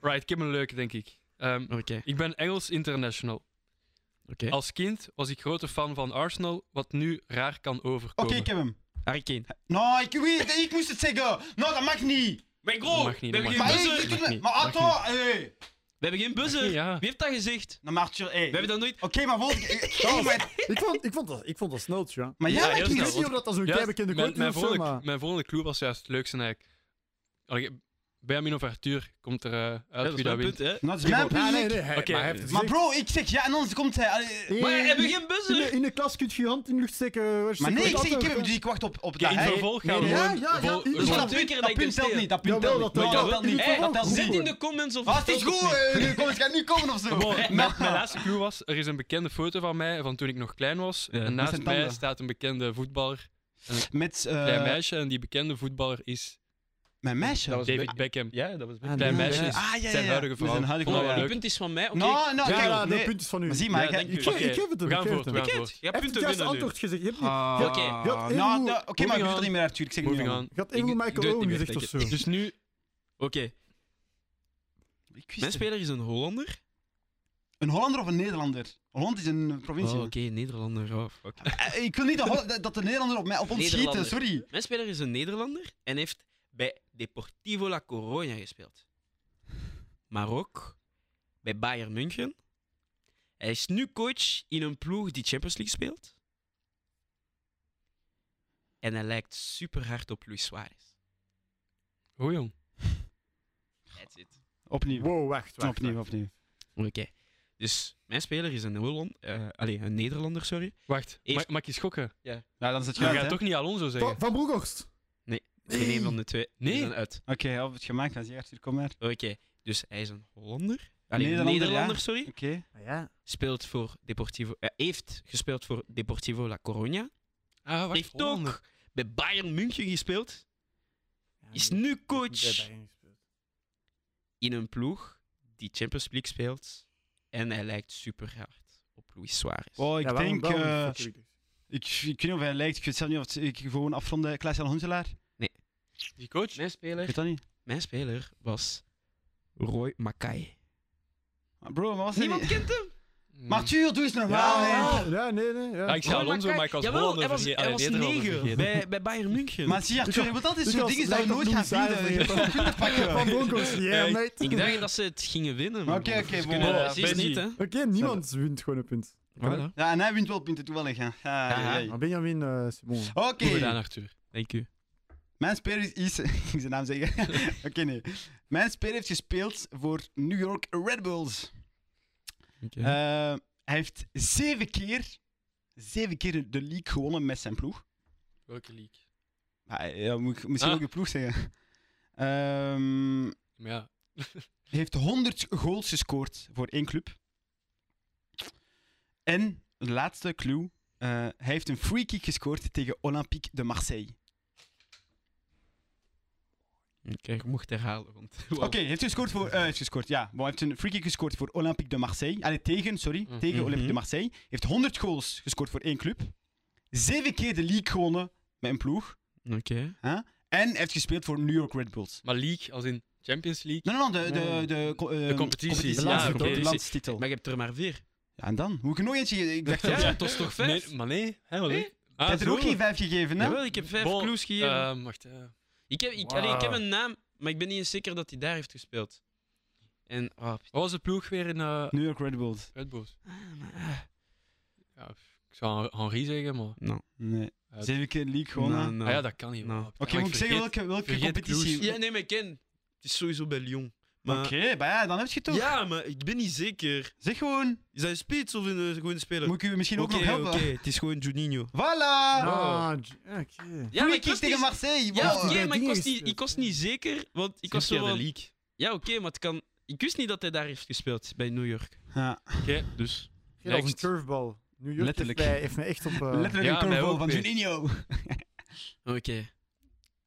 Right, ik heb een leuke, denk ik. Ehm,
Oké.
ik ben Engels international.
Oké.
Als kind was ik grote fan van Arsenal, wat nu raar kan
Oké,
overkomen.
ik heb hem.
Harry Kane.
Nou, ik, weet, ik moest het zeggen. Nou, dat mag niet.
Mijn
Dat
bro,
mag niet,
we
dat
hebben geen
mag
Maar,
niet.
hey,
buzzer.
ik
We
doe het-
niet,
maar
mag
Atto, hé.
hebben geen buzzer.
Ja.
Wie heeft dat gezegd?
Nou, maakt je... Hey.
We hebben dat nooit...
Oké, maar volgens... Hey, maar,
Ik vond, ik, vond dat, ik vond dat sneltje, ja.
maar
Ja,
jij
heel
maakt
Ik
snel,
niet...
weet niet of dat zo'n
Juist,
keibekende
mijn,
quote is
mijn,
of zo,
volgende,
maar...
mijn volgende clue was juist het leukste eigenlijk. Allee, Benjamin of Arthur komt er eh, uit wie dat
mijn
wint.
punt, hè.
Nou, dat is mijn
Ja, nee,
publiek.
nee, hij-
Oké,
maar hij heeft het
Maar
gezegd.
bro, ik zeg ja en anders komt hij... allee.
Eh,
Maar we hebben geen
in de,
buzzer.
in de klas kun je je hand in de lucht steken. waar je
Maar nee,
zegt,
ik zeg ik heb
antwoord,
hem,
hè.
dus ik wacht op, op
Ja,
dat
in
hij...
vervolg gaan we
nee, ja,
gewoon-
ja, ja,
gewoon-
in- in
gewoon-
Dus dat,
twee keer dat
dat
ik
punt
hem
telt
steal.
niet, dat punt
Jawel,
telt
dat
niet.
telt.
Nou,
Ja,
Dat telt niet,
Hey,
dat telt
zet in
niet.
de comments of...
Ah, het is
vertel
Nou,
goed,
ons
eh, nu kom, het gaat nu komen of zo.
Gewoon, mijn, mijn laatste clue was, er is een bekende foto van mij van toen ik nog klein was.
Ja.
en
Met
naast
zijn
mij
tanden.
staat een bekende voetballer,
Met... eh,
klein meisje. En die bekende voetballer is
Mijn meisje?
Dat was
David
Be-
Beckham.
Ja, dat was...
Ah,
Klein
nee,
meisje
ja.
is
Ah, ja, ja,
zijn
ja.
huidige
Met
vrouw.
zijn huidige
Vond
Nou,
ik
vrouw.
leuk.
Die punt is van mij. Oké,
Nou, nou,
Ja,
kijk,
ja, de
nee.
punt is van u.
Zie
Hij
maar,
Ja,
ik-
dank u.
ik-
ik geef het hem,
We gaan
ik geef
voort, we
het hem.
gaan
Bekend.
voort.
Je hebt
heeft het
punten
juiste
winnen nu.
antwoord gezegd. Je hebt niet-
Ah.
je
Oké.
had
Nou,
eeuw-
nou, Oké, maar
Moving
ik doe dat niet meer, Arthur. Ik zeg het nou. niet
Moving
meer.
on.
je had eeuw
Ik- ik doe
Michael
het
Owen
niet meer,
gezegd of zo.
denk
Dus nu,
Oké.
Ik wist het.
Mijn speler is een Hollander.
Een Hollander of een Nederlander? Holland is een
Oh,
provincie.
oké. Nederlander. Oh, fuck.
Eh, ik wil niet dat Holl- dat- dat de Nederlander op, mij, op ons schieten,
Nederlander.
sorry.
Mijn speler is een Nederlander en heeft bij Deportivo La Coruña gespeeld. Maar ook bij Bayern München. Hij is nu coach in een ploeg die Champions League speelt. En hij lijkt super hard op Luis Suarez.
oh jong.
That's it.
Opnieuw.
Wow, wacht, wacht.
Opnieuw, opnieuw.
Oké. Dus mijn speler is een, Holland, eh, allee, een Nederlander, sorry.
Wacht,
Eerst-
ma mag ik je schokken?
Ja, dan is het
Je
gemaakt,
gaat
hè?
toch niet Alonso
Wa-
zeggen?
Van Broekhorst.
Geen een van de twee. die
Nee.
zijn uit.
Oké, of het gemaakt, dan is hij Arthur, kom maar.
Oké. Dus hij is een Hollander. Allee,
Nederlander, ja.
Nederlander, sorry.
Oké.
Ja.
speelt voor Deportivo, eh, heeft gespeeld voor Deportivo La Coruña.
Ah, wacht,
Heeft
Hollander.
ook bij Bayern München gespeeld. Is nu coach in een ploeg die Champions League speelt. En hij lijkt super hard op Luis Suarez.
Oh, ik denk... eh, ik, ik weet niet of hij lijkt, ik weet zelf niet of het, ik gewoon afronden. Klaas-Jan Huntelaar? Ik
Die coach?
Mijn speler.
weet dat niet.
Mijn speler was Roy Makai.
Maar Bro, maar was hij
Niemand
niet-
kent hem.
Mm.
Maar Arthur, doe eens normaal,
Ja,
hè.
ja, ja, nee, nee.
Ja,
ja.
ik zei
Roy
Alonso,
Mackay.
maar ik was
Jawel,
Hollander
hij was,
vergeten.
hij
Allee,
was
Nederlander
negen
vergeten.
bij, bij Bayern München.
Maar zie je, Arthur,
Ja.
want dat is
Ik
zo'n
was
ding dat je
lijkt op
nooit gaat
Louis
bieden. Je
Suarez,
gaat het niet
Van
pakken.
Broekhorst,
Ja,
yeah,
ik-
mate.
ik dacht dat ze het gingen winnen.
Maar
maar
Oké, eh, oké,
ze
bon.
kunnen-
wow.
ze is
Benji.
niet, hè.
Oké, niemand wint gewoon een punt.
Voilà.
Ja, en hij wint wel punten, toevallig. hè. Ja, ja, ja.
Maar Benjamin eh, Simon.
Oké.
Goed gedaan, Arthur.
Dank u.
Mijn speler is. is- ik zijn naam zeggen. Oké, nee. Mijn speler heeft gespeeld voor New York Red Bulls.
Oké.
Eh, hij heeft zeven keer, zeven keer de league gewonnen met zijn ploeg.
Welke league?
Maar, eh, ja, moet ik misschien
Ah.
ook de ploeg zeggen. Ehm,
Maar ja,
hij heeft 100 goals gescoord voor één club. En, de laatste clue. eh, hij heeft een free kick gescoord tegen Olympique de Marseille.
Oké, ik mocht herhalen. Want...
Oké, heeft gescoord voor. eh, heeft gescoord, ja. Maar hij heeft een free kick gescoord voor Olympique de Marseille. Allee, tegen, sorry.
Mhm.
Tegen Olympique de Marseille. Heeft 100 goals gescoord voor één club. Zeven keer de league gewonnen met een ploeg.
Oké.
En heeft gespeeld voor New York Red Bulls.
maar league als in Champions League.
Nee, nee, nee, de,
Nee, nee,
de,
nee.
de, co- eh,
De competitie.
De
Ja,
laatste
oké.
de landstitel.
Maar je hebt er maar vier.
Ja, en dan? Hoe ik er nog eentje. Ik dacht,
Ja,
ja.
dat is toch
Nee,
vijf?
maar nee. Hè, wat
Nee?
leuk. Ah,
Hij heeft er
zo.
ook geen vijf gegeven, hè?
Jawel, ik heb vijf
Bon,
clues gegeven.
ehm, wacht, eh,
ik, heb, ik,
Wauw.
allee, ik heb een naam, maar ik ben niet eens zeker dat hij daar heeft gespeeld. En, oh,
wat was de ploeg weer in eh,
New York Red Bulls.
Red Bulls?
ah, maar, ah.
Ja, pff, ik zou Henri zeggen, maar...
Nee.
Ja.
Zeven keer league gewonnen.
Nou, nou.
Ah ja, dat kan niet.
Nou.
man.
Oké, moet ik zeggen welke, welke
vergeet
competitie?
Clues.
Ja, nee, maar ik ken. Het is sowieso bij Lyon. Maar,
Oké, maar ja, dan heb je het toch.
Ja, maar ik ben niet zeker.
Zeg gewoon.
Is hij een spits of een eh, gewone speler?
Moet ik u misschien ook
Oké,
nog helpen?
oké, het is gewoon Juninho.
Voilà!
Nou,
Ah, j- oké.
Ja, maar
Goeie
ik
kick
was
tegen
niet-
Marseille.
Ja,
wow.
oké, maar
Bij
ik
dingen
was, niet,
gespeeld.
ik was niet zeker, want ik was zo
Zeven keer
wel...
de league.
Ja, oké, maar het kan... Ik wist niet dat hij daar heeft gespeeld, bij New York.
Ja.
Dus...
Ja, dat was een
Next.
curveball. New York
Letterlijk.
Heeft, mij, heeft mij echt op... eh,
Letterlijk
ja,
een curveball
mij ook
van
weer.
Juninho.
Oké.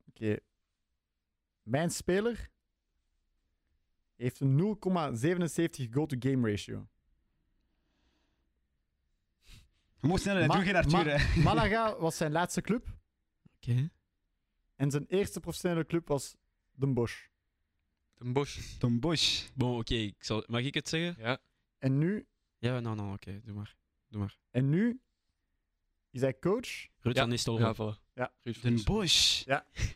Oké. Mijn speler heeft een 0,77 go-to-game ratio.
We moeten sneller,
Ma-
doe geen Arthur.
ma-
hè.
Malaga was zijn laatste club
Oké.
en zijn eerste professionele club was Den Bosch.
Een bosje.
Tom Bosch.
Bon, oké, ik zal- mag ik het zeggen?
Ja.
En nu,
Ja, nou, nou, oké, doe maar. Doe maar.
en nu is hij coach
Ruud
Ja.
van Nistelrooy.
Ja, voilà.
Ja.
Ruud van
Den
Nistelrooy.
Bosch.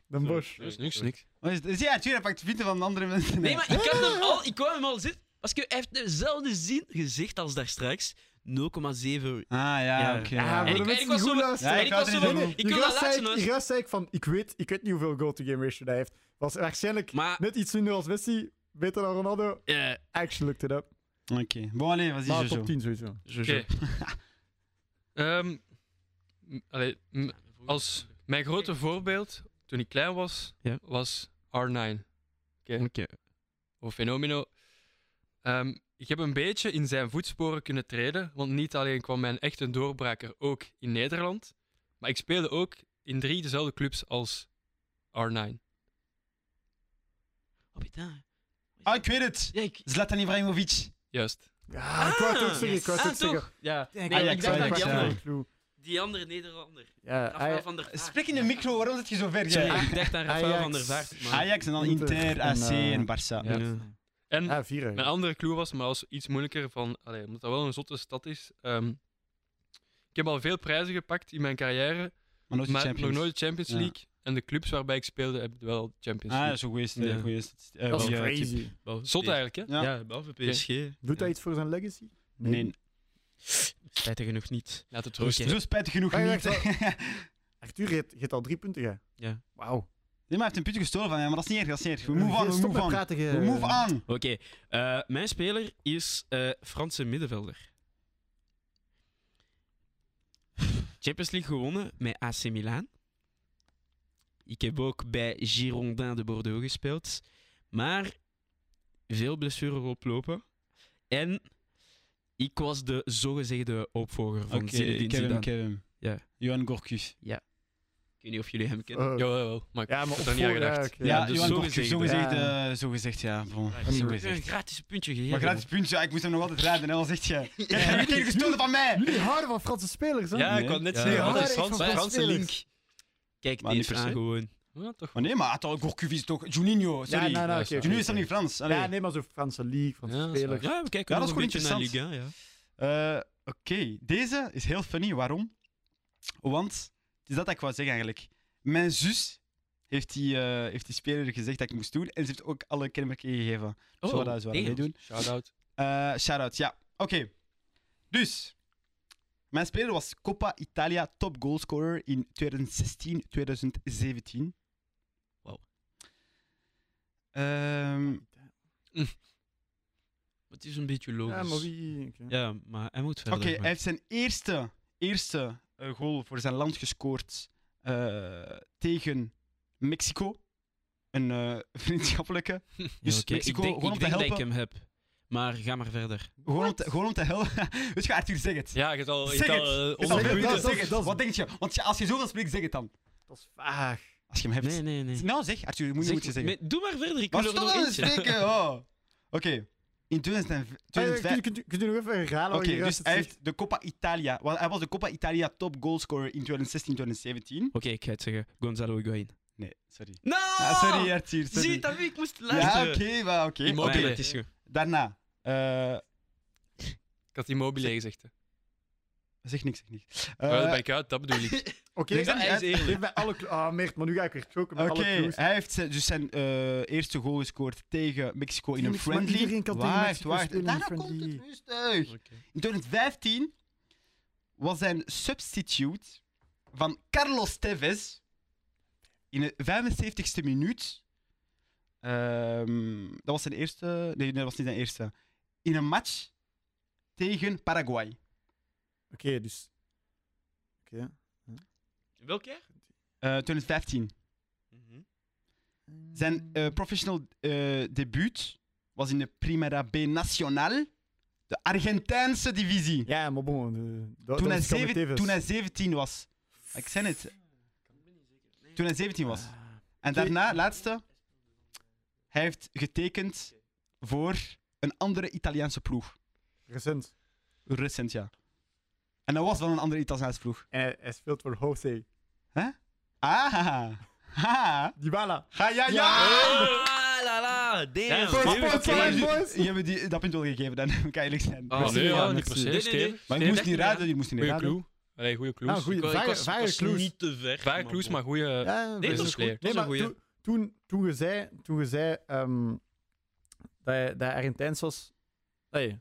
Den Bosch.
Dat is niks, niks.
Wat Oh, is het? Zie je, Arthur, hij pakt vrienden van andere mensen.
Nee, maar ik had hem al... Ik kwam hem al zitten... Parce que hij heeft dezelfde zin gezegd als daar straks. 0,7.
Ah, ja,
Ja.
oké.
Ja,
ja.
En
maar de
ik- en
mensen
ik
die
was
goed
zo-
luisteren.
En
Ja, ik
ik
had
was
er
zo
niet
van-
van-
Ik wil dat
juist
laatste
zei,
nog
ik,
eens-
juist zei ik van, ik weet, ik weet niet hoeveel go-to-game ratio hij heeft. Was waarschijnlijk
Maar...
net iets minder als Messi, beter dan Ronaldo.
eh,
Actually looked it up.
Oké. Bon, allez, vas-y,
Maar
Jojo.
top 10 sowieso.
Jojo.
Oké. Ehm, m- allee, m- als mijn grote voorbeeld, toen ik klein was,
Ja.
was R9
Oké.
of Oh, Fenomeno. Ehm, ik heb een beetje in zijn voetsporen kunnen treden, want niet alleen kwam mijn echte doorbraker ook in Nederland, maar ik speelde ook in drie dezelfde clubs als R9.
Oh, putain.
Ah, ik weet het.
Ja, ik...
Zlatan Ibrahimovic.
Juist.
Ja, ik wou het ook zeggen, ik wou het ook
Ah,
zeggen.
toch? Ja. Nee,
Ajax,
ik dacht aan
Ajax,
die
ja.
andere.
een clue.
Die andere Nederlander.
Ah, Ja, Ah,
Rafael
Aj-
van der Vaart.
Spreek in de micro, waarom zit je zo ver?
Sorry,
jij?
Ah,
ik dacht aan Rafael
Ajax.
van der Vaart. maar-
Ah,
Ajax en dan
Inter
Inter,
en,
AC
eh,
en Barça.
Ja.
Ja.
En
ja, vieren.
Mijn andere clue was, maar als iets moeilijker, van, allee, omdat dat wel een zotte stad is. ehm, ik heb al veel prijzen gepakt in mijn carrière,
Maar nooit de
maar nog
Champions.
nooit de Champions
Ja.
League. En de clubs waarbij ik speelde, heb ik wel de Champions
Ah,
League.
dat is een goeie st-
Ja.
goeie st- eh,
Dat is
goeie tip.
crazy.
Behalve
Zot
PSG.
eigenlijk, hè?
Ja.
Ja, behalve PSG.
Doet hij iets voor zijn legacy?
Nee.
Spijtig genoeg niet.
Laat het
Oké.
rusten.
Zo spijtig genoeg
Maar je
niet.
werkt
hè.
Arthur, je hebt- je hebt al drie punten, jij.
Ja.
Wauw.
Nee, maar hij heeft een puntje gestolen van mij, maar dat is niet erg, dat is niet erg. We
Eh,
move on, we
stop
move
met
on.
praten, jij.
We move on.
Oké, eh, mijn speler is eh, Franse middenvelder. Champions League gewonnen met AC Milan. Ik heb ook bij Girondin de Bordeaux gespeeld. Maar veel blessuren oplopen. En ik was de zogezegde opvolger van
Oké,
Zinedine
ik heb hem,
Zidane.
ik heb hem.
Ja.
Johan Gorkus.
Ik weet niet of jullie hem kennen.
Eh,
Ja, wel. Maar ik
Ja, maar
had
op
er niet aan
voor- ja,
gedacht.
oké.
Ja,
dus
Johan
zo
Gorkus,
gezegd,
zo gezegd,
ja.
eh, zo gezegd, ja. Bon. Zo
Ik heb
gezegd.
een gratis puntje gegeven.
Maar gratis puntje, ja, ik moest hem nog altijd rijden, hè, al zegt je. Ik heb een keer gestolen van mij!
Jullie houden van Franse spelers, hè?
Ja,
Nee.
ik wou net
Ja.
zeggen, wat
Ja,
is
ik
Frans?
vond het
Franse
spelers.
link.
Kijk,
Maar
die
niet per
aan
se.
gewoon.
Ja, toch.
Maar Oh, nee, maar attal, Gorkus is toch Juninho,
Ja,
sorry.
nou, nou, oké, oké,
Juninho is dan
oké.
niet Frans. Allee.
Ja, nee, maar zo'n Franse league, Franse
Ja, dat is
spelers.
Ja, we kijken
Ja, dat
nog
is
een
gewoon
beetje naar
interessant.
Liga. Ja.
Eh, Oké, deze is heel funny. Waarom? Want, het is dat ik wou zeggen eigenlijk. Mijn zus heeft die, eh, heeft die speler gezegd dat ik moest doen. En ze heeft ook alle kenmerken gegeven.
Oh,
Zo, dat is waar we
damn.
meedoen.
Shout-out.
Eh Shout-out, ja. Oké. Dus, mijn speler was Coppa Italia top goalscorer in 2016-2017.
Wauw.
Ehm,
Het is een beetje logisch.
Ja, maar wie... oké.
Ja, maar hij moet
Oké,
verder. maar-
hij heeft zijn eerste, eerste eh, goal voor zijn land gescoord eh, tegen Mexico. Een eh, vriendschappelijke. Dus
Ja, oké,
Mexico,
ik denk,
gewoon
ik
om te
denk dat
helpen.
ik hem heb. Maar ga maar verder.
Gewoon om, te, gewoon om te helpen. Weet je, Arthur, zeg het.
Ja, je hebt
oh,
al je
Zeg
hebt al,
het.
eh, onder
Is dat-
de
het.
minuten.
dat-
Dat
Zeg
is-
het.
dat is-
Wat denk je? Want je- als je zoveel spreekt, zeg het dan.
Dat is vaag.
Als je hem hebt.
Nee, nee, nee.
Nou zeg, Arthur, je moet, je
Zeg-
moet je zeggen.
maar doe maar verder, ik
Maar
wil er
stop
nog
dan eens
eentje.
spreken. oh. Oké, in 2005...
Eh, Kunt kunt u- kunt u nog even herhalen wat
Oké,
je
dus
juist
hij
hebt
heeft de Coppa Italia... wel, Hij was de Coppa Italia top goalscorer in 2016-2017.
Oké, ik ga het zeggen. Gonzalo Higuain.
Nee, sorry.
No!
Ah, sorry, Arthur. sorry.
Zie, dat ik moest
Ja,
luisteren.
oké, maar oké.
Iemand-
Oké,
Maar
Oké.
het is goed.
Daarna. eh,
Ik had Immobile gezegd. hè.
zeg niks, zeg niks. Eh,
Maar dat ben ik uit, dat bedoel ik.
Oké,
niks
ja,
aan-
hij
hij is
is eerlijk. bij alle cl- Ah, Meert, maar nu ga ik weer choken met
Oké,
alle clues.
hij heeft zijn- dus zijn eh, eerste goal gescoord tegen Mexico in een
Tuurlijk, maar
friendly.
iedereen kan tegen
Wacht,
Mexico
wacht,
spelen in
Daarna
een
komt het
friendly.
rustig. In 2015 was zijn substitute van Carlos Tevez in de 75ste minuut. Ehm, dat was zijn eerste. Nee, dat was niet zijn eerste. In een match tegen Paraguay. eh,
Oké, dus. Oké.
Welk jaar?
eh 2015.
Mhm.
Zijn eh, professional eh, debuut was in de Primera B Nacional, de Argentijnse divisie.
Ja, maar bon. eh, dat-
toen, hij
dat is Gomez
zeven-
Tevez.
toen hij 17 was. Ik zei het. Toen hij 17 was. En daarna, laatste. Hij heeft getekend voor een andere Italiaanse ploeg.
Recent.
Recent, ja. En dat was wel een andere Italiaanse ploeg.
En hij, hij speelt voor Jose.
Ah! Ha!
Dybala.
Ga ja, ja!
Ah, la la, damn.
Voor
Nee,
Sport
Oké,
Sport
je-
boys.
Je hebt die, dat punt wel gegeven, dan kan eerlijk zijn.
Ah,
Oh,
Maar
Merci,
nee, ja, niet per
merci.
se.
nee,
Steven.
nee.
Maar je
Steven?
moest niet raden, je moest niet
Goeie
raden.
clue. Allee, goeie clues.
Ah, goeie.
Ik was- ik
Vage,
was-
vage
was
clues.
niet te ver.
Vage clues, maar goeie...
Ja,
Nee,
Deze
dat
dus-
is goed.
leer.
Dat
Nee,
is een
maar
goeie.
toen, toen, toen je zei, toen je zei ehm, dat, hij, dat hij Argentijns was, nee,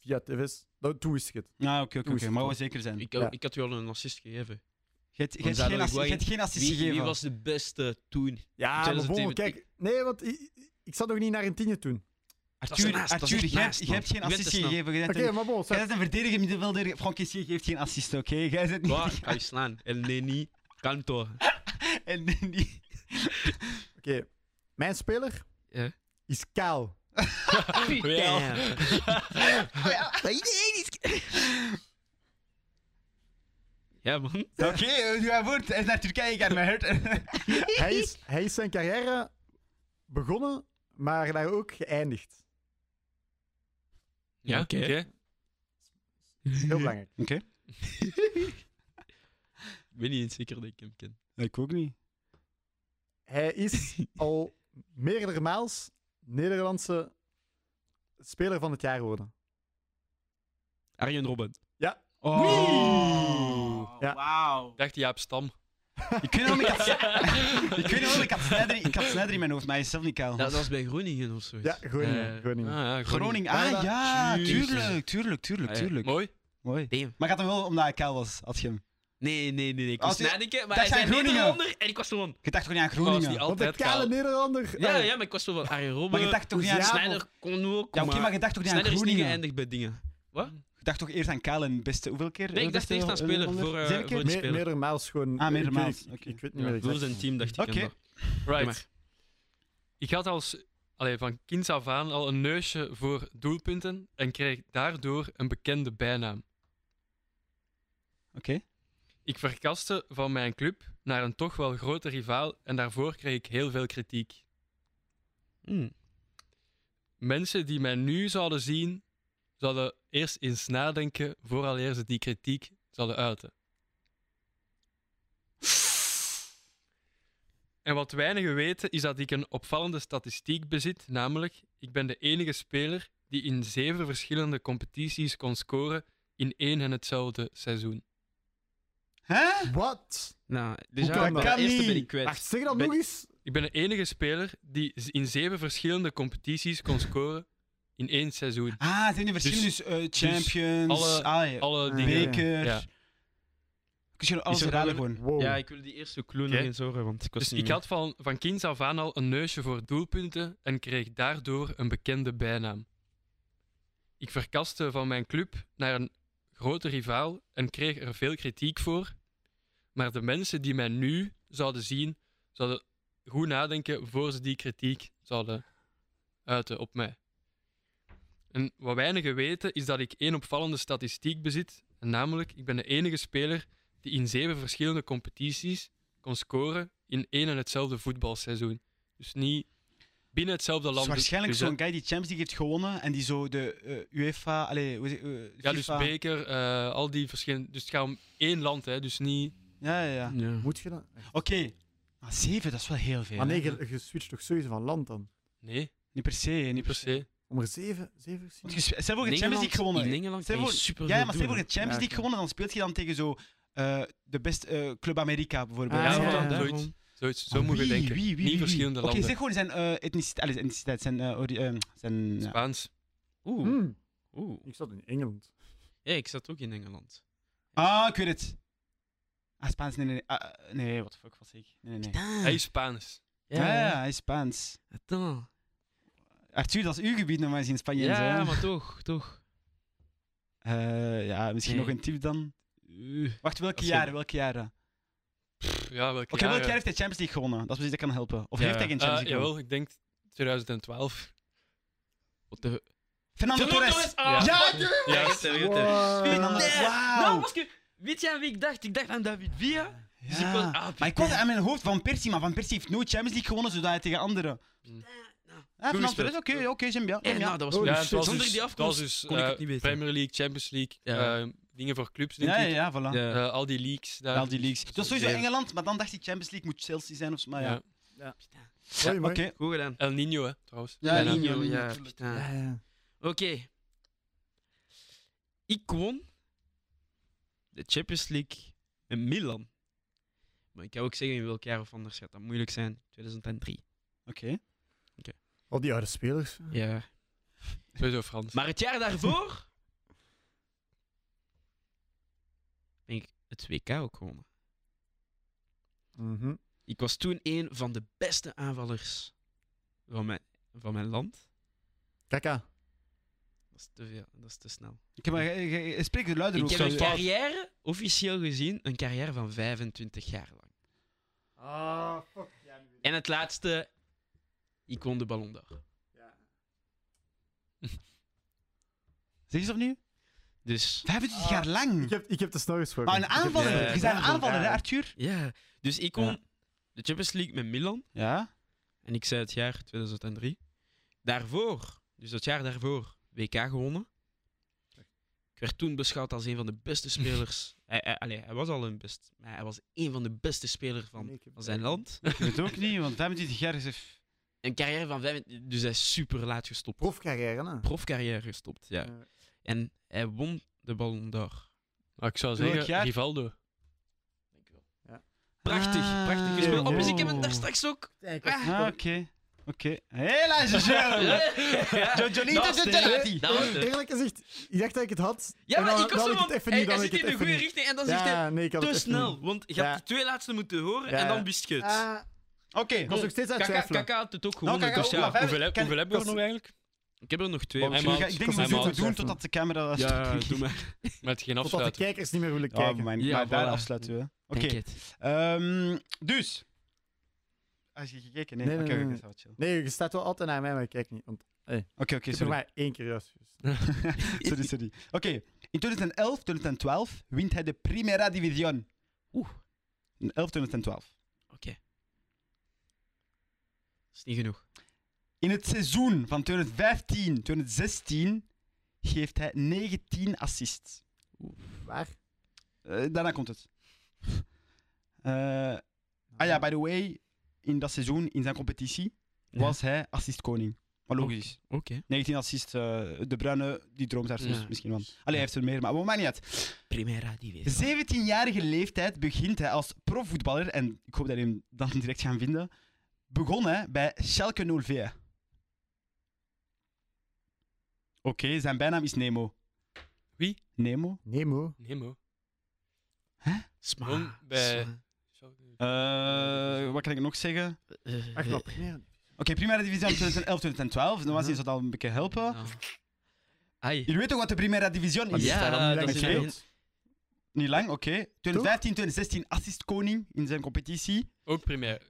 via TV's, dat, toen wist ik het.
Ah, oké, oké,
Toen is
oké.
het
Maar
goed.
we zeker zijn. Je
Ik, had-
Ja.
ik had u al een assist gegeven.
hebt- je
Want Zalo
hebt geen assi- je
Higuain-
hebt geen assist
Wie, wie
gegeven.
was de beste toen?
Ja, maar bon,
2017.
kijk. Nee, want ik, ik zat nog niet naar een tiende toen.
Dat is
Arthur,
ernaast, dat is
Arthur, je
ernaast,
hebt- je
man.
hebt geen
Je bent
assist
te snel.
gegeven. Je
Oké,
bent een-
maar bon,
Jij
zeg,
bent een verdediger middenvelder. Frank Kessier geeft geen assist, oké? Jij zit niet...
Waar kan je slaan? El Neni, Cantor.
en die-
oké. mijn speler
Ja.
is kaal.
Damn.
Oh,
Ja, man.
Oké, eh, doe hij woord. Hij is naar Turkije gegaan met Hurt.
Hij is, hij is zijn carrière begonnen, maar daar ook geëindigd.
Ja,
Oké.
oké.
Heel belangrijk.
Ik ben niet eens zeker dat ik hem ken.
Ik ook niet.
Hij is al meerdere maals Nederlandse speler van het jaar geworden.
Arjen Robben.
Oh.
Ja.
Ik
Wauw.
dacht Jaap Stam.
Ik weet nog niet of ik had... Ik weet nog wel, ik had Snijder ik had Snijder in mijn hoofd, maar hij is zelf niet kaal.
Dat was bij Groningen of zo.
Dus,
Ja, Groningen.
Eh,
Ah,
Groningen.
ja,
Groningen. Ah ja,
Jezus.
tuurlijk, tuurlijk, tuurlijk,
Ah, ja.
tuurlijk.
Mooi.
Mooi.
Damn.
Maar ik had hem wel omdat hij kaal was, had je hem.
Nee, nee, nee, nee. Ik
Als
was
je-
nadenken, maar
Dat
hij zei
zijn Groningen.
Nederlander en ik was zo van...
Je dacht toch niet aan
Oh, is
Groningen?
die
Want de
altijd
kale
kaal.
Nederlander.
Ja,
eh,
ja, maar ik was zo van Arjen
Maar je
Robben,
dacht toch niet aan...
Ja,
Sneijder kon ook,
Ja, oké, maar je dacht toch niet aan
Sneijder is niet
Groningen?
geëindigd bij dingen.
Ik dacht toch eerst aan Kaal en beste hoeveel keer?
Nee, ik
eh,
dacht
beste,
eerst aan
eh,
speler
Hollander?
voor, eh,
Zeven keer?
voor-
Me-
speler.
meerdere maals gewoon.
Ah, meerdere
ik weet-
maals,
Ik,
oké.
ik weet niet
Ja,
meer
door
exact.
zijn team dacht ik
Oké.
hem dat. Doe
Right.
maar.
Ik had als, allee, van kinds af aan al een neusje voor doelpunten en kreeg daardoor een bekende bijnaam.
Oké.
Ik verkaste van mijn club naar een toch wel grote rivaal en daarvoor kreeg ik heel veel kritiek.
Hmm.
Mensen die mij nu zouden zien, zouden eerst eens nadenken vooraleer ze die kritiek zouden uiten. En wat weinigen weten is dat ik een opvallende statistiek bezit, namelijk ik ben de enige speler die in zeven verschillende competities kon scoren in één en hetzelfde seizoen.
Hè?
Wat?
Nou, dus
kan
ja, bij
dat?
de eerste
Kan
ben
niet.
ik kwijt.
Wacht, zeg dat
Ben-
nog eens.
Ik ben de enige speler die z- in zeven verschillende competities kon scoren in één seizoen.
Ah, het zijn die verschillende dus, eh, champions,
alle-
ah, ja.
Alle
Ah.
dingen.
Nee.
beker.
Ja.
Kun je alles
er
raden
nog
gewoon?
Wow.
Ja, ik wil die eerste clue
Oké.
nog eens horen, want ik was
Dus
niet
ik had van, van kinds af aan al een neusje voor doelpunten en kreeg daardoor een bekende bijnaam. Ik verkaste van mijn club naar een grote rivaal en kreeg er veel kritiek voor. Maar de mensen die mij nu zouden zien, zouden goed nadenken voor ze die kritiek zouden uiten op mij. En wat weinigen weten is dat ik één opvallende statistiek bezit. En namelijk, ik ben de enige speler die in zeven verschillende competities kon scoren in één en hetzelfde voetbalseizoen. Dus niet binnen hetzelfde
Dus
land.
waarschijnlijk
dus, hè.
zo'n guy die Champions League heeft gewonnen en die zo de eh, UEFA, allee, hoe zeg- eh,
Ja,
FIFA.
dus beker, eh, al die verschillende... Dus het gaat om één land, hè. Dus niet...
Ja, ja, ja.
meer. Ja.
Moet je dat?
Oké. Ah, zeven, dat is wel heel veel.
Maar nee,
hè?
je, je switcht toch sowieso van land dan?
Nee,
Niet per se, niet
niet per se.
Om er zeven, zeven te zien?
Want je spe- Stel voor je
In
Champions League
Engeland-
gewonnen.
In Engeland
Zij
kan je
worden-
super
Ja,
veel
maar stel voor
doen,
je
hè.
Champions League
oké.
gewonnen, dan speelt je dan tegen zo eh, de beste eh, Club Amerika bijvoorbeeld.
Ah,
ja,
ja,
voilà,
ja.
zoiets. Zoiets, zo moet je denken.
Ah, Wie,
Niet verschillende
Oké,
landen.
zeg gewoon zijn eh, etniciteit, allee, zijn etniciteit, zijn, eh, ori- ehm, zijn ja.
Spaans.
Oeh,
Hmm,
oeh.
ik zat in Engeland.
Ja, ik zat ook in Engeland.
Ah, ik weet het. Ah, Spaans, nee, nee, nee. Ah, eh, nee, what the fuck was ik? Nee, nee, nee.
Hij is Spaans.
Ja, ja, hij is Spaans.
Attends.
Arthur, dat is uw gebied nog maar eens in Spanje. en zo, hè?
Ja, maar toch, toch.
Eh, ja, misschien
Nee.
nog een tip dan.
Uh,
Wacht, welke
Als je-
jaren? Welke jaren?
Pff, ja, welk
Oké, welk jaar heeft hij Champions League gewonnen? Dat is misschien dat kan helpen. Of heeft hij geen Champions League gewonnen?
Ah, Jawel, ik denk 2012.
Wat de...
Fernando Torres!
Ah.
Ja,
Ja,
Fernando,
Nee, Nou,
wauw!
was ik- weet jij aan wie ik dacht? Ik dacht aan David Villa. Dus ik was,
Ja.
ah,
Maar ik had aan mijn hoofd Van Persie, maar Van Persie heeft nooit Champions League gewonnen, zodat hij tegen anderen... Ah, Fernando
gespeeld.
Torres, oké, oké, Jim, ja.
Hm. Eh,
Jim, ja.
nou, dat was
Oh,
moeilijk.
Ja, het was
Zonder
dus,
die
het was
afkomst
dus
kon ik
eh,
het niet weten.
Premier League, Champions League,
Ja.
eh, dingen voor clubs, denk
Ja, ja,
ik.
ja, voilà.
Ja.
Eh, al die leaks. Daar.
Al die leaks. Het was sowieso
Ja.
Engeland, maar dan dacht ik Champions League moet Chelsea zijn of zo, maar ja.
Ja.
Mooi, mooi.
Oké.
Goed gedaan.
El Nino, hè, trouwens.
Ja,
Ja,
Nino,
Nino, ja,
natuurlijk.
putain.
Ja, ja.
Oké. Ik won
De Champions League in Milan. Maar ik kan ook zeggen in welk jaar of anders gaat dat moeilijk zijn. 2003.
Oké.
Al die oude spelers.
Ja.
Sowieso Frans.
Maar het jaar daarvoor. ben ik het WK ook gewonnen.
Mhm.
Ik was toen een van de beste aanvallers van mijn, van mijn land.
Kaka.
Dat is te veel, dat is te snel.
Oké, maar je- je- je- eh, spreek er luider
Ik
ook
heb
zo.
een carrière, officieel gezien, een carrière van 25 jaar lang.
Ah, fuck.
En het laatste, ik won de Ballon d'Or.
Zeg eens opnieuw.
Dus
25
Ah.
jaar
Ik
lang.
heb, ik heb te snel gesproken.
Maar een
Ik heb te
aanvaller.
snel
Ja,
Je
ja,
bent
gesproken.
een aanvaller, hè, Arthur?
ja, dus ik won
Ja.
de Champions League met Milan.
Ja.
En ik zei het jaar 2003. Daarvoor, dus dat jaar daarvoor, WK gewonnen. Ik werd toen beschouwd als een van de beste spelers. hij, hij, allee, hij was al een best, maar hij was een van de beste spelers van,
Nee, ik heb-
van zijn land.
Ik weet het ook niet, want 25 jaar is... even-
Een carrière van 25, dus hij is super laat gestopt.
Profcarrière, hè?
Profcarrière gestopt, ja.
Ja.
En hij won de Ballon d'Or.
Maar ik zou
Welk
zeggen,
jaar?
Rivaldo.
Prachtig,
Ah,
prachtig
joh.
gespeeld. Oh, dus ik heb hem daar straks ook.
Ah, oké. Oké. Helaas, Jochello. Jolito
Dat is
Jochelati.
Nou,
Eer- Eerlijk gezegd, ik dacht dat ik het had.
Ja, maar ik was
dan
zo
had
van...
het even
Hij
niet, dan
hij
had
zit in
ik
de
het even
goede
niet.
richting en dan zegt hij...
Ja, nee, ik had
Te
het echt
snel,
niet.
want je had
Ja.
de twee laatste moeten horen
Ja.
en dan wist je het.
Ah,
Oké.
ik was nog steeds aan het
Kaka,
twijfelen. Nou,
Kaka had het ook gewonnen.
Kaka
dus
ook,
ja.
maar-
Hoeveel, heb-
Kan-
hoeveel hebben we er
kan-
nog eigenlijk?
Ik heb er nog twee.
Hij
Ik denk-
maalt.
Ik denk dat we
Hij
moeten
maalt.
doen totdat de camera...
Ja, doe maar.
Met geen
Totdat de
afsluiting.
kijkers niet meer willen
Ja,
kijken.
maar
Ja,
maar daar
voilà.
afsluiten we.
Denk
Oké.
het.
Ehm, Dus. Als je Ah, gekeken? Nee.
Nee,
Oké,
nee,
oké,
nee,
dat is wel chill.
Nee, je staat wel altijd naar mij, maar ik kijk niet. Want
Oké, oké,
ik heb er
sorry.
maar één keer juist. gezien.
sorry, sorry. Oké, in 2011, 2012 wint hij de Primera División.
Oeh.
In 11, 2012.
Dat is niet genoeg.
In het seizoen van 2015, 2016 geeft hij 19 assists.
Waar?
Eh, daarna komt het. Eh, ah ja, by the way, in dat seizoen, in zijn competitie,
Ja.
was hij assistkoning. Wat logisch is.
Oké.
19 assists, eh, De Bruyne, die droomt daar soms
Ja.
misschien van. Allee, hij heeft er meer, maar maakt niet uit.
Primera divisie.
17-jarige leeftijd begint hij als profvoetballer, en ik hoop dat jullie hem dan direct gaan vinden, begon hij bij Schalke 04. Oké, zijn bijnaam is Nemo.
Wie?
Nemo?
Nemo.
Nemo.
Sma.
Gewoon bij-
sma.
Eh, wat kan ik nog zeggen? Oké,
Eh,
Echt wel.
eh,
primaire divisie van 2011, 2012. Dan was hij dat al een beetje helpen.
nou. Ai.
Jullie weten toch wat de primaire divisie is?
Ja, dat
is
in
Niet lang, oké. 2015, 2016 assistkoning in zijn competitie.
Ook primair.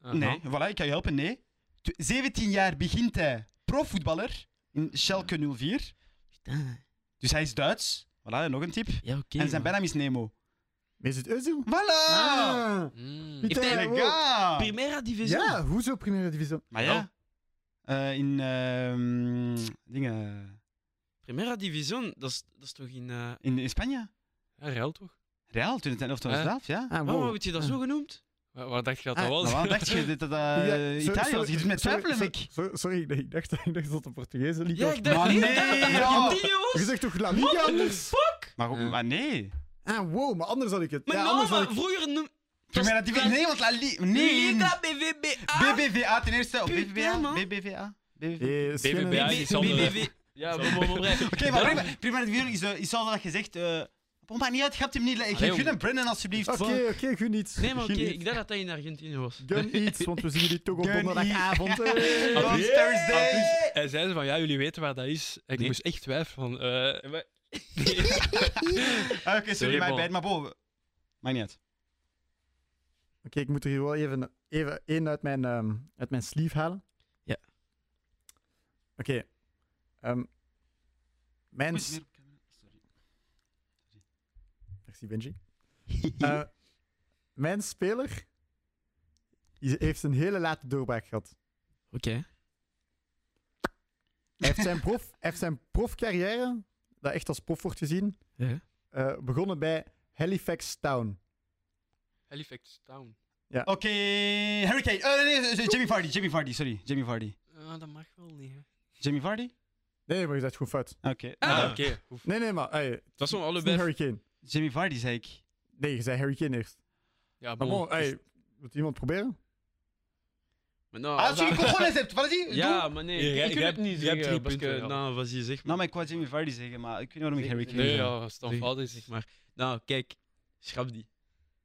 Ah,
Nee, voilà, ik kan je helpen. Nee. Tw- 17 jaar begint hij profvoetballer in Schalke 04.
Ah,
Dus hij is Duits. Voilà, nog een tip.
Ja, oké.
en zijn
maar-
bijnaam is Nemo.
Is het Özil?
Voilà!
Ah.
Mm.
Putain,
Hey,
wow.
legaal.
Primera Division.
Ja, hoezo Primera Divisie?
Maar ja. Eh, in ehm, dingen.
Primera division, dat is, dat is toch in... eh,
In, in Spanje?
Ja, Real toch?
Real 2011, 2012, ja.
Ah,
Oh, heb je dat zo genoemd?
Waar, waar dacht je dat
Ah,
dat
Maar waarom
was?
dacht je dat dat eh, Italië was? Je doet met twijfelen,
sorry,
ik.
Sorry, sorry, ik dacht- ik dacht, ik dacht dat de Portugese liga
Ja,
was.
ik dacht
Maar
niet.
nee, ja.
Argentiniërs.
Je zegt toch
What
La Liga
the
anders?
fuck?
Maar, goed,
Ja.
maar nee.
Ah, wow, maar anders had ik het.
Maar
ja,
nou,
anders had
maar
ik...
vroeger noem...
Primera Divisie. Nee, want La Li- Nee.
Liga BVBA.
BBVA ten eerste. Of
Putain,
BBVA?
man.
BBVA? BBVA?
Eh, is geen-
BBVA. Ja, die Sander.
BBV. Ja, we mogen
Oké, maar prima, prima division is, eh, is zoals dat gezegd. eh Oh, maar niet uit, je hebt hem niet... Geef
Allee,
Gun en Brennan alsjeblieft.
Oké, oké, gun iets.
Nee, maar oké,
Geniet.
ik dacht dat hij in Argentinië was.
Gun iets, want we zien jullie toch op
Gun
donderdagavond.
On
Ah,
Hey.
nee.
Thursday!
Ah, dus, hij zei ze van, ja, jullie weten waar dat is. En ik
Nee.
moest echt twijfelen van... eh,
Ah, Oké, sorry,
Sorry,
mijn
Paul.
bad, maar boven. Maakt niet uit.
Oké, ik moet er hier wel even, even één uit mijn, ehm, uit mijn sleeve halen.
Ja.
Oké. ehm, mijn... s- Merci, Benji. Eh, mijn speler die heeft een hele late doorbraak gehad.
Oké.
Hij heeft zijn, prof, hij heeft zijn profcarrière, dat echt als prof wordt gezien,
Ja.
eh, begonnen bij Halifax Town.
Halifax Town.
Oké, Hurricane. Oh, nee, nee, nee, Jimmy Vardy, Jimmy Vardy, sorry. Jimmy Vardy.
Ah, dat mag wel niet, hè.
Jimmy Vardy?
Nee, maar je zegt gewoon fout.
Oké.
Ah,
Ah,
oké. Oef.
Nee, nee, maar hey, het is
Dat was van
niet
allebei.
Harry Kane.
Jimmy Vardy, zei ik.
Nee, je zei Harry Kane eerst.
Ja,
Oh.
Maar
bon.
Ah, bon, hey, wil iemand proberen?
Maar nou,
Ah,
als
sorry,
dat-
Cojones hebt, wat is die?
Ja, maar nee,
Je-
ik-
je
ik wil
hebt-
het niet
je hebt
zeggen.
drie
parce que,
punten, ja.
nou, wat je zegt.
Nou, maar ik wou Jimmy Vardy zeggen, maar ik weet niet waarom ik Harry Kane
Nee,
zeg.
ja, als het dan
Zeg-
fout is.
zeg maar. Nou, kijk. Schrap die.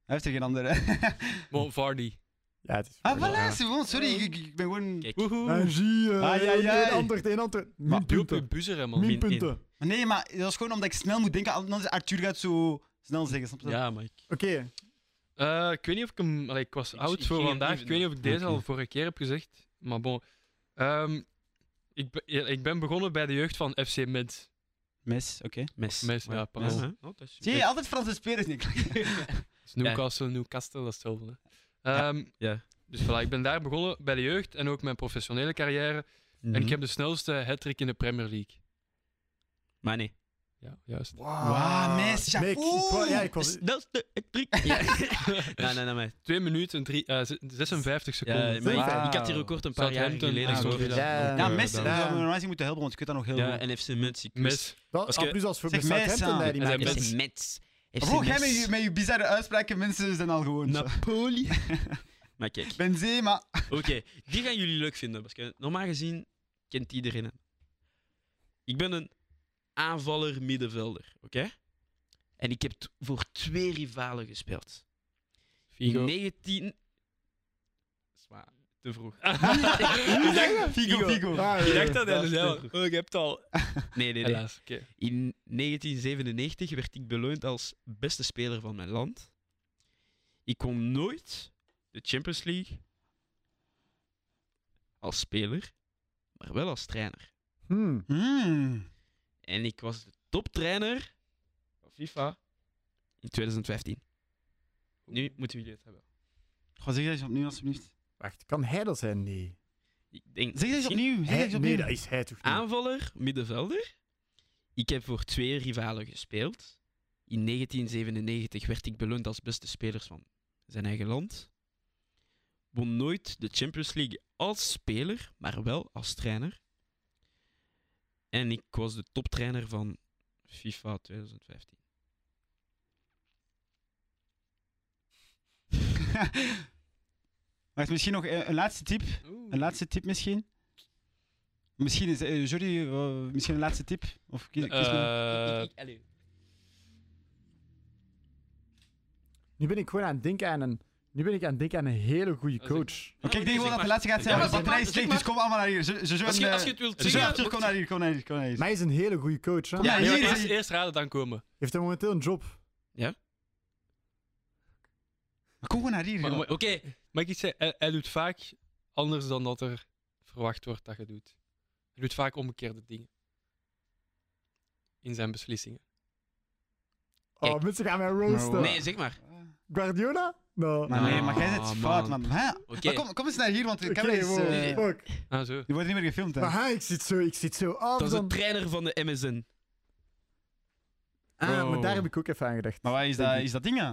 Hij heeft er geen andere.
Bon, Vardy.
Ja, het is.
ah, voilà,
Ja.
c'est bon, sorry, ik, ik- ik ben gewoon...
Kijk.
Woehoe.
En zie je.
Ai, ai, ai.
Ah, Een antwoord, één antwoord.
Maar doe op je
Minpunten.
buzzer, hè, man.
Min-
Minpunten.
in.
Maar nee, maar dat is gewoon omdat ik snel moet denken, anders Arthur gaat zo snel zeggen, snap je?
Ja, maar ik...
Oké,
Eh, ik weet niet of ik hem... allee, ik was
Ik-
oud
ik
voor
ging hem
vandaag.
niet
Ik weet niet of ik deze
Oké.
al vorige keer heb gezegd. Maar bon. Ehm, ik, be- ja, ik ben begonnen bij de jeugd van FC Mid.
Mes, oké.
Mes.
Mes, ja,
mes.
pardon.
Ja, hè?
Zie je, altijd Franse spelers, Nick.
Dus Newcastle, Newcastle, dat is hetzelfde. hè.
Ja.
Ehm,
Ja.
Dus voilà, ik ben daar begonnen bij de jeugd en ook mijn professionele carrière. En ik heb de snelste hat in de Premier League.
Maar nee.
Ja, juist.
Ah,
Wauw,
Wauw, mes,
Nee, Ah, ik- ik wou- ja, ik was...
Snelste trick. Nee, nee, nee. maar-
2 minuten drie, eh, z- 56
Ja,
seconden.
maar
Wauw.
ik, ik had die record een paar jaar
Southampton,
geleden.
ah,
zo
oké,
gedaan.
ja.
Ja, mes,
dan-
zou me normaal gezien moeten helpen, want ik weet dat nog heel
Ja,
goed.
en FC Mets. Ik wist-
Mes.
Dat,
Als
en
je-
plus als voor
Zeg,
bij
mes,
Southampton
ja.
bij die
Ja, zijn
maken.
FC Mets. FC
Bro, Oh, jij met
Mets.
je, met je bizarre uitspraken, mensen zijn al gewoon. zo.
Napoli. maar kijk,
Benzema.
oké. Die gaan jullie leuk vinden. Parce que normaal gezien kent iedereen hem. Ik ben een aanvaller-middenvelder, oké? En ik heb t- voor twee rivalen gespeeld.
Figo.
19... Zwaar, te vroeg.
Figo, Figo.
Ah,
Je
ja,
dacht dat hij
ja.
dus ja, oh, ik heb het al.
Nee, nee, nee.
Helaas, oké.
In 1997 werd ik beloond als beste speler van mijn land. Ik kon nooit de Champions League als speler, maar wel als trainer.
Hmm.
Hmm.
En ik was de toptrainer van FIFA in 2015. Nu moeten jullie het hebben.
Gewoon zeg dat eens opnieuw, alsjeblieft.
Wacht, kan hij dat zijn? Nee.
Ik denk,
Zeg dat eens
misschien
opnieuw, zeg dat Ah,
Hij-
eens opnieuw.
nee, dat is hij toch niet?
aanvaller, middenvelder. Ik heb voor twee rivalen gespeeld. In 1997 werd ik beloond als beste speler van zijn eigen land. Won nooit de Champions League als speler, maar wel als trainer. En ik was de toptrainer van FIFA 2015.
Wacht, misschien nog een, een laatste tip. Een laatste tip misschien. Misschien is eh, Jordi, eh, misschien een laatste tip. Of kies, kies maar.
Eh,
Nu ben ik gewoon aan het denken aan een... Nu ben ik aan het denken aan een hele goede
Als ik-
coach.
Oké, ik denk gewoon dat de laatste gaat zijn.
Ja,
want de
maar
batterij
zeg
is
maar,
leeg,
zeg
dus kom allemaal naar hier. Ze, ze zullen,
Als je,
eh,
als je het wilt
ze zullen-
zeggen...
Arthur, kom naar hier, kom naar hier, kom naar hier.
Maar hij is een hele goede coach. Hè?
Kom naar
Ja,
ja,
hier.
eerst,
hier.
eerst raden, dan komen.
Heeft hij momenteel een job?
Maar Kom gewoon naar hier.
Maar-
joh.
maar-
Oké,
Maar ik iets zeggen? Hij, hij doet vaak anders dan dat er verwacht wordt dat je doet. Hij doet vaak omgekeerde dingen. In zijn beslissingen.
Oh,
Kijk.
mensen gaan mij roosten.
Maar-
nee, zeg maar.
Guardiola? Nou, No.
Maar nee, maar jij
Ah,
zit fout,
man.
man. Hè?
Oké.
Maar kom, kom eens naar hier, want de
Oké,
camera is...
wow,
eh,
fuck.
Ah, zo.
die wordt niet meer gefilmd, hè.
Maar hij, ik zit zo, ik zit zo af
Dat is de
dan.
trainer van de MSN.
Ah, maar
Oh.
daar heb ik ook even aan gedacht.
Maar wat is dat, is dat ding, hè?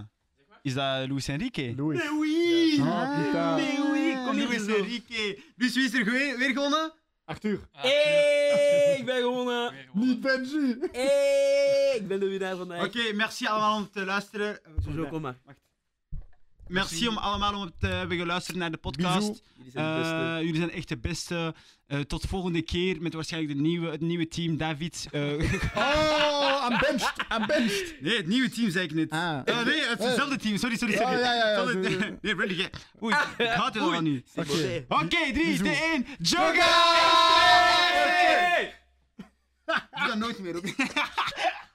Is dat Luis Enrique?
Louis.
Louis!
Ah, putain.
Louis, kom hier
Luis
Luis Enrique. Dus wie is er gewe- weer gewonnen?
Arthur,
Hey, ik ben gewonnen.
niet Benji.
Hey, ik ben de winnaar vandaag.
Oké, merci allemaal om te luisteren.
Zo, kom maar.
Merci om allemaal om te hebben geluisterd naar de podcast.
Bisous.
Jullie zijn de beste.
Eh, jullie zijn echt de beste. Eh, tot volgende keer met waarschijnlijk de nieuwe, het nieuwe team. David. eh,
Oh, I'm benched. I'm benched.
nee, het nieuwe team zei ik net.
Ah.
Eh, nee, het is hetzelfde team. Sorry, sorry, sorry.
Oh, ja, ja, ja.
Hetzelfde-
Doe-
nee, Randy, jij- Oei, ik haat het al nu.
Oké.
Oké, 3, 2, 1. Joga! Doe dat nooit meer. ook.